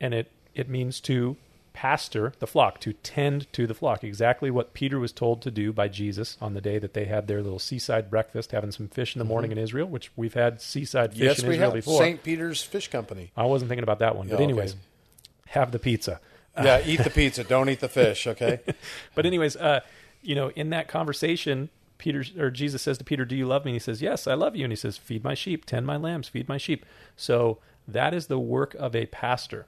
[SPEAKER 1] and it, it means to pastor the flock, to tend to the flock. Exactly what Peter was told to do by Jesus on the day that they had their little seaside breakfast, having some fish in the morning in Israel, which we've had seaside fish
[SPEAKER 2] Mm-hmm. yes,
[SPEAKER 1] in
[SPEAKER 2] we
[SPEAKER 1] Israel
[SPEAKER 2] have
[SPEAKER 1] before.
[SPEAKER 2] St. Peter's Fish Company.
[SPEAKER 1] I wasn't thinking about that one.
[SPEAKER 2] Yeah,
[SPEAKER 1] But,
[SPEAKER 2] okay.
[SPEAKER 1] anyways, have the pizza.
[SPEAKER 2] Yeah, eat the pizza. Don't eat the fish. Okay.
[SPEAKER 1] But anyways, uh, you know, in that conversation, Peter or Jesus says to Peter, "Do you love me?" And he says, "Yes, I love you." And he says, "Feed my sheep, tend my lambs, feed my sheep." So that is the work of a pastor,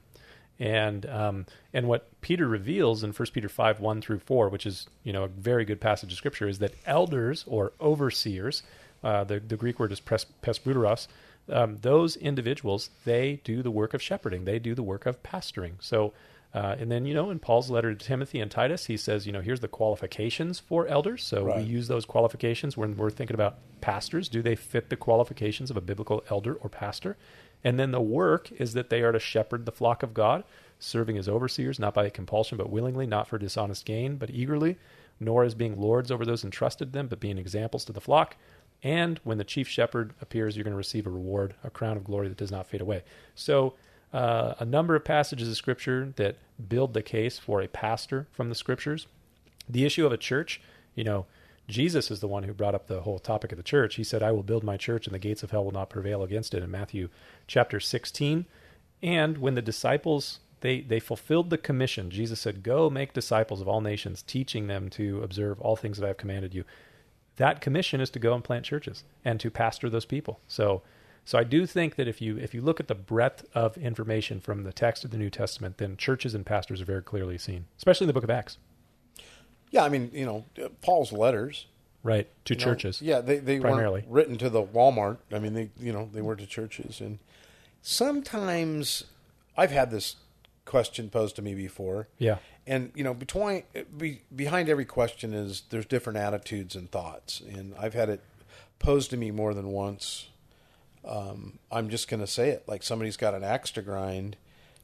[SPEAKER 1] and um, and what Peter reveals in 1 Peter five one through four, which is you know a very good passage of scripture, is that elders or overseers, uh, the the Greek word is pres, presbyteros, um, those individuals, they do the work of shepherding. They do the work of pastoring. So, uh, and then, you know, in Paul's letter to Timothy and Titus, he says, you know, here's the qualifications for elders. So we
[SPEAKER 2] Right.
[SPEAKER 1] use those qualifications when we're thinking about pastors. Do they fit the qualifications of a biblical elder or pastor? And then the work is that they are to shepherd the flock of God, serving as overseers, not by compulsion, but willingly, not for dishonest gain, but eagerly, nor as being lords over those entrusted them, but being examples to the flock. And when the chief shepherd appears, you're going to receive a reward, a crown of glory that does not fade away. So, uh, a number of passages of scripture that build the case for a pastor from the scriptures. The issue of a church, you know, Jesus is the one who brought up the whole topic of the church. He said, I will build my church, and the gates of hell will not prevail against it in Matthew chapter 16. And when the disciples they, they fulfilled the commission. Jesus said, Go make disciples of all nations, teaching them to observe all things that I have commanded you that commission is to go and plant churches and to pastor those people. So so I do think that if you if you look at the breadth of information from the text of the New Testament, then churches and pastors are very clearly seen, especially in the book of Acts.
[SPEAKER 2] Yeah, I mean, you know, Paul's letters.
[SPEAKER 1] Right. To
[SPEAKER 2] know,
[SPEAKER 1] churches.
[SPEAKER 2] yeah, they they
[SPEAKER 1] primarily.
[SPEAKER 2] weren't written to the Walmart. I mean, they you know they were to churches, and sometimes I've had this question posed to me before.
[SPEAKER 1] Yeah.
[SPEAKER 2] and you know, between be, behind every question is there's different attitudes and thoughts, and I've had it posed to me more than once. Um, I'm just going to say it like somebody's got an axe to grind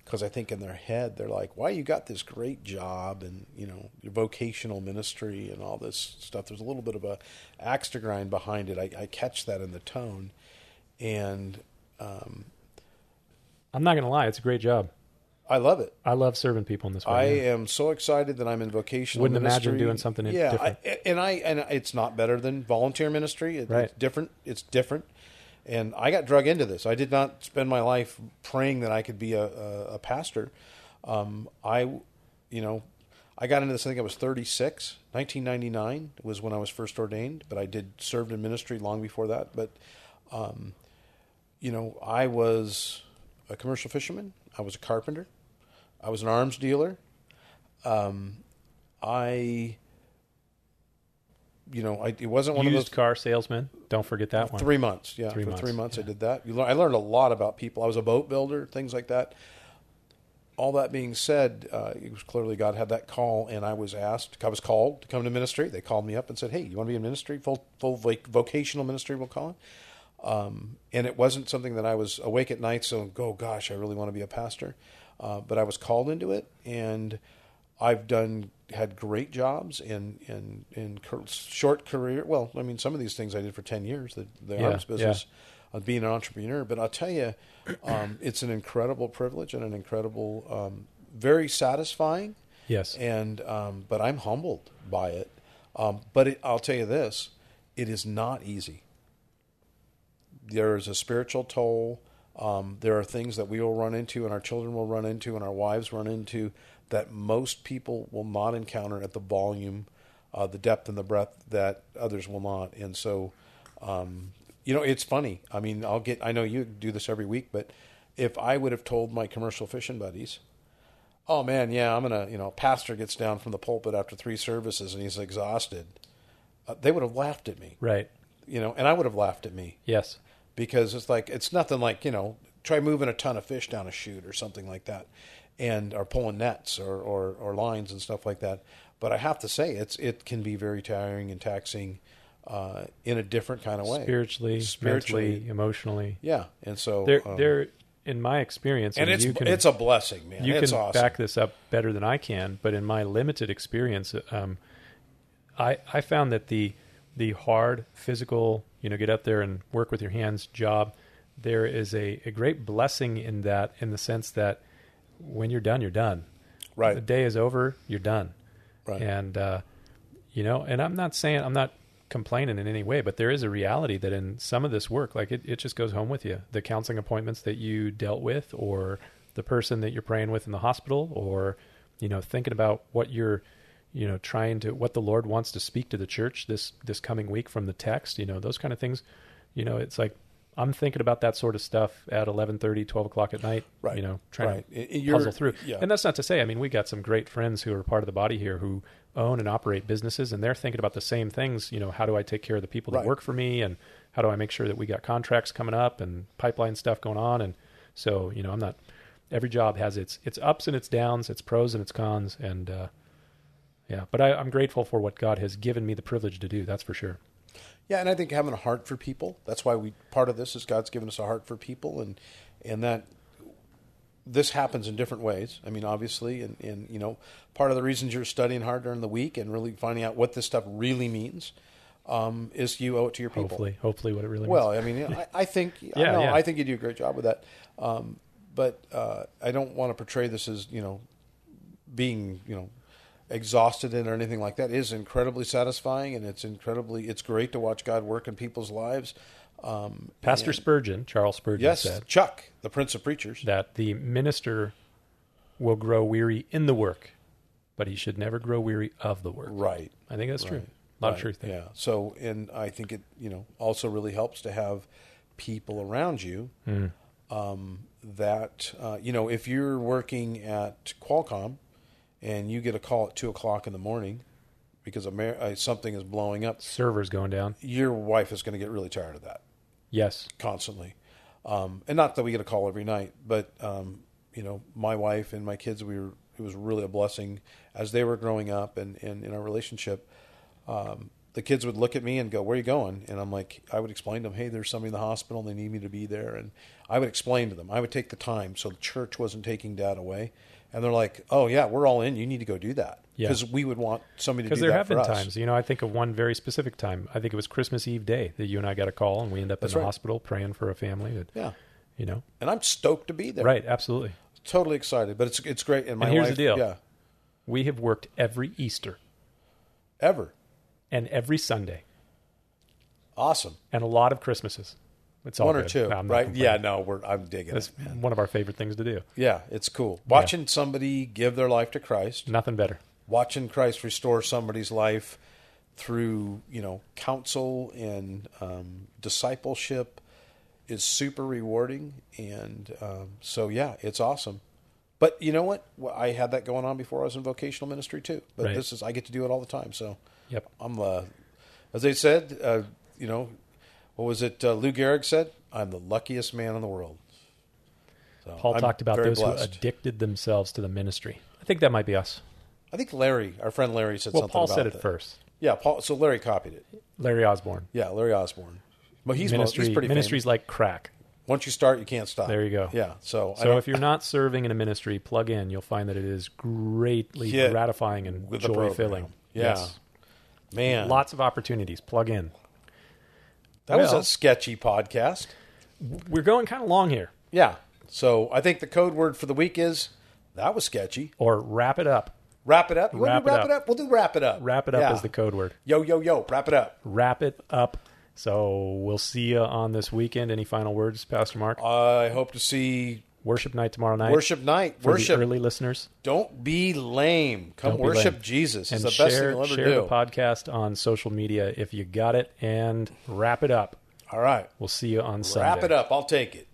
[SPEAKER 2] because I think in their head they're like, "Why you got this great job and you know your vocational ministry and all this stuff?" There's a little bit of a axe to grind behind it. I, I catch that in the tone, and um,
[SPEAKER 1] I'm not gonna lie, it's a great job.
[SPEAKER 2] I love it.
[SPEAKER 1] I love serving people in this
[SPEAKER 2] I
[SPEAKER 1] way. yeah.
[SPEAKER 2] am so excited that I'm in vocational.
[SPEAKER 1] Wouldn't
[SPEAKER 2] ministry.
[SPEAKER 1] imagine doing something
[SPEAKER 2] yeah,
[SPEAKER 1] different.
[SPEAKER 2] I, and I and it's not better than volunteer ministry. It, It's
[SPEAKER 1] Right.
[SPEAKER 2] different. It's different. And I got drug into this. I did not spend my life praying that I could be a, a, a pastor. Um, I, you know, I got into this. I think I was 36. 1999 was when I was first ordained, but I did served in ministry long before that. But um, you know, I was a commercial fisherman. I was a carpenter. I was an arms dealer. Um, I, you know, I, it wasn't one
[SPEAKER 1] Used
[SPEAKER 2] of those
[SPEAKER 1] car salesman. Don't forget that one.
[SPEAKER 2] three months. Yeah,
[SPEAKER 1] Three
[SPEAKER 2] for three
[SPEAKER 1] months,
[SPEAKER 2] months I did that. You learn, I learned a lot about people. I was a boat builder, things like that. All that being said, uh, it was clearly God had that call, and I was asked. I was called to come to ministry. They called me up and said, "Hey, you want to be in ministry? Full, full voc- vocational ministry, we'll call it." Um, and it wasn't something that I was awake at night, so go, gosh, I really want to be a pastor. Uh, but I was called into it, and I've done had great jobs in in in cur- short career. Well, I mean, some of these things I did for ten years, the, the
[SPEAKER 1] Yeah,
[SPEAKER 2] arms business. of being an entrepreneur. But I'll tell you, um, it's an incredible privilege and an incredible, um, very satisfying.
[SPEAKER 1] Yes.
[SPEAKER 2] And um, but I'm humbled by it. Um, but it, I'll tell you this: it is not easy. There is a spiritual toll. Um, there are things that we will run into, and our children will run into, and our wives run into that most people will not encounter at the volume, uh, the depth, and the breadth that others will not. And so, um, you know, it's funny. I mean, I'll get. I know you do this every week, but if I would have told my commercial fishing buddies, oh man, yeah, I'm gonna, you know, pastor gets down from the pulpit after three services and he's exhausted, uh, they would have laughed at me,
[SPEAKER 1] Right.
[SPEAKER 2] you know, and I would have laughed at me
[SPEAKER 1] Yes.
[SPEAKER 2] because it's like it's nothing like you know, try moving a ton of fish down a chute or something like that, and or pulling nets or or, or lines and stuff like that. But I have to say, it's it can be very tiring and taxing. Uh, in a different kind of way,
[SPEAKER 1] Spiritually,
[SPEAKER 2] Spiritually.
[SPEAKER 1] mentally, emotionally.
[SPEAKER 2] yeah, and so
[SPEAKER 1] There,
[SPEAKER 2] um,
[SPEAKER 1] there. In my experience,
[SPEAKER 2] and it's
[SPEAKER 1] you can,
[SPEAKER 2] it's a blessing, man.
[SPEAKER 1] you
[SPEAKER 2] it's
[SPEAKER 1] can
[SPEAKER 2] awesome.
[SPEAKER 1] back this up better than I can, but in my limited experience, um, I I found that the the hard physical, you know, get up there and work with your hands job, there is a, a great blessing in that, in the sense that when you're done, you're done. The
[SPEAKER 2] right,
[SPEAKER 1] day is over, you're done.
[SPEAKER 2] right,
[SPEAKER 1] And uh, you know, and I'm not saying I'm not complaining in any way, but there is a reality that in some of this work, like it, it just goes home with you. The counseling appointments that you dealt with, or the person that you're praying with in the hospital, or you know, thinking about what you're you know trying to what the lord wants to speak to the church this this coming week from the text you know those kind of things you know it's like i'm thinking about that sort of stuff at 11 12 o'clock at night
[SPEAKER 2] Right,
[SPEAKER 1] you know trying
[SPEAKER 2] right.
[SPEAKER 1] to
[SPEAKER 2] I- you're-
[SPEAKER 1] puzzle through
[SPEAKER 2] yeah.
[SPEAKER 1] and that's not to say, I mean, we got some great friends who are part of the body here who own and operate businesses, and they're thinking about the same things. You know, how do I take care of the people that
[SPEAKER 2] Right.
[SPEAKER 1] work for me, and how do I make sure that we got contracts coming up and pipeline stuff going on? And so, you know, I'm not. Every job has its its ups and its downs, its pros and its cons, and uh, yeah. But I, I'm grateful for what God has given me the privilege to do. That's for sure.
[SPEAKER 2] Yeah, and I think having a heart for people, that's why we part of this is God's given us a heart for people and and that this happens in different ways. I mean, obviously, and, and you know, part of the reasons you're studying hard during the week and really finding out what this stuff really means um, is you owe it to your people.
[SPEAKER 1] Hopefully, hopefully, what it really
[SPEAKER 2] Well, I mean, I, I think I,
[SPEAKER 1] Yeah,
[SPEAKER 2] know,
[SPEAKER 1] yeah.
[SPEAKER 2] I think you do a great job with that, um, but uh, I don't want to portray this as you know being you know exhausted in or anything like that. It is incredibly satisfying, and it's incredibly it's great to watch God work in people's lives. Um,
[SPEAKER 1] means. Pastor Spurgeon, Charles Spurgeon
[SPEAKER 2] yes,
[SPEAKER 1] said
[SPEAKER 2] Chuck, the Prince of Preachers.
[SPEAKER 1] that the minister will grow weary in the work, but he should never grow weary of the work.
[SPEAKER 2] Right.
[SPEAKER 1] I think that's true. A lot of
[SPEAKER 2] Right,
[SPEAKER 1] truth there.
[SPEAKER 2] Yeah. So, and I think it, you know, also really helps to have people around you um, that, uh, you know, if you're working at Qualcomm and you get a call at two o'clock in the morning because Amer- uh, something is blowing up,
[SPEAKER 1] Servers going down.
[SPEAKER 2] your wife is going to get really tired of that
[SPEAKER 1] Yes.
[SPEAKER 2] constantly. Um, and not that we get a call every night, but um, you know, my wife and my kids, we were it was really a blessing as they were growing up and, and in our relationship. Um, the kids would look at me and go, "Where are you going?" And I'm like, I would explain to them, "Hey, there's somebody in the hospital, and they need me to be there." And I would explain to them, I would take the time, so the church wasn't taking dad away. And they're like, "Oh yeah, we're all in. You need to go do that
[SPEAKER 1] Yeah.
[SPEAKER 2] because we would want somebody to do
[SPEAKER 1] Because there
[SPEAKER 2] that
[SPEAKER 1] have
[SPEAKER 2] for
[SPEAKER 1] been
[SPEAKER 2] us."
[SPEAKER 1] times, you know, I think of one very specific time. I think it was Christmas Eve day that you and I got a call and we end up in the
[SPEAKER 2] right.
[SPEAKER 1] hospital praying for a family that,
[SPEAKER 2] Yeah,
[SPEAKER 1] you know,
[SPEAKER 2] and I'm stoked to be there.
[SPEAKER 1] right. Absolutely.
[SPEAKER 2] totally excited, but it's it's great. And my
[SPEAKER 1] here's the
[SPEAKER 2] wife-
[SPEAKER 1] deal.
[SPEAKER 2] yeah,
[SPEAKER 1] We have worked every Easter
[SPEAKER 2] ever.
[SPEAKER 1] and every Sunday
[SPEAKER 2] Awesome.
[SPEAKER 1] and a lot of Christmases. It's all
[SPEAKER 2] One or
[SPEAKER 1] good.
[SPEAKER 2] two,
[SPEAKER 1] I'm not
[SPEAKER 2] right?
[SPEAKER 1] complaining.
[SPEAKER 2] Yeah, no, we're I'm digging
[SPEAKER 1] That's
[SPEAKER 2] it.
[SPEAKER 1] one of our favorite things to do.
[SPEAKER 2] Yeah, it's cool. Watching somebody give their life to Christ,
[SPEAKER 1] Nothing better.
[SPEAKER 2] watching Christ restore somebody's life through, you know, counsel and um, discipleship is super rewarding. And um, so, yeah, it's awesome. But you know what? Well, I had that going on before I was in vocational ministry too. But
[SPEAKER 1] Right.
[SPEAKER 2] this is, I get to do it all the time. So,
[SPEAKER 1] Yep.
[SPEAKER 2] I'm, uh, as they said, uh, you know, what was it? Uh, Lou Gehrig said, "I'm the luckiest man in the world." So
[SPEAKER 1] Paul
[SPEAKER 2] I'm
[SPEAKER 1] talked about
[SPEAKER 2] very
[SPEAKER 1] those who
[SPEAKER 2] blessed.
[SPEAKER 1] addicted themselves to the ministry. I think that might be us.
[SPEAKER 2] I think Larry, our friend Larry, said
[SPEAKER 1] Well,
[SPEAKER 2] something.
[SPEAKER 1] Paul
[SPEAKER 2] about
[SPEAKER 1] said it
[SPEAKER 2] that.
[SPEAKER 1] first.
[SPEAKER 2] Yeah, Paul. So Larry copied it.
[SPEAKER 1] Larry Osborne.
[SPEAKER 2] Yeah, Larry Osborne. Well, he's, mo-
[SPEAKER 1] ministry,
[SPEAKER 2] he's pretty
[SPEAKER 1] ministry's like crack.
[SPEAKER 2] famous. Once you start, you can't stop.
[SPEAKER 1] There you go.
[SPEAKER 2] Yeah. So, I
[SPEAKER 1] So
[SPEAKER 2] don't,
[SPEAKER 1] if you're not serving in a ministry, plug in. You'll find that it is greatly
[SPEAKER 2] Hit
[SPEAKER 1] gratifying and
[SPEAKER 2] with the
[SPEAKER 1] joy
[SPEAKER 2] program.
[SPEAKER 1] filling.
[SPEAKER 2] Yeah. man,
[SPEAKER 1] Lots of opportunities. Plug in.
[SPEAKER 2] that was
[SPEAKER 1] well-
[SPEAKER 2] a sketchy podcast.
[SPEAKER 1] We're going kind of long here,
[SPEAKER 2] Yeah. So I think the code word for the week is that was sketchy.
[SPEAKER 1] or wrap it up.
[SPEAKER 2] Wrap it up. You
[SPEAKER 1] Wrap
[SPEAKER 2] want to
[SPEAKER 1] it
[SPEAKER 2] wrap
[SPEAKER 1] up.
[SPEAKER 2] it up? We'll do wrap it up.
[SPEAKER 1] Wrap it up
[SPEAKER 2] Yeah.
[SPEAKER 1] is the code word.
[SPEAKER 2] yo yo yo. Wrap it up.
[SPEAKER 1] Wrap it up. So we'll see you on this weekend. Any final words, Pastor Mark?
[SPEAKER 2] I hope to see
[SPEAKER 1] worship night tomorrow night.
[SPEAKER 2] worship night.
[SPEAKER 1] for
[SPEAKER 2] worship.
[SPEAKER 1] the early listeners.
[SPEAKER 2] Don't be lame. Come
[SPEAKER 1] Don't be
[SPEAKER 2] worship
[SPEAKER 1] lame.
[SPEAKER 2] Jesus.
[SPEAKER 1] and
[SPEAKER 2] It's the
[SPEAKER 1] share,
[SPEAKER 2] best thing you'll ever
[SPEAKER 1] share the
[SPEAKER 2] do.
[SPEAKER 1] podcast on social media if you got it. And wrap it up.
[SPEAKER 2] All right.
[SPEAKER 1] We'll see you on Sunday.
[SPEAKER 2] Wrap it up. I'll take it.